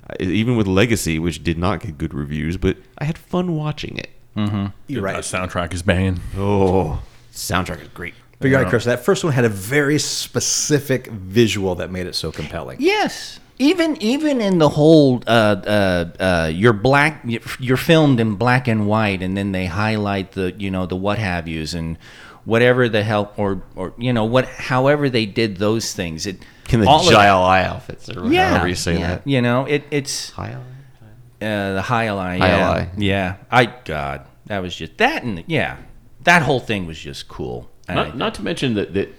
S6: I- Even with Legacy, which did not get good reviews, but I had fun watching it.
S5: You're
S2: That
S5: right.
S2: soundtrack is banging.
S6: Oh, soundtrack is great.
S5: But you're right, Chris. That first one had a very specific visual that made it so compelling.
S3: Yes. Even even in the whole uh, uh, uh, you're black you're filmed in black and white and then they highlight the you know the what have yous and whatever the hell or or you know what however they did those things it
S6: Can the
S3: all of-
S6: Jile Eye outfits or
S3: yeah,
S6: however you say
S3: yeah.
S6: that?
S3: you know it it's
S6: Jile
S3: uh, the high line
S6: High
S3: yeah
S6: line.
S3: yeah I God that was just that and yeah that whole thing was just cool And I-
S4: Not, not to mention that, that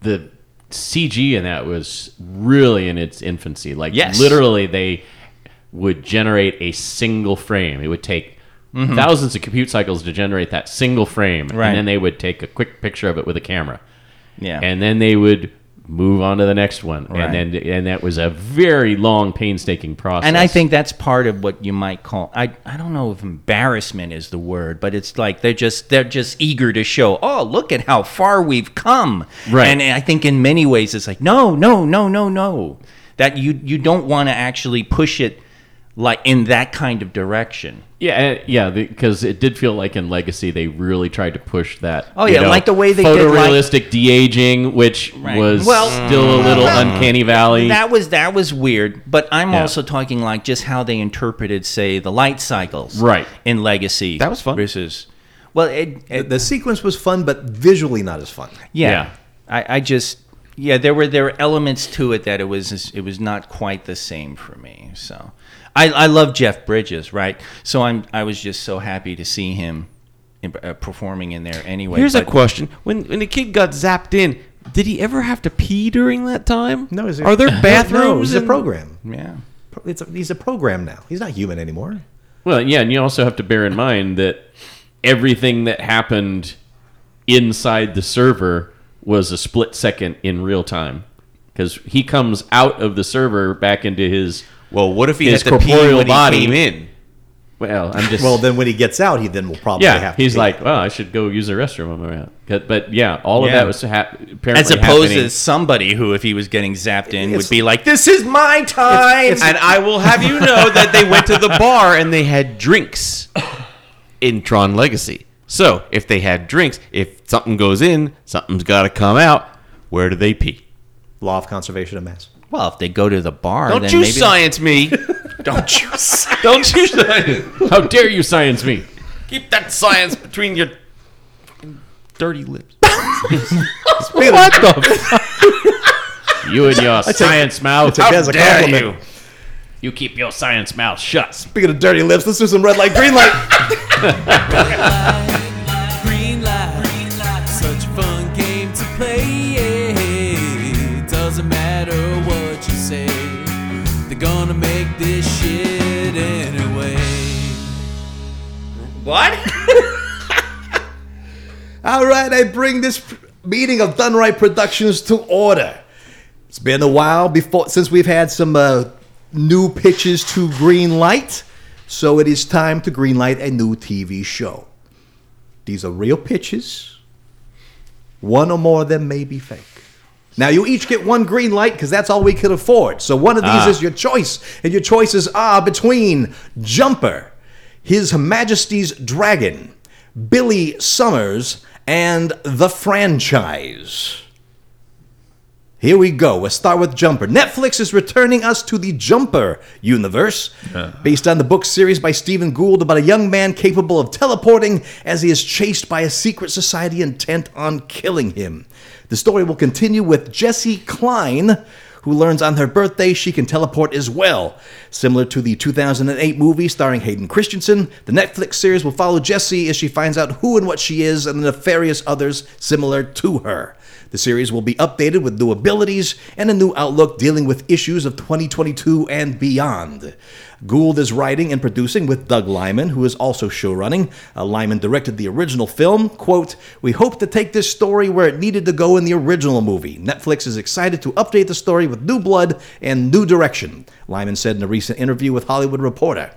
S4: the CG in that was really in its infancy. Like,
S3: Yes.
S4: literally, they would generate a single frame. It would take thousands of compute cycles to generate that single frame.
S3: Mm-hmm. Right.
S4: And then they would take a quick picture of it with a camera.
S3: yeah
S4: And then they would move on to the next one.
S3: Right.
S4: And then and that was a very long, painstaking process.
S3: And I think that's part of what you might call I I don't know if embarrassment is the word, but it's like they're just they're just eager to show, oh, look at how far we've come.
S4: Right.
S3: And I think in many ways it's like, no, no, no, no, no. That you you don't want to actually push it like in that kind of direction.
S4: Yeah, and- yeah, because it did feel like in Legacy they really tried to push that.
S3: Oh,
S4: you
S3: yeah,
S4: know,
S3: like the way they did, like-
S4: photorealistic de aging, which
S3: Right.
S4: was
S3: Well-
S4: still a little uncanny valley.
S3: That was that was weird, but I'm
S4: Yeah.
S3: also talking like just how they interpreted, say, the light cycles,
S4: Right.
S3: In Legacy,
S6: That was fun.
S3: Versus, well, it,
S5: The,
S3: it,
S5: the sequence was fun, but visually not as fun.
S3: Yeah.
S4: Yeah.
S3: I, I just yeah, there were there were elements to it that it was it was not quite the same for me. So I, I love Jeff Bridges, right? So I'm I was just so happy to see him in, uh, performing in there anyway.
S6: Here's a
S3: but-
S6: question: When when the kid got zapped in, did he ever have to pee during that time?
S5: No, is it-
S6: are there
S5: No, it
S6: bathrooms?
S5: was a
S6: in-
S5: program.
S3: Yeah.
S5: Pro- It's a, he's a program now. He's not human anymore.
S4: well, yeah, and you also have to bear in mind that everything that happened inside the server was a split second in real time. because he comes out of the server back into his.
S6: Well, what if he
S4: His
S6: had to pee
S4: corporeal
S6: when
S4: body-
S6: he came in?
S4: Well, I'm just
S5: Well, then when he gets out, he then will probably
S4: yeah.
S5: have to
S4: He's
S5: pee.
S4: like, well, I should go use the restroom on my way out. But, but yeah, all of
S3: Yeah.
S4: that was hap- apparently
S3: As opposed
S4: happening.
S3: to somebody who, if he was getting zapped in,
S5: It's-
S3: would be like, "This is my time."
S6: And I will have you know that they went to the bar and they had drinks in Tron Legacy. So if they had drinks, if something goes in, something's got to come out. Where do they pee?
S5: law of conservation of mass.
S3: well, if they go to the bar,
S6: Don't
S3: then
S6: you
S3: maybe
S6: science me?
S3: Don't you? science.
S6: Don't you science?
S4: How dare you science me?
S6: Keep that science between your dirty lips.
S5: What
S4: You and your science mouth.
S5: took it as a
S6: dare
S5: compliment.
S4: Oh, You keep your science mouth shut.
S5: Speaking of dirty lips, let's do some red light, green light.
S8: Green light, such fun game to play. Doesn't matter what you say, they're gonna make this shit anyway.
S5: All right, I bring this meeting of Done Right Productions to order. It's been a while before since we've had some uh, new pitches to green light, so it is time to green light a new TV show. These are real pitches. One or more of them may be fake. Now you each get one green light because that's all we could afford. So one of these is your choice, and your choices are between Jumper, His Majesty's Dragon, Billy Summers, and the franchise. Here we go. We'll start with Jumper. Netflix is returning us to the Jumper universe, based on the book series by Stephen Gould about a young man capable of teleporting as he is chased by a secret society intent on killing him. The story will continue with Jessie Klein, who learns on her birthday she can teleport as well. Similar to the 2008 movie starring Hayden Christensen, the Netflix series will follow Jessie as she finds out who and what she is and the nefarious others similar to her. The series will be updated with new abilities and a new outlook dealing with issues of 2022 and beyond. Gould is writing and producing with Doug Lyman, who is also showrunning. Uh, Lyman directed the original film. Quote, We hope to take this story where it needed to go in the original movie. Netflix is excited to update the story with new blood and new direction, Lyman said in a recent interview with Hollywood Reporter.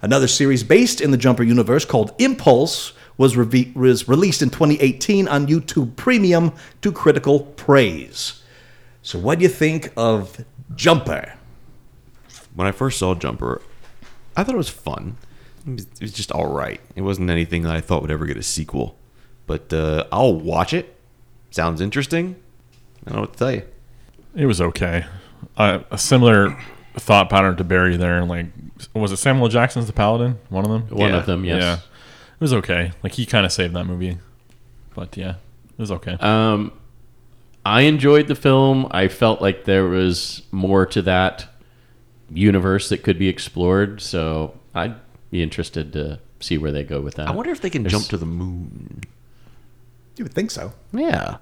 S5: Another series based in the Jumper universe called Impulse was, reve- was released in 2018 on YouTube Premium to critical praise. So, what do you think of Jumper?
S6: when I first saw Jumper, I thought it was fun. It was- it was just all right. It wasn't anything that I thought would ever get a sequel. But uh, I'll watch it. Sounds interesting. I don't know what to tell you.
S2: It was okay. Uh, a similar thought pattern to Barry there. Like, was it Samuel L. Jackson's the Paladin? One of them.
S4: One
S6: Yeah.
S4: of them, yes.
S2: Yeah, it was okay. Like he kind of saved that movie, but yeah, it was okay.
S4: Um, I enjoyed the film. I felt like there was more to that universe that could be explored. So I'd be interested to see where they go with that.
S6: I wonder if they can jump to the moon.
S5: You would think so.
S6: Yeah.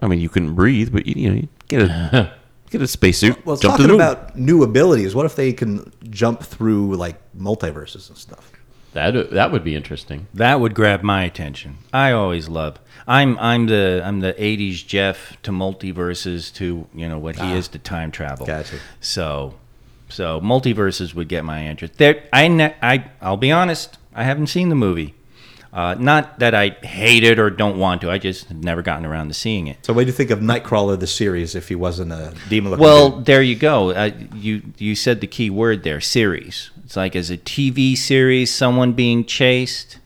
S6: I mean, you couldn't breathe, but you, you know, you get a get a spacesuit.
S5: Well,
S6: jump to the
S5: talking
S6: moon.
S5: about new abilities, what if they can jump through like multiverses and stuff?
S4: that that would be interesting.
S3: That would grab my attention. I always love. I'm I'm the I'm the '80s Jeff to multiverses to you know what
S6: Ah.
S3: he is to time travel.
S5: Gotcha.
S3: So, so multiverses would get my interest. There, I ne- I I'll be honest. I haven't seen the movie. Uh, not that I hate it or don't want to. I just have never gotten around to seeing it.
S5: So, what do you think of Nightcrawler the series if he wasn't a demon? looking
S3: Well,
S5: dude?
S3: there you go. Uh, you you said the key word there, series. It's like as a TV series, someone being chased.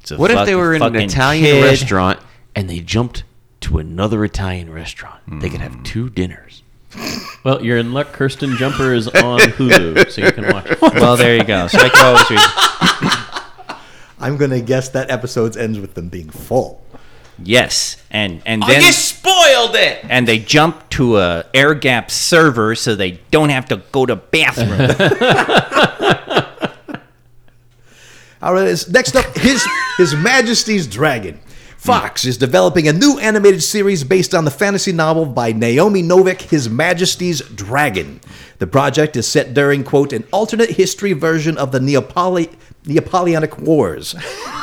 S3: It's a
S6: what if they
S3: fuck-
S6: were in an
S3: fucking
S6: Italian
S3: kid.
S6: restaurant and they jumped to another Italian restaurant? They could have two dinners.
S4: Well, you're in luck. Kirsten Jumper is on Hulu, so you can watch it.
S3: Well, there you go. So I can always read.
S5: I'm going to guess that episode ends with them being full.
S3: Yes, and
S5: Oh,
S3: and then
S6: spoiled it.
S3: and they jump to a air gap server so they don't have to go to bathroom.
S5: All right, it's- next up, His His Majesty's Dragon. Fox is developing a new animated series based on the fantasy novel by Naomi Novik, His Majesty's Dragon. The project is set during, quote, an alternate history version of the Neapoli- Neapolitanic Wars.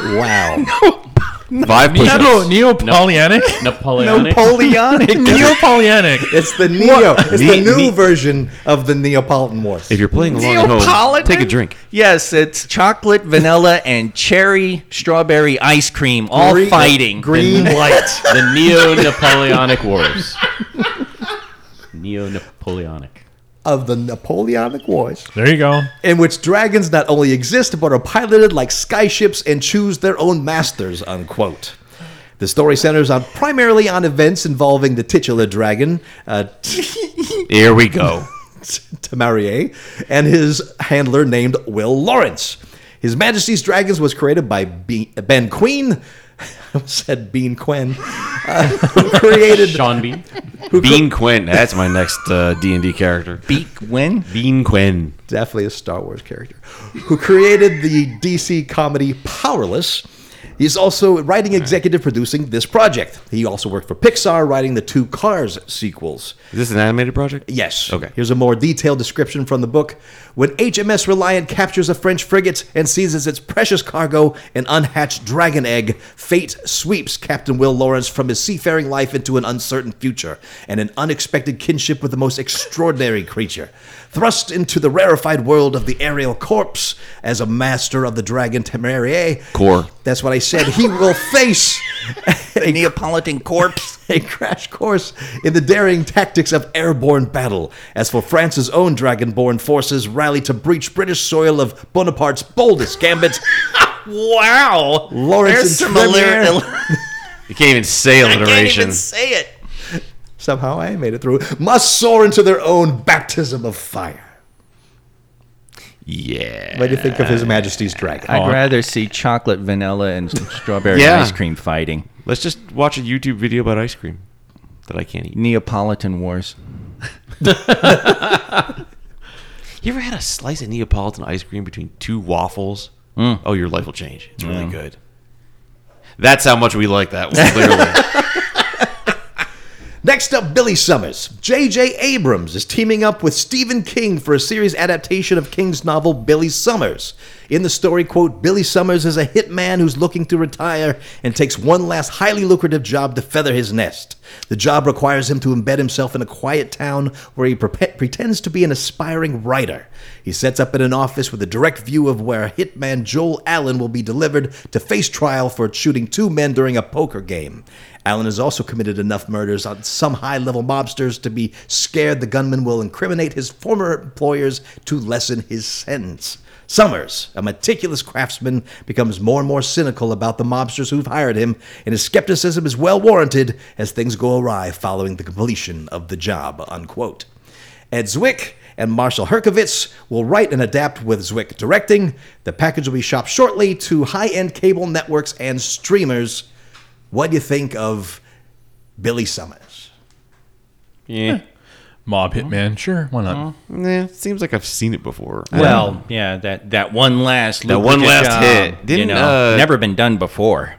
S5: Wow.
S6: Five push-ups.
S2: Neo Polyanic?
S4: Napoleonic.
S5: Napoleonic.
S2: Neo Polyanic.
S5: It's the Neo. It's
S6: Ne-
S5: the new
S6: ne-
S5: version of the Neapolitan Wars.
S6: If you're playing along at home, take a drink.
S3: Yes, it's chocolate, vanilla, and cherry strawberry ice cream all
S5: Green- uh,
S3: fighting.
S5: green light.
S4: the Neo-Napoleonic Wars. Neo-Napoleonic.
S5: of the Napoleonic Wars,
S2: There you go.
S5: in which dragons not only exist but are piloted like skyships and choose their own masters. Unquote. The story centers on primarily on events involving the titular dragon, uh,
S6: Here we go.
S5: Tamarier, and his handler named Will Lawrence. His Majesty's Dragons was created by Be- Ben Queen. I said Bean Quinn, uh, who created
S4: Sean Bean.
S6: Bean Quinn. That's my next uh, D&D character.
S3: Beak win.
S6: Bean Quinn.
S5: definitely a Star Wars character, who created the DC comedy Powerless. He's also writing, executive producing this project. He also worked for Pixar, writing the two Cars sequels.
S6: Is this an animated project?
S5: Yes.
S6: Okay.
S5: Here's a more detailed description from the book. When HMS Reliant captures a French frigate and seizes its precious cargo, an unhatched dragon egg, fate sweeps Captain Will Lawrence from his seafaring life into an uncertain future and an unexpected kinship with the most extraordinary creature. Thrust into the rarefied world of the aerial corpse as a master of the dragon Temeraire.
S6: Core.
S5: That's what I said. He will face
S3: The Neapolitan corpse.
S5: a crash course in the daring tactics of airborne battle. As for France's own dragonborn forces rally to breach British soil of Bonaparte's boldest gambit,
S3: Wow.
S5: Lawrence and Premier.
S6: You can't even say alliteration.
S3: say it.
S5: somehow I made it through, must soar into their own baptism of fire.
S6: Yeah.
S5: What do you think of His Majesty's Dragon?
S3: I'd rather see chocolate, vanilla, and strawberry
S6: Yeah.
S3: ice cream fighting.
S6: Let's just watch a YouTube video about ice cream that I can't eat.
S3: Neapolitan wars.
S6: You ever had a slice of Neapolitan ice cream between two waffles? Oh, your life will change. It's really good. That's how much we like that one, clearly.
S5: Next up, Billy Summers. J.J. Abrams is teaming up with Stephen King for a series adaptation of King's novel Billy Summers. In the story, quote, Billy Summers is a hitman who's looking to retire and takes one last highly lucrative job to feather his nest. The job requires him to embed himself in a quiet town where he prepe- pretends to be an aspiring writer. He sets up in an office with a direct view of where hitman Joel Allen will be delivered to face trial for shooting two men during a poker game. Allen has also committed enough murders on some high level mobsters to be scared the gunman will incriminate his former employers to lessen his sentence. Summers, a meticulous craftsman, becomes more and more cynical about the mobsters who've hired him, and his skepticism is well warranted as things go awry following the completion of the job. Unquote. Ed Zwick and Marshall Herkovitz will write and adapt with Zwick directing. The package will be shopped shortly to high end cable networks and streamers. What do you think of Billy Summers?
S6: yeah.
S2: Mob Hitman. Sure. Why not?
S6: Nah, seems like I've seen it before.
S3: Well, yeah, that, that one last
S6: That one
S3: lucrative
S6: last
S3: job,
S6: hit.
S3: you
S6: Didn't,
S3: know,
S6: uh,
S3: never been done before.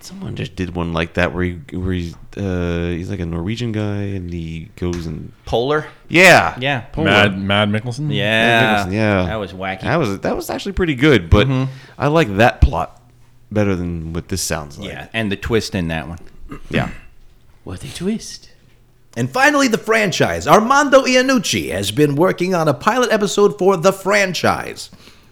S6: Someone just did one like that where he where he's uh, he's like a Norwegian guy and he goes and
S3: Polar.
S6: yeah
S3: Yeah. Polar.
S2: Mad Mad Mickelson.
S3: Yeah.
S6: yeah
S3: That was wacky.
S6: that was that was actually pretty good but I like that plot better than what this sounds like
S3: yeah. And the twist in that one.
S6: yeah
S4: What a twist.
S5: And finally, the franchise. Armando Iannucci has been working on a pilot episode for The Franchise,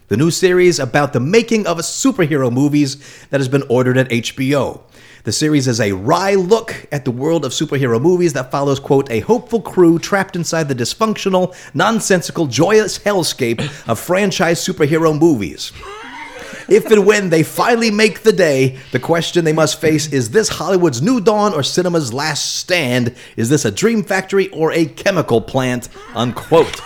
S5: the new series about the making of superhero movies that has been ordered at HBO. The series is a wry look at the world of superhero movies that follows, quote, a hopeful crew trapped inside the dysfunctional, nonsensical, joyous hellscape of franchise superhero movies. If and when they finally make the day, the question they must face is this Hollywood's new dawn or cinema's last stand? Is this a dream factory or a chemical plant? Unquote.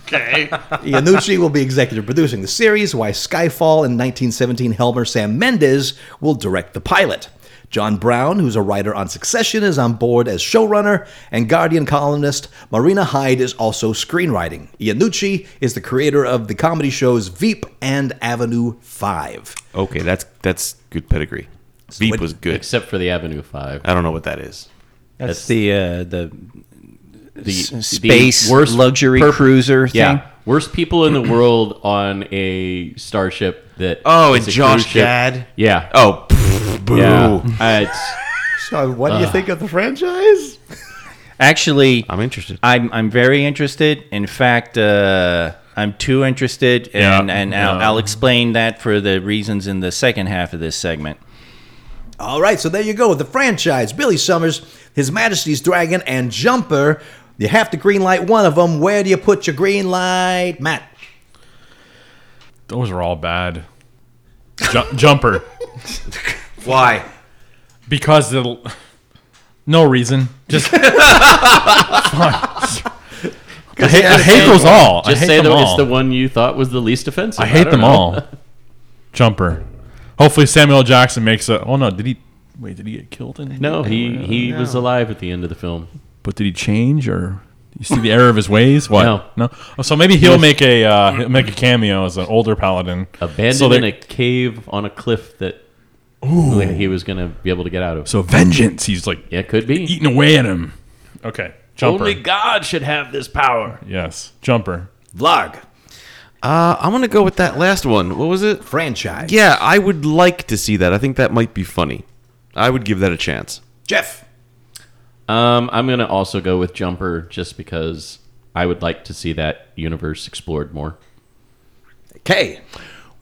S5: okay. Iannucci will be executive producing the series, while Skyfall and 1917 Helmer Sam Mendes will direct the pilot. John Brown, who's a writer on Succession, is on board as showrunner, and Guardian columnist Marina Hyde is also screenwriting. Iannucci is the creator of the comedy shows Veep and Avenue 5.
S6: okay that's that's good pedigree Veep
S5: what-
S6: was good
S4: Except for the Avenue 5.
S6: I don't know what that is
S3: That's the uh, the
S4: The
S3: space luxury
S4: purp-
S3: cruiser thing.
S4: Yeah. Worst people in the world on a starship that.
S6: oh
S4: it's
S6: and
S4: a
S6: Josh
S4: cruise ship.
S6: Gad
S4: Yeah.
S6: oh pfft, Boo.
S4: Yeah, uh, it's,
S5: So, what do you think of the franchise?
S3: Actually,
S6: I'm interested.
S3: I'm I'm very interested. In fact, uh, I'm too interested, and
S2: Yeah,
S3: and I'll,
S2: yeah.
S3: I'll explain that for the reasons in the second half of this segment.
S5: All right, so there you go. The franchise, Billy Summers, His Majesty's Dragon, and Jumper. You have to green light one of them. Where do you put your green light, Matt?
S2: Those are all bad. Ju- jumper.
S6: Why?
S2: Because the no reason. Just Fuck. I hate, I hate those all.
S4: Just
S2: I hate
S4: say
S2: them
S4: the,
S2: all.
S4: it's the one you thought was the least offensive.
S2: I hate
S4: don't
S2: them
S4: know.
S2: all. Jumper. Hopefully Samuel Jackson makes a. Oh no, did he? Wait, did he get killed in?
S4: No, he he was alive at the end of the film.
S2: But did he change or? You see the error of his ways. What?
S4: No.
S2: Oh, so maybe he'll make a uh, he'll make a cameo as an older paladin.
S4: Abandoned
S2: so
S4: in
S2: they-
S4: a cave on a cliff that that he was going to be able to get out of.
S2: So vengeance. He's like
S4: yeah, could be.
S2: eating away at him. Okay. Jumper.
S4: Only God should have this power.
S2: yes. Jumper.
S5: Vlog,
S6: Uh, I'm gonna go with that last one. What was it?
S5: franchise.
S6: Yeah, I would like to see that. I think that might be funny. I would give that a chance.
S5: Jeff.
S4: Um, I'm going to also go with Jumper just because I would like to see that universe explored more.
S5: K.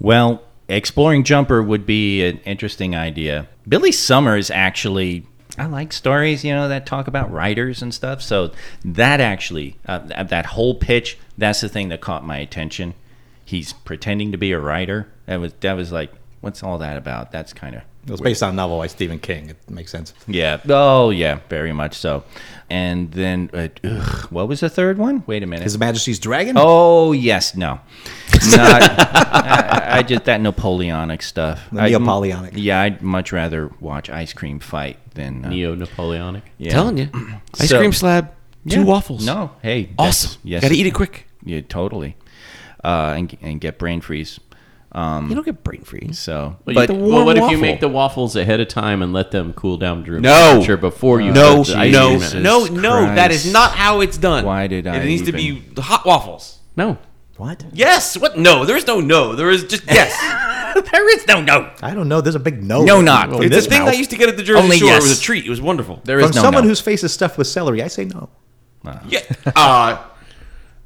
S3: Well, exploring Jumper would be an interesting idea. Billy Summers actually. I like stories, you know, that talk about writers and stuff. So that actually, uh, th- that whole pitch, that's the thing that caught my attention. He's pretending to be a writer. That was that was like, what's all that about? That's kind of
S5: It was based on a novel by Stephen King. It makes sense.
S3: yeah. Oh yeah, very much so. And then, uh, ugh, what was the third one? Wait a minute.
S5: His Majesty's Dragon?
S3: Oh yes, no, not. I, I just that Napoleonic stuff.
S5: The
S3: I'd m-
S5: Neopoleonic.
S3: yeah, I'd much rather watch Ice Cream Fight than uh,
S4: Neo Napoleonic.
S3: yeah.
S6: Telling you, ice
S3: So-
S6: cream slab, two
S3: Yeah.
S6: waffles.
S3: No, hey, that's-
S6: awesome.
S3: Yes,
S6: gotta eat it quick.
S3: Yeah, totally, uh, and and get brain freeze.
S6: you don't get brain freeze.
S3: So,
S4: But,
S6: But
S4: you-
S6: the
S4: well,
S6: warm
S4: what if
S6: waffle.
S4: you make the waffles ahead of time and let them cool down to room
S6: No.
S4: temperature before you
S6: No,
S4: put the ice
S6: no,
S4: cream in?
S6: no, no. That is
S3: Christ.
S6: not how it's done.
S3: Why did I
S6: It needs to be the hot waffles.
S4: no.
S5: What?
S6: Yes. What? No. There is no no. There is just yes.
S3: there is no no.
S5: I don't know. There's a big no.
S3: No, not.
S5: from
S3: It's
S6: it's a
S5: this
S6: thing
S5: mouth.
S6: I used to get at the Jersey
S3: Only
S6: Shore.
S3: yes.
S6: It was a treat. It was wonderful.
S3: There
S5: From
S3: is no
S5: someone
S3: no.
S5: whose face is stuffed with celery, I say no.
S6: Yeah. Uh,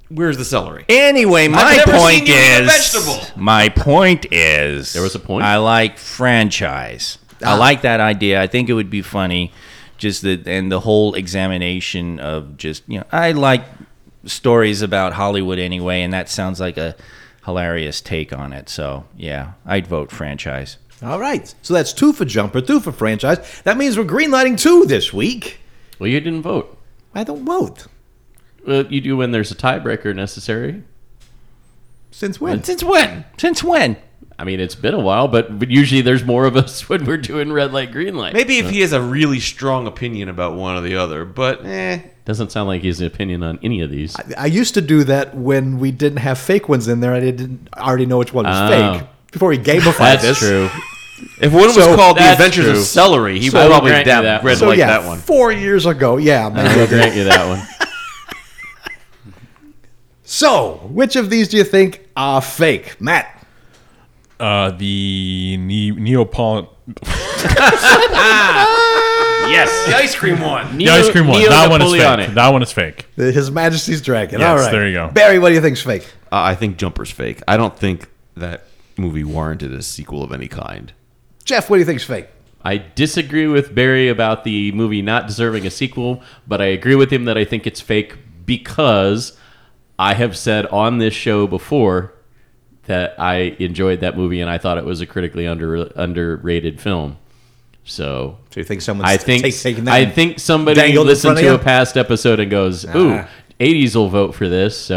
S6: where's the celery?
S3: Anyway, my
S6: never
S3: point
S6: seen you eat a
S3: is
S6: vegetable.
S3: my point is there
S4: was a point? Ah.
S3: I like franchise. I like that idea. I think it would be funny, just the and the whole examination of just you know I like stories about Hollywood anyway, and that sounds like a hilarious take on it. So yeah, I'd vote franchise.
S5: All right. So that's two for Jumper, two for franchise. That means we're greenlighting two this week.
S4: Well, you didn't vote.
S5: I don't vote.
S4: Well, you do when there's a tiebreaker necessary.
S5: Since when?
S6: Since when?
S3: Since when?
S4: I mean, it's been a while, but, but usually there's more of us when we're doing red light, green light.
S6: Maybe if he has a really strong opinion about one or the other, but eh.
S4: Doesn't sound like he has an opinion on any of these.
S5: I used to do that when we didn't have fake ones in there. I didn't I already know which one was
S4: Oh.
S5: fake before he gamified
S4: That's
S5: this.
S4: true.
S6: If one was called The
S4: that's
S6: Adventures
S4: true.
S6: of Celery, he
S4: So I
S6: would
S4: will
S6: probably
S4: grant you
S6: dab
S4: that. Uh-huh.
S6: red
S5: So
S6: like
S5: yeah,
S6: that one.
S5: four years ago. Yeah. maybe I
S4: I'll
S5: did.
S4: grant you that one.
S5: So, which of these do you think are fake, Matt?
S2: Uh, the ne- Neapolitan.
S4: yes,
S6: The ice cream one.
S2: The ice cream one. That one is fake. That one is fake.
S5: The- His Majesty's Dragon.
S2: Yes,
S5: All right.
S2: there you go.
S5: Barry, what do you think's fake?
S6: Uh, I think Jumper's fake. I don't think that movie warranted a sequel of any kind.
S5: Jeff, what do you think's fake?
S4: I disagree with Barry about the movie not deserving a sequel, but I agree with him that I think it's fake because I have said on this show before that I enjoyed that movie and I thought it was a critically under underrated film. So
S5: So you think someone's
S4: I think
S5: ta- taking that?
S4: I
S5: and-
S4: think somebody
S5: dangled in
S4: listened
S5: front of
S4: to
S5: you?
S4: a past episode and goes, "Ooh, 80s will vote for this."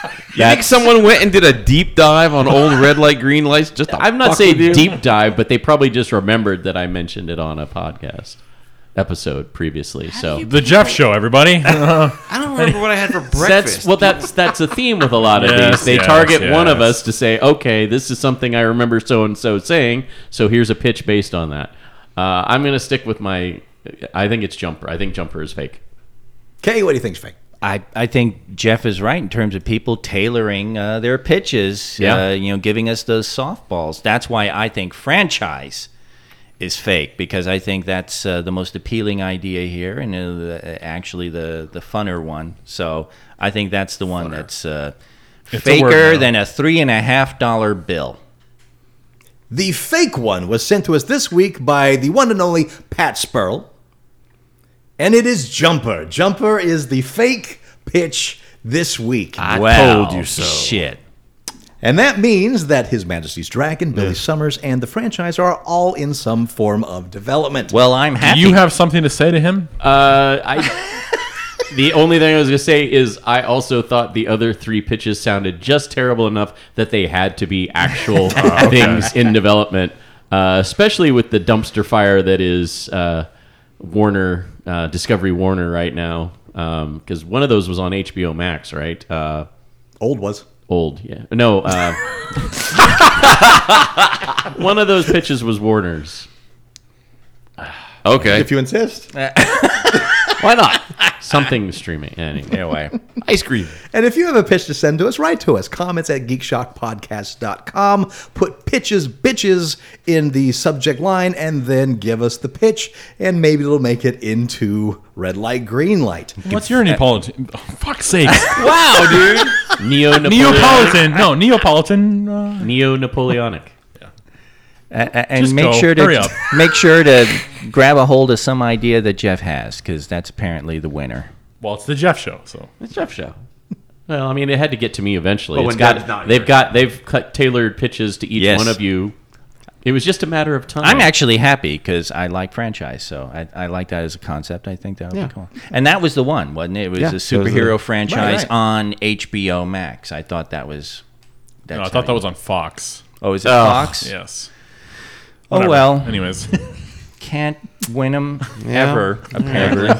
S4: So
S6: You think someone went and did a deep dive on old red light, green lights? Just to
S4: I'm not
S6: fuck
S4: saying
S6: with you?
S4: deep dive, but they probably just remembered that I mentioned it on a podcast episode previously. so
S2: The Jeff Show, everybody.
S6: I don't remember what I had for breakfast.
S4: that's well, that's that's a theme with a lot of
S2: Yes,
S4: these. They
S2: yes,
S4: target one of
S2: yes.
S4: us to say, "Okay, this is something I remember so and so saying." So here's a pitch based on that. Uh, I'm going to stick with my. I think it's Jumper. I think Jumper is fake.
S5: Kay, what do you think's fake?
S3: I, I think Jeff is right in terms of people tailoring uh, their pitches,
S4: Yeah.
S3: uh, you know, giving us those softballs. That's why I think franchise is fake because I think that's uh, the most appealing idea here and uh, the, actually the the funner one. So I think that's the one that's uh,
S2: a word
S3: faker
S2: now.
S3: than a three and a half dollar bill.
S5: The fake one was sent to us this week by the one and only Pat Spurl. And it is Jumper. Jumper is the fake pitch this week.
S6: Ah,
S3: told you so. Shit.
S5: And that means that His Majesty's Dragon, Billy Summers, and the franchise are all in some form of development.
S3: Well, I'm happy.
S2: Do you have something to say to him?
S4: Uh, I. the only thing I was gonna say is I also thought the other three pitches sounded just terrible enough that they had to be actual things in development, uh, especially with the dumpster fire that is uh, Warner uh, Discovery Warner right now. Because one of those was on HBO Max, right? Uh,
S5: Old was.
S4: old, yeah. No, uh, one of those pitches was Warner's.
S6: Okay.
S5: If you insist.
S4: Why not? Something streaming anyway. Anyway,
S6: Ice cream.
S5: And if you have a pitch to send to us, write to us. Comments at geekshockpodcast.com. Put pitches, bitches in the subject line, and then give us the pitch, and maybe it'll make it into red light, green light.
S2: What's
S4: uh,
S2: your Neapolitan? Oh, fuck's sake.
S4: wow, dude. Neo Napoleonic.
S2: Neapolitan. No, Neapolitan. Uh,
S4: Neo Napoleonic.
S3: A- a- and
S2: Just
S3: make
S2: go.
S3: sure
S2: Hurry up.
S3: to make sure to grab a hold of some idea that Jeff has because that's apparently the winner.
S2: well, it's the Jeff show, so.
S4: It's Jeff Show. Well, I mean, it had to get to me eventually.
S6: But
S4: it's
S6: when
S4: got
S6: Dad's not
S4: they've
S6: here.
S4: got they've cut tailored pitches to each
S3: Yes.
S4: one of you. It was just a matter of time.
S3: I'm actually happy because I like franchise, so I, I like that as a concept. I think that would be cool. And that was the one, wasn't it? It was
S6: Yeah,
S3: a
S6: that was the-
S3: superhero franchise
S5: right.
S3: on HBO Max. I thought that was. That's
S2: No, Oh, I
S3: how
S2: thought that
S3: you-
S2: was on Fox.
S3: Oh, is it Fox?
S2: Yes.
S3: Oh
S2: Whatever.
S3: well,
S2: Anyways,
S3: can't win them
S6: Yeah.
S3: ever. Apparently,
S5: And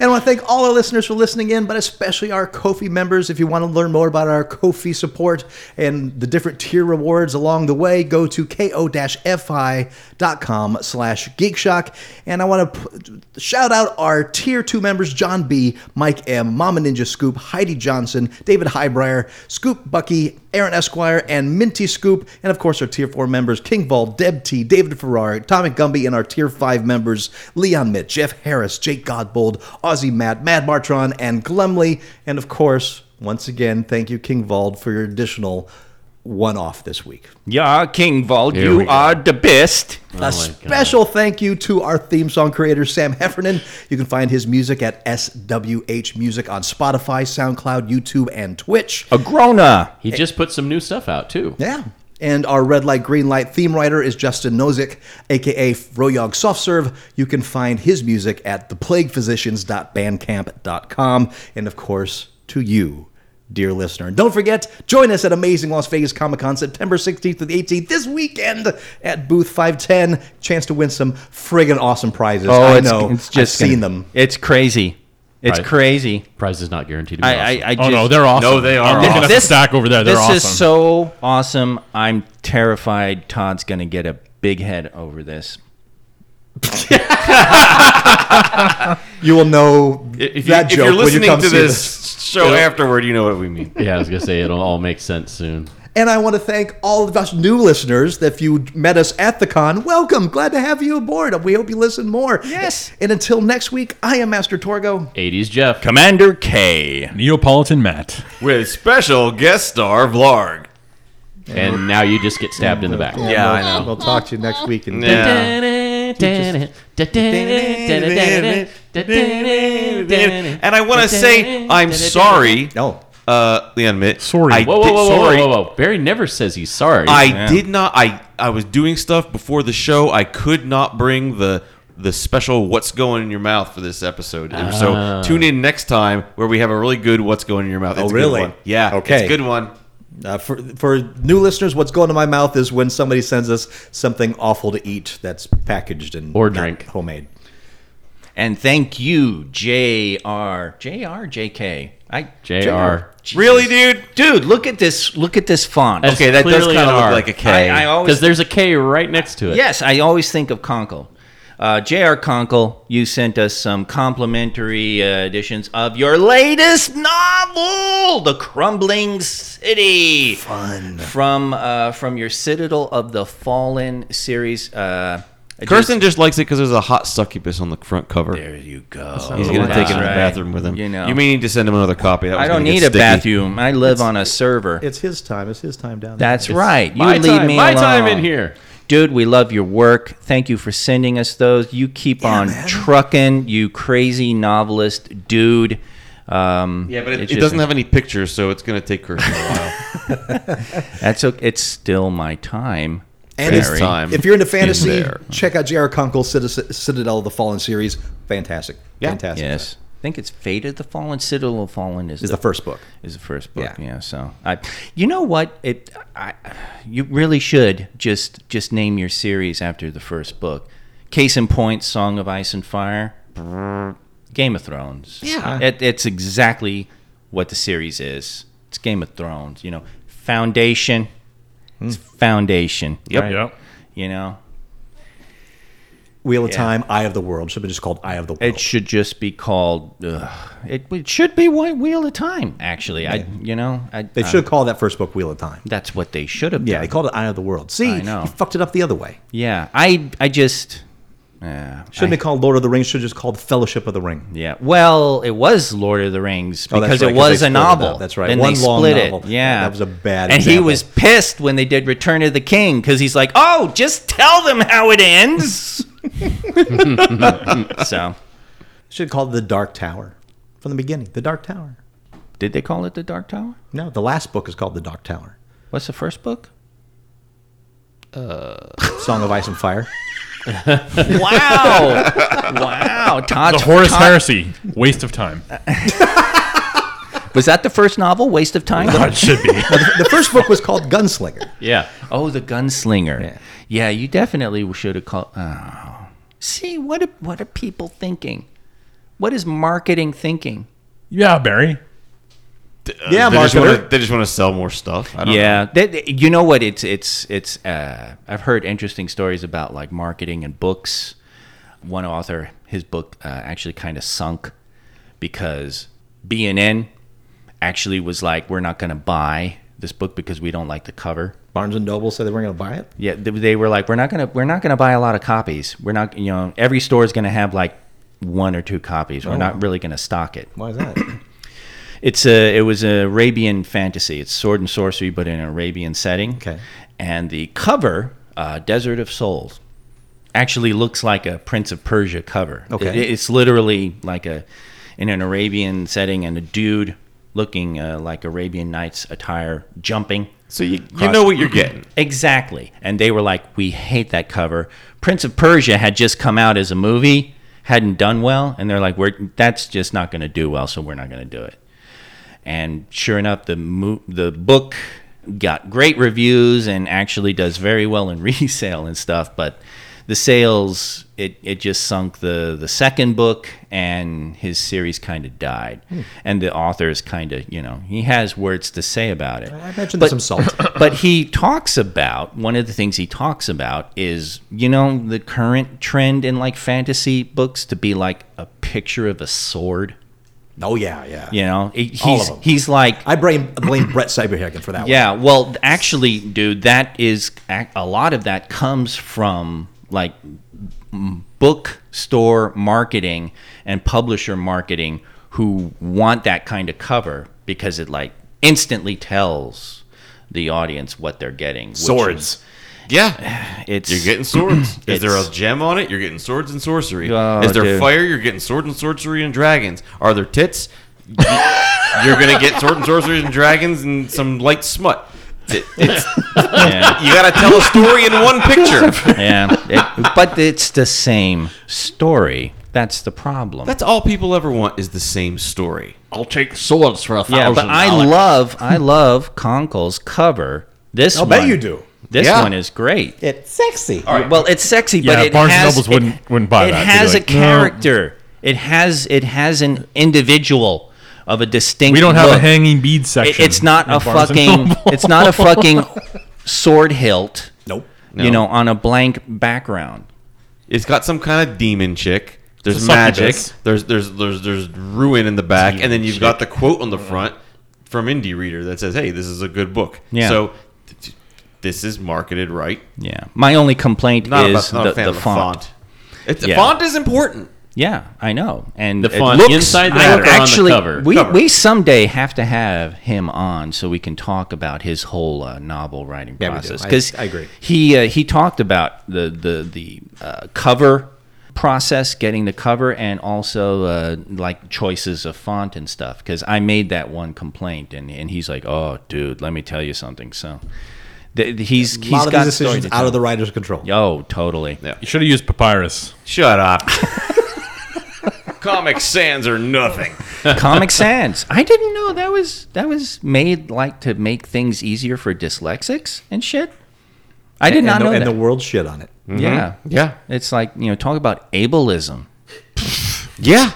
S5: I want to thank all our listeners for listening in, but especially our Kofi members. If you want to learn more about our Kofi support and the different tier rewards along the way, go to ko-fi.com slash geekshock. And I want to p- shout out our tier two members, John B., Mike M., Mama Ninja Scoop, Heidi Johnson, David Highbrier, Scoop Bucky, Aaron Esquire, and Minty Scoop. And of course, our tier four members, King Vol, Deb T, David Ferrari, Tommy Gumby, and our tier five members, Leon Mitt, Jeff Harris, Jake Godbold, Ozzy Matt, Mad Martron, and Glemley. And of course, once again, thank you, King Vald, for your additional one off this week.
S3: yeah, King Vault,
S4: we
S3: you
S4: go.
S3: are the best.
S6: Oh
S5: A special thank you to our theme song creator, Sam Heffernan. You can find his music at SWH Music on Spotify, SoundCloud, YouTube, and Twitch.
S3: A grona.
S4: he just put some new stuff out too.
S5: Yeah. And our red light, green light theme writer is Justin Nozick, aka Froyog Soft Serve. You can find his music at theplaguephysicians.bandcamp.com. And of course, to you, dear listener. And don't forget, join us at Amazing Las Vegas Comic Con September 16th to the 18th this weekend at booth 510. Chance to win some friggin' awesome prizes.
S6: Oh,
S5: I know. I've
S3: gonna-
S5: seen them.
S3: It's crazy. It's
S4: Right.
S3: crazy.
S4: Prize is not guaranteed. To be
S3: I,
S4: awesome.
S3: I, I
S2: oh
S3: just,
S2: no, they're awesome.
S6: No, they are
S2: I'm looking at
S6: awesome.
S2: the stack over there. They're
S3: this
S2: awesome.
S3: is so awesome. I'm terrified Todd's going to get a big head over this.
S5: You will know
S6: If, you,
S5: that
S6: if
S5: joke
S6: you're
S5: when you
S6: listening
S5: come
S6: to
S5: see
S6: this show afterward, you know what we mean.
S4: yeah, I was gonna say it'll all make sense soon.
S5: And I want to thank all of us new listeners. that If you met us at the con, welcome. Glad to have you aboard. We hope you listen more. Yes. And until next week, I am Master Torgo.
S4: 80s Jeff.
S3: Commander K.
S2: Neapolitan Matt.
S6: With special guest star Vlarg.
S4: And now you just get stabbed in the back.
S6: Yeah, I know.
S5: We'll talk to you next week. And
S6: Yeah. And I want to say I'm sorry,
S5: No.
S6: uh, Leon Mitt.
S2: Sorry.
S6: I
S4: Whoa, whoa, whoa,
S6: did-
S4: whoa,
S6: sorry.
S4: whoa, whoa, whoa. Barry never says he's sorry.
S6: I did not. I I was doing stuff before the show. I could not bring the the special "What's Going in Your Mouth" for this episode. And
S5: Ah.
S6: So tune in next time where we have a really good "What's Going in Your Mouth." It's a good
S5: Oh, really?
S6: one. Yeah.
S5: Okay.
S6: It's a good one.
S5: Uh, for, for new listeners, what's going to my mouth is when somebody sends us something awful to eat that's packaged and
S4: Or
S5: not
S4: drink.
S5: homemade.
S3: And thank you, JR. JR, JK. I,
S4: JR.
S6: Really, dude?
S3: Dude, look at this. Look at this font.
S4: That's
S6: Okay, that does
S4: clearly
S6: kind of
S4: an R.
S6: look like a K.
S3: I, I
S4: Because
S3: always,
S4: there's a K right next to it.
S3: yes, I always think of Conkle. Uh, JR Conkle, you sent us some complimentary uh, editions of your latest novel, The Crumbling City. Fun. From, uh, from your Citadel of the Fallen series. Uh, I
S6: Kirsten just likes it because there's a hot succubus on the front cover.
S3: There you go.
S6: He's gonna take it to the
S3: That's
S6: bathroom
S3: right.
S6: with him.
S3: You know,
S6: you may need to send him another copy. That
S3: I
S6: one's
S3: don't
S6: gonna get
S3: need a
S6: sticky.
S3: bathroom. I live on a server.
S5: It's his time. It's his time down there.
S3: That's right. You
S4: my
S3: leave
S4: time,
S3: me
S4: my
S3: alone.
S4: time in here.
S3: Dude, we love your work. Thank you for sending us those. You keep on trucking, you crazy novelist dude. Um,
S6: Yeah, but it,
S3: it's
S6: it
S3: just-
S6: doesn't have any pictures, so it's gonna take Kirsten a while.
S3: That's okay. It's still my time.
S5: And it's
S3: Barry.
S6: time.
S5: If you're into fantasy,
S6: there.
S5: check out J.R. Kunkel's Citi- Citadel of the Fallen series. Fantastic. Fantastic.
S3: Yes. I think it's Fate of the Fallen, Citadel of the Fallen is
S5: Is the first book.
S3: is the first book.
S5: Yeah.
S3: Yeah. so I, you know what? It, I, you really should just just name your series after the first book. Case in point, Song of Ice and Fire, Game of Thrones.
S6: Yeah.
S3: it, it's exactly what the series is. It's Game of Thrones. You know, foundation.
S5: Hmm.
S3: It's foundation.
S6: Yep.
S2: Yep.
S3: You know,
S5: Wheel of Time, Eye of the World. Should have been just called Eye of the World.
S3: It should just be called. Ugh, it, it should be Whe- Wheel of Time. Actually, I you know I,
S5: they
S3: I-
S5: should call that first book Wheel of Time.
S3: That's what they should have.
S5: Yeah,
S3: done.
S5: they called it Eye of the World. See,
S3: I know.
S5: you fucked it up the other way.
S3: yeah. I I just. Uh,
S5: Shouldn't
S3: I-
S5: be called Lord of the Rings. Should have just called Fellowship of the Ring.
S3: Yeah. Well, it was Lord of the Rings
S5: Oh, that's
S3: because
S5: right,
S3: it
S5: 'cause
S3: was
S5: they
S3: a
S5: split it
S3: novel.
S5: up. That's right.
S3: Then
S5: One
S3: they
S5: long
S3: split
S5: novel.
S3: it. Yeah.
S5: That was a bad
S3: And he
S5: example.
S3: was pissed when they did Return of the King because he's like, "Oh, just tell them how it ends." so,
S5: Should have called it The Dark Tower from the beginning. The Dark Tower.
S3: did they call it the Dark Tower?
S5: No, the last book is called The Dark Tower.
S3: What's the first book?
S5: Song of Ice and Fire.
S3: Wow! wow! Todd,
S2: The Horus Heresy, waste of time.
S3: was that the first novel? Waste of time.
S2: That should be.
S5: The first book was called Gunslinger.
S4: Yeah.
S3: oh, the Gunslinger.
S5: Yeah.
S3: Yeah, you definitely should have called. Oh. See what? Are, what are people thinking? What is marketing thinking?
S2: yeah, Barry.
S5: Yeah,
S6: they just
S5: marketer.
S6: wanna- They just want to sell more stuff. I don't
S3: Yeah, that- that- you know what? It's it's it's. Uh, I've heard interesting stories about like marketing and books. One author, his book uh, actually kind of sunk because BNN actually was like, "We're not going to buy this book because we don't like the cover."
S5: Barnes and Noble said they weren't going to buy it.
S3: Yeah, they, they were like, "We're not going to we're not going to buy a lot of copies. We're not, you know, every store is going to have like one or two copies. We're not really going to stock it."
S5: Why is that?
S3: It's a it was an Arabian fantasy. It's sword and sorcery, but in an Arabian setting.
S5: Okay.
S3: And the cover, uh, Desert of Souls, actually looks like a Prince of Persia cover.
S5: Okay.
S3: It- it's literally like a in an Arabian setting, and a dude looking uh, like Arabian Nights attire jumping.
S6: So you, you know what you're getting.
S3: Exactly. And they were like, we hate that cover. Prince of Persia had just come out as a movie, hadn't done well. And they're like, we're, that's just not going to do well, so we're not going to do it. And sure enough, the, mo- the book got great reviews and actually does very well in resale and stuff. But the sales, it, it just sunk the, the second book, and his series kind of died.
S5: Hmm.
S3: And the author is kind of, you know, he has words to say about it
S5: I imagine there's some salt.
S3: but he talks about one of the things he talks about is you know the current trend in like fantasy books to be like a picture of a sword
S5: Oh yeah, yeah.
S3: you know He- he's
S5: All of them.
S3: he's like
S5: I blame blame Brett Cyberhagen for that. one.
S3: yeah well actually dude that is ac- a lot of that comes from like m- bookstore marketing and publisher marketing who want that kind of cover because it like instantly tells the audience what they're getting which is-
S6: Swords. Yeah.
S3: it's
S6: You're getting swords. Is there a
S3: It's-
S6: gem on it? You're getting swords and sorcery.
S3: Oh,
S6: Is there
S3: dude.
S6: fire? You're getting swords and sorcery and dragons. Are there tits? You're gonna get sword and sorcery and dragons and some light smut. It- it's-
S3: yeah,
S6: you gotta tell a story in one picture.
S3: yeah. It- but it's the same story. That's the problem.
S6: That's all people ever want is the same story.
S9: I'll take swords for a thousand.
S3: yeah, but I love I love Conkle's cover. This
S5: I'll
S3: one,
S5: bet you do.
S3: This
S6: Yeah.
S3: one is great.
S5: It's sexy.
S3: Well, it's sexy,
S2: Yeah,
S3: but it
S2: Barnes and
S3: has,
S2: Nobles
S3: it-
S2: wouldn't- wouldn't buy
S3: it
S2: that. They'd be
S3: has
S2: like,
S3: a
S2: "No."
S3: character. It has it has an individual of a distinct.
S2: We don't have a
S3: look.
S2: hanging bead section.
S3: It- it's not
S2: at
S3: a
S2: Barnes and
S3: fucking.
S2: Noble.
S3: It's not a fucking sword hilt.
S5: Nope.
S3: You know, on a blank background.
S6: It's got some kind of demon chick. There's
S2: a
S6: magic.
S2: succubus.
S6: There's there's there's there's ruin in the back, and then you've got the quote on the front from Indie Reader that says, "Hey, this is a good book."
S3: Yeah.
S6: So this is marketed right.
S3: Yeah. My only complaint
S6: Not,
S3: is
S6: about, not
S3: the,
S6: a fan
S3: the
S6: of the
S3: font.
S6: font. It's,
S3: Yeah.
S6: The font is important.
S3: Yeah, I know. And
S4: The
S3: it
S4: font
S3: looks-
S4: inside the
S3: I-
S4: book or on the
S3: actually,
S4: cover?
S3: We, we someday have to have him on so we can talk about his whole uh, novel writing
S5: Yeah, we do.
S3: process.
S5: I- I agree.
S3: He uh, he talked about the the the uh, cover process, getting the cover, and also uh, like choices of font and stuff. Because I made that one complaint, and and he's like, "Oh, dude, let me tell you something." So. th- th- He's,
S5: A
S3: he's
S5: lot of
S3: got
S5: these decisions
S3: story to
S5: out of
S3: tell.
S5: the writer's control.
S3: Oh, totally.
S2: You should have used papyrus.
S6: Shut up. Comic Sans are nothing.
S3: Comic Sans. I didn't know that was that was made like to make things easier for dyslexics and shit. I did
S5: and
S3: not
S5: the,
S3: know
S5: and
S3: that.
S5: the world shit on it.
S3: yeah,
S6: Yeah.
S3: It's like you know, talk about ableism,
S6: Yeah.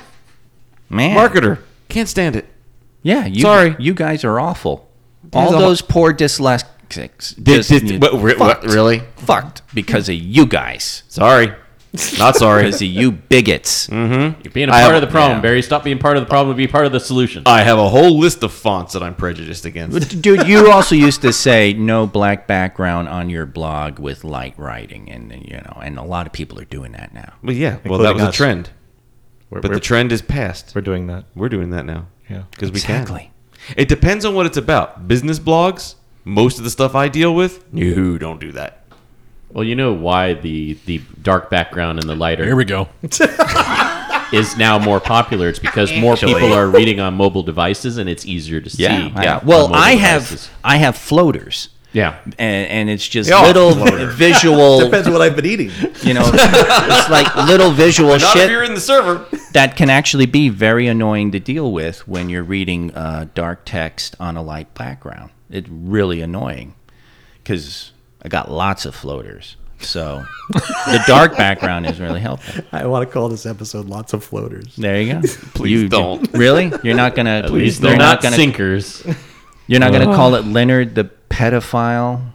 S3: man.
S6: Marketer. Can't stand it.
S3: Yeah, you,
S6: Sorry.
S3: you guys are awful.
S6: guys
S3: All
S6: are-
S3: those poor dyslexics. just-
S6: what, re- what,
S3: fucked.
S6: really?
S3: Fucked because of you guys.
S6: Sorry. Not sorry. Mm.
S3: Because of you bigots.
S4: You're being a
S6: I
S4: part of
S6: have-
S4: the problem,
S3: yeah.
S4: Barry. Stop being part of the problem. Be part of the solution.
S6: I have a whole list of fonts that I'm prejudiced against.
S3: Dude, you also used to say no black background on your blog with light writing, and you know, and a lot of people are doing that now.
S6: Well, yeah. Well, that
S5: Including
S6: was a
S5: us.
S6: trend. But the trend is past.
S5: We're doing that.
S6: We're doing that now. Yeah. Because we
S3: Exactly.
S6: can. It depends on what it's about. Business blogs, most of the stuff I deal with, no, don't do that.
S4: Well, you know why the the dark background and the
S2: Here
S4: lighter
S2: we go.
S4: is now more popular. It's because more people are reading on mobile devices, and it's easier to see.
S3: Yeah, I-
S4: on
S3: Well,
S4: mobile
S3: I have
S4: devices.
S3: I have floaters,
S4: Yeah,
S3: and, and it's just
S6: Yeah,
S3: little visual.
S5: Depends what I've been eating.
S3: you know, it's like little visual
S6: Not if you're
S3: shit
S6: in the server.
S3: that can actually be very annoying to deal with when you're reading uh, dark text on a light background. It's really annoying because I got lots of floaters, so the dark background is really helpful.
S5: I want to call this episode "Lots of Floaters."
S3: There you go.
S6: Please
S3: You-
S6: don't.
S3: Really? You're not gonna.
S4: at least
S3: you're
S4: they're not,
S3: gonna.
S4: sinkers.
S3: You're not gonna call it Leonard the pedophile.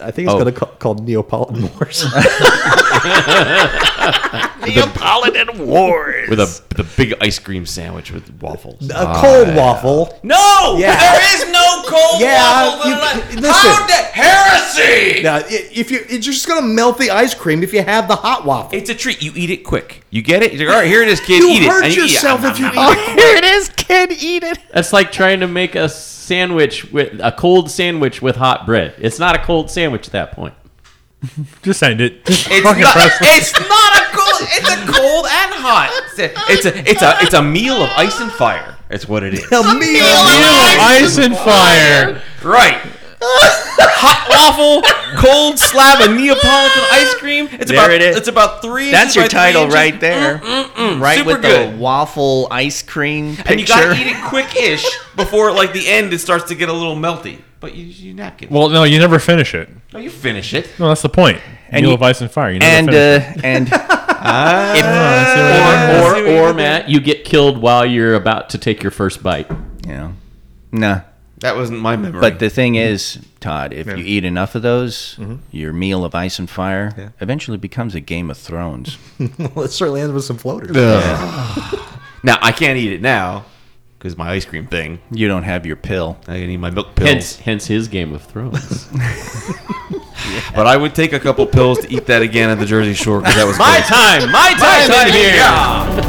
S5: I think it's going to call Neapolitan Wars.
S6: Neapolitan Wars. With a the big ice cream sandwich with waffles.
S5: a cold waffle.
S6: No!
S5: Yeah.
S6: There is no cold
S5: Yeah,
S6: waffle.
S5: you-
S6: You,
S5: listen.
S6: How the heresy!
S5: Now, i- if you, you're just going to melt the ice cream if you have the hot waffle.
S6: It's a treat. You eat it quick. You get it? You're like, all right, here it is, kid.
S5: you
S6: eat it.
S5: hurt
S6: And eat it.
S5: yourself if you eat it.
S3: Here it is, kid. Eat it.
S4: That's like trying to make a sandwich with a cold sandwich with hot bread. It's not a cold sandwich at that point.
S2: Just end it.
S6: It's not, it's not a cold. It's a cold and hot. It's a, it's a it's a meal of ice and fire. It's what it is.
S2: Ice and fire.
S6: Right. Hot waffle, cold slab of Neapolitan ice cream. It's
S3: There
S6: about
S3: it is.
S6: it's about three.
S3: That's
S6: inches
S3: your
S6: by three
S3: title
S6: inches.
S3: right there. right
S6: Super
S3: with the
S6: good.
S3: waffle ice cream picture.
S6: And you gotta eat it quick-ish before like the end. It starts to get a little melty. But you you napkin.
S2: Well, no, you never finish it.
S6: no, you finish it.
S2: No, that's the point.
S3: And
S2: Meal
S3: you-
S2: of ice and fire. You
S3: and
S2: never
S3: uh,
S2: finish it. Ah,
S3: and
S2: That's the
S3: or-
S2: other thing.
S4: Or, or Matt, you get killed while you're about to take your first bite.
S3: you know, nah.
S6: That wasn't my memory.
S3: But the thing is, Todd, if you eat enough of those, your meal of ice and fire eventually becomes a Game of Thrones.
S5: Well, it certainly ends with some floaters.
S6: now I can't eat it now because my ice cream thing.
S3: You don't have your pill.
S6: I can eat my milk pills.
S4: Hence, hence his Game of Thrones.
S6: But I would take a couple pills to eat that again at the Jersey Shore because that was
S4: my time, my time, in here.
S6: Yeah.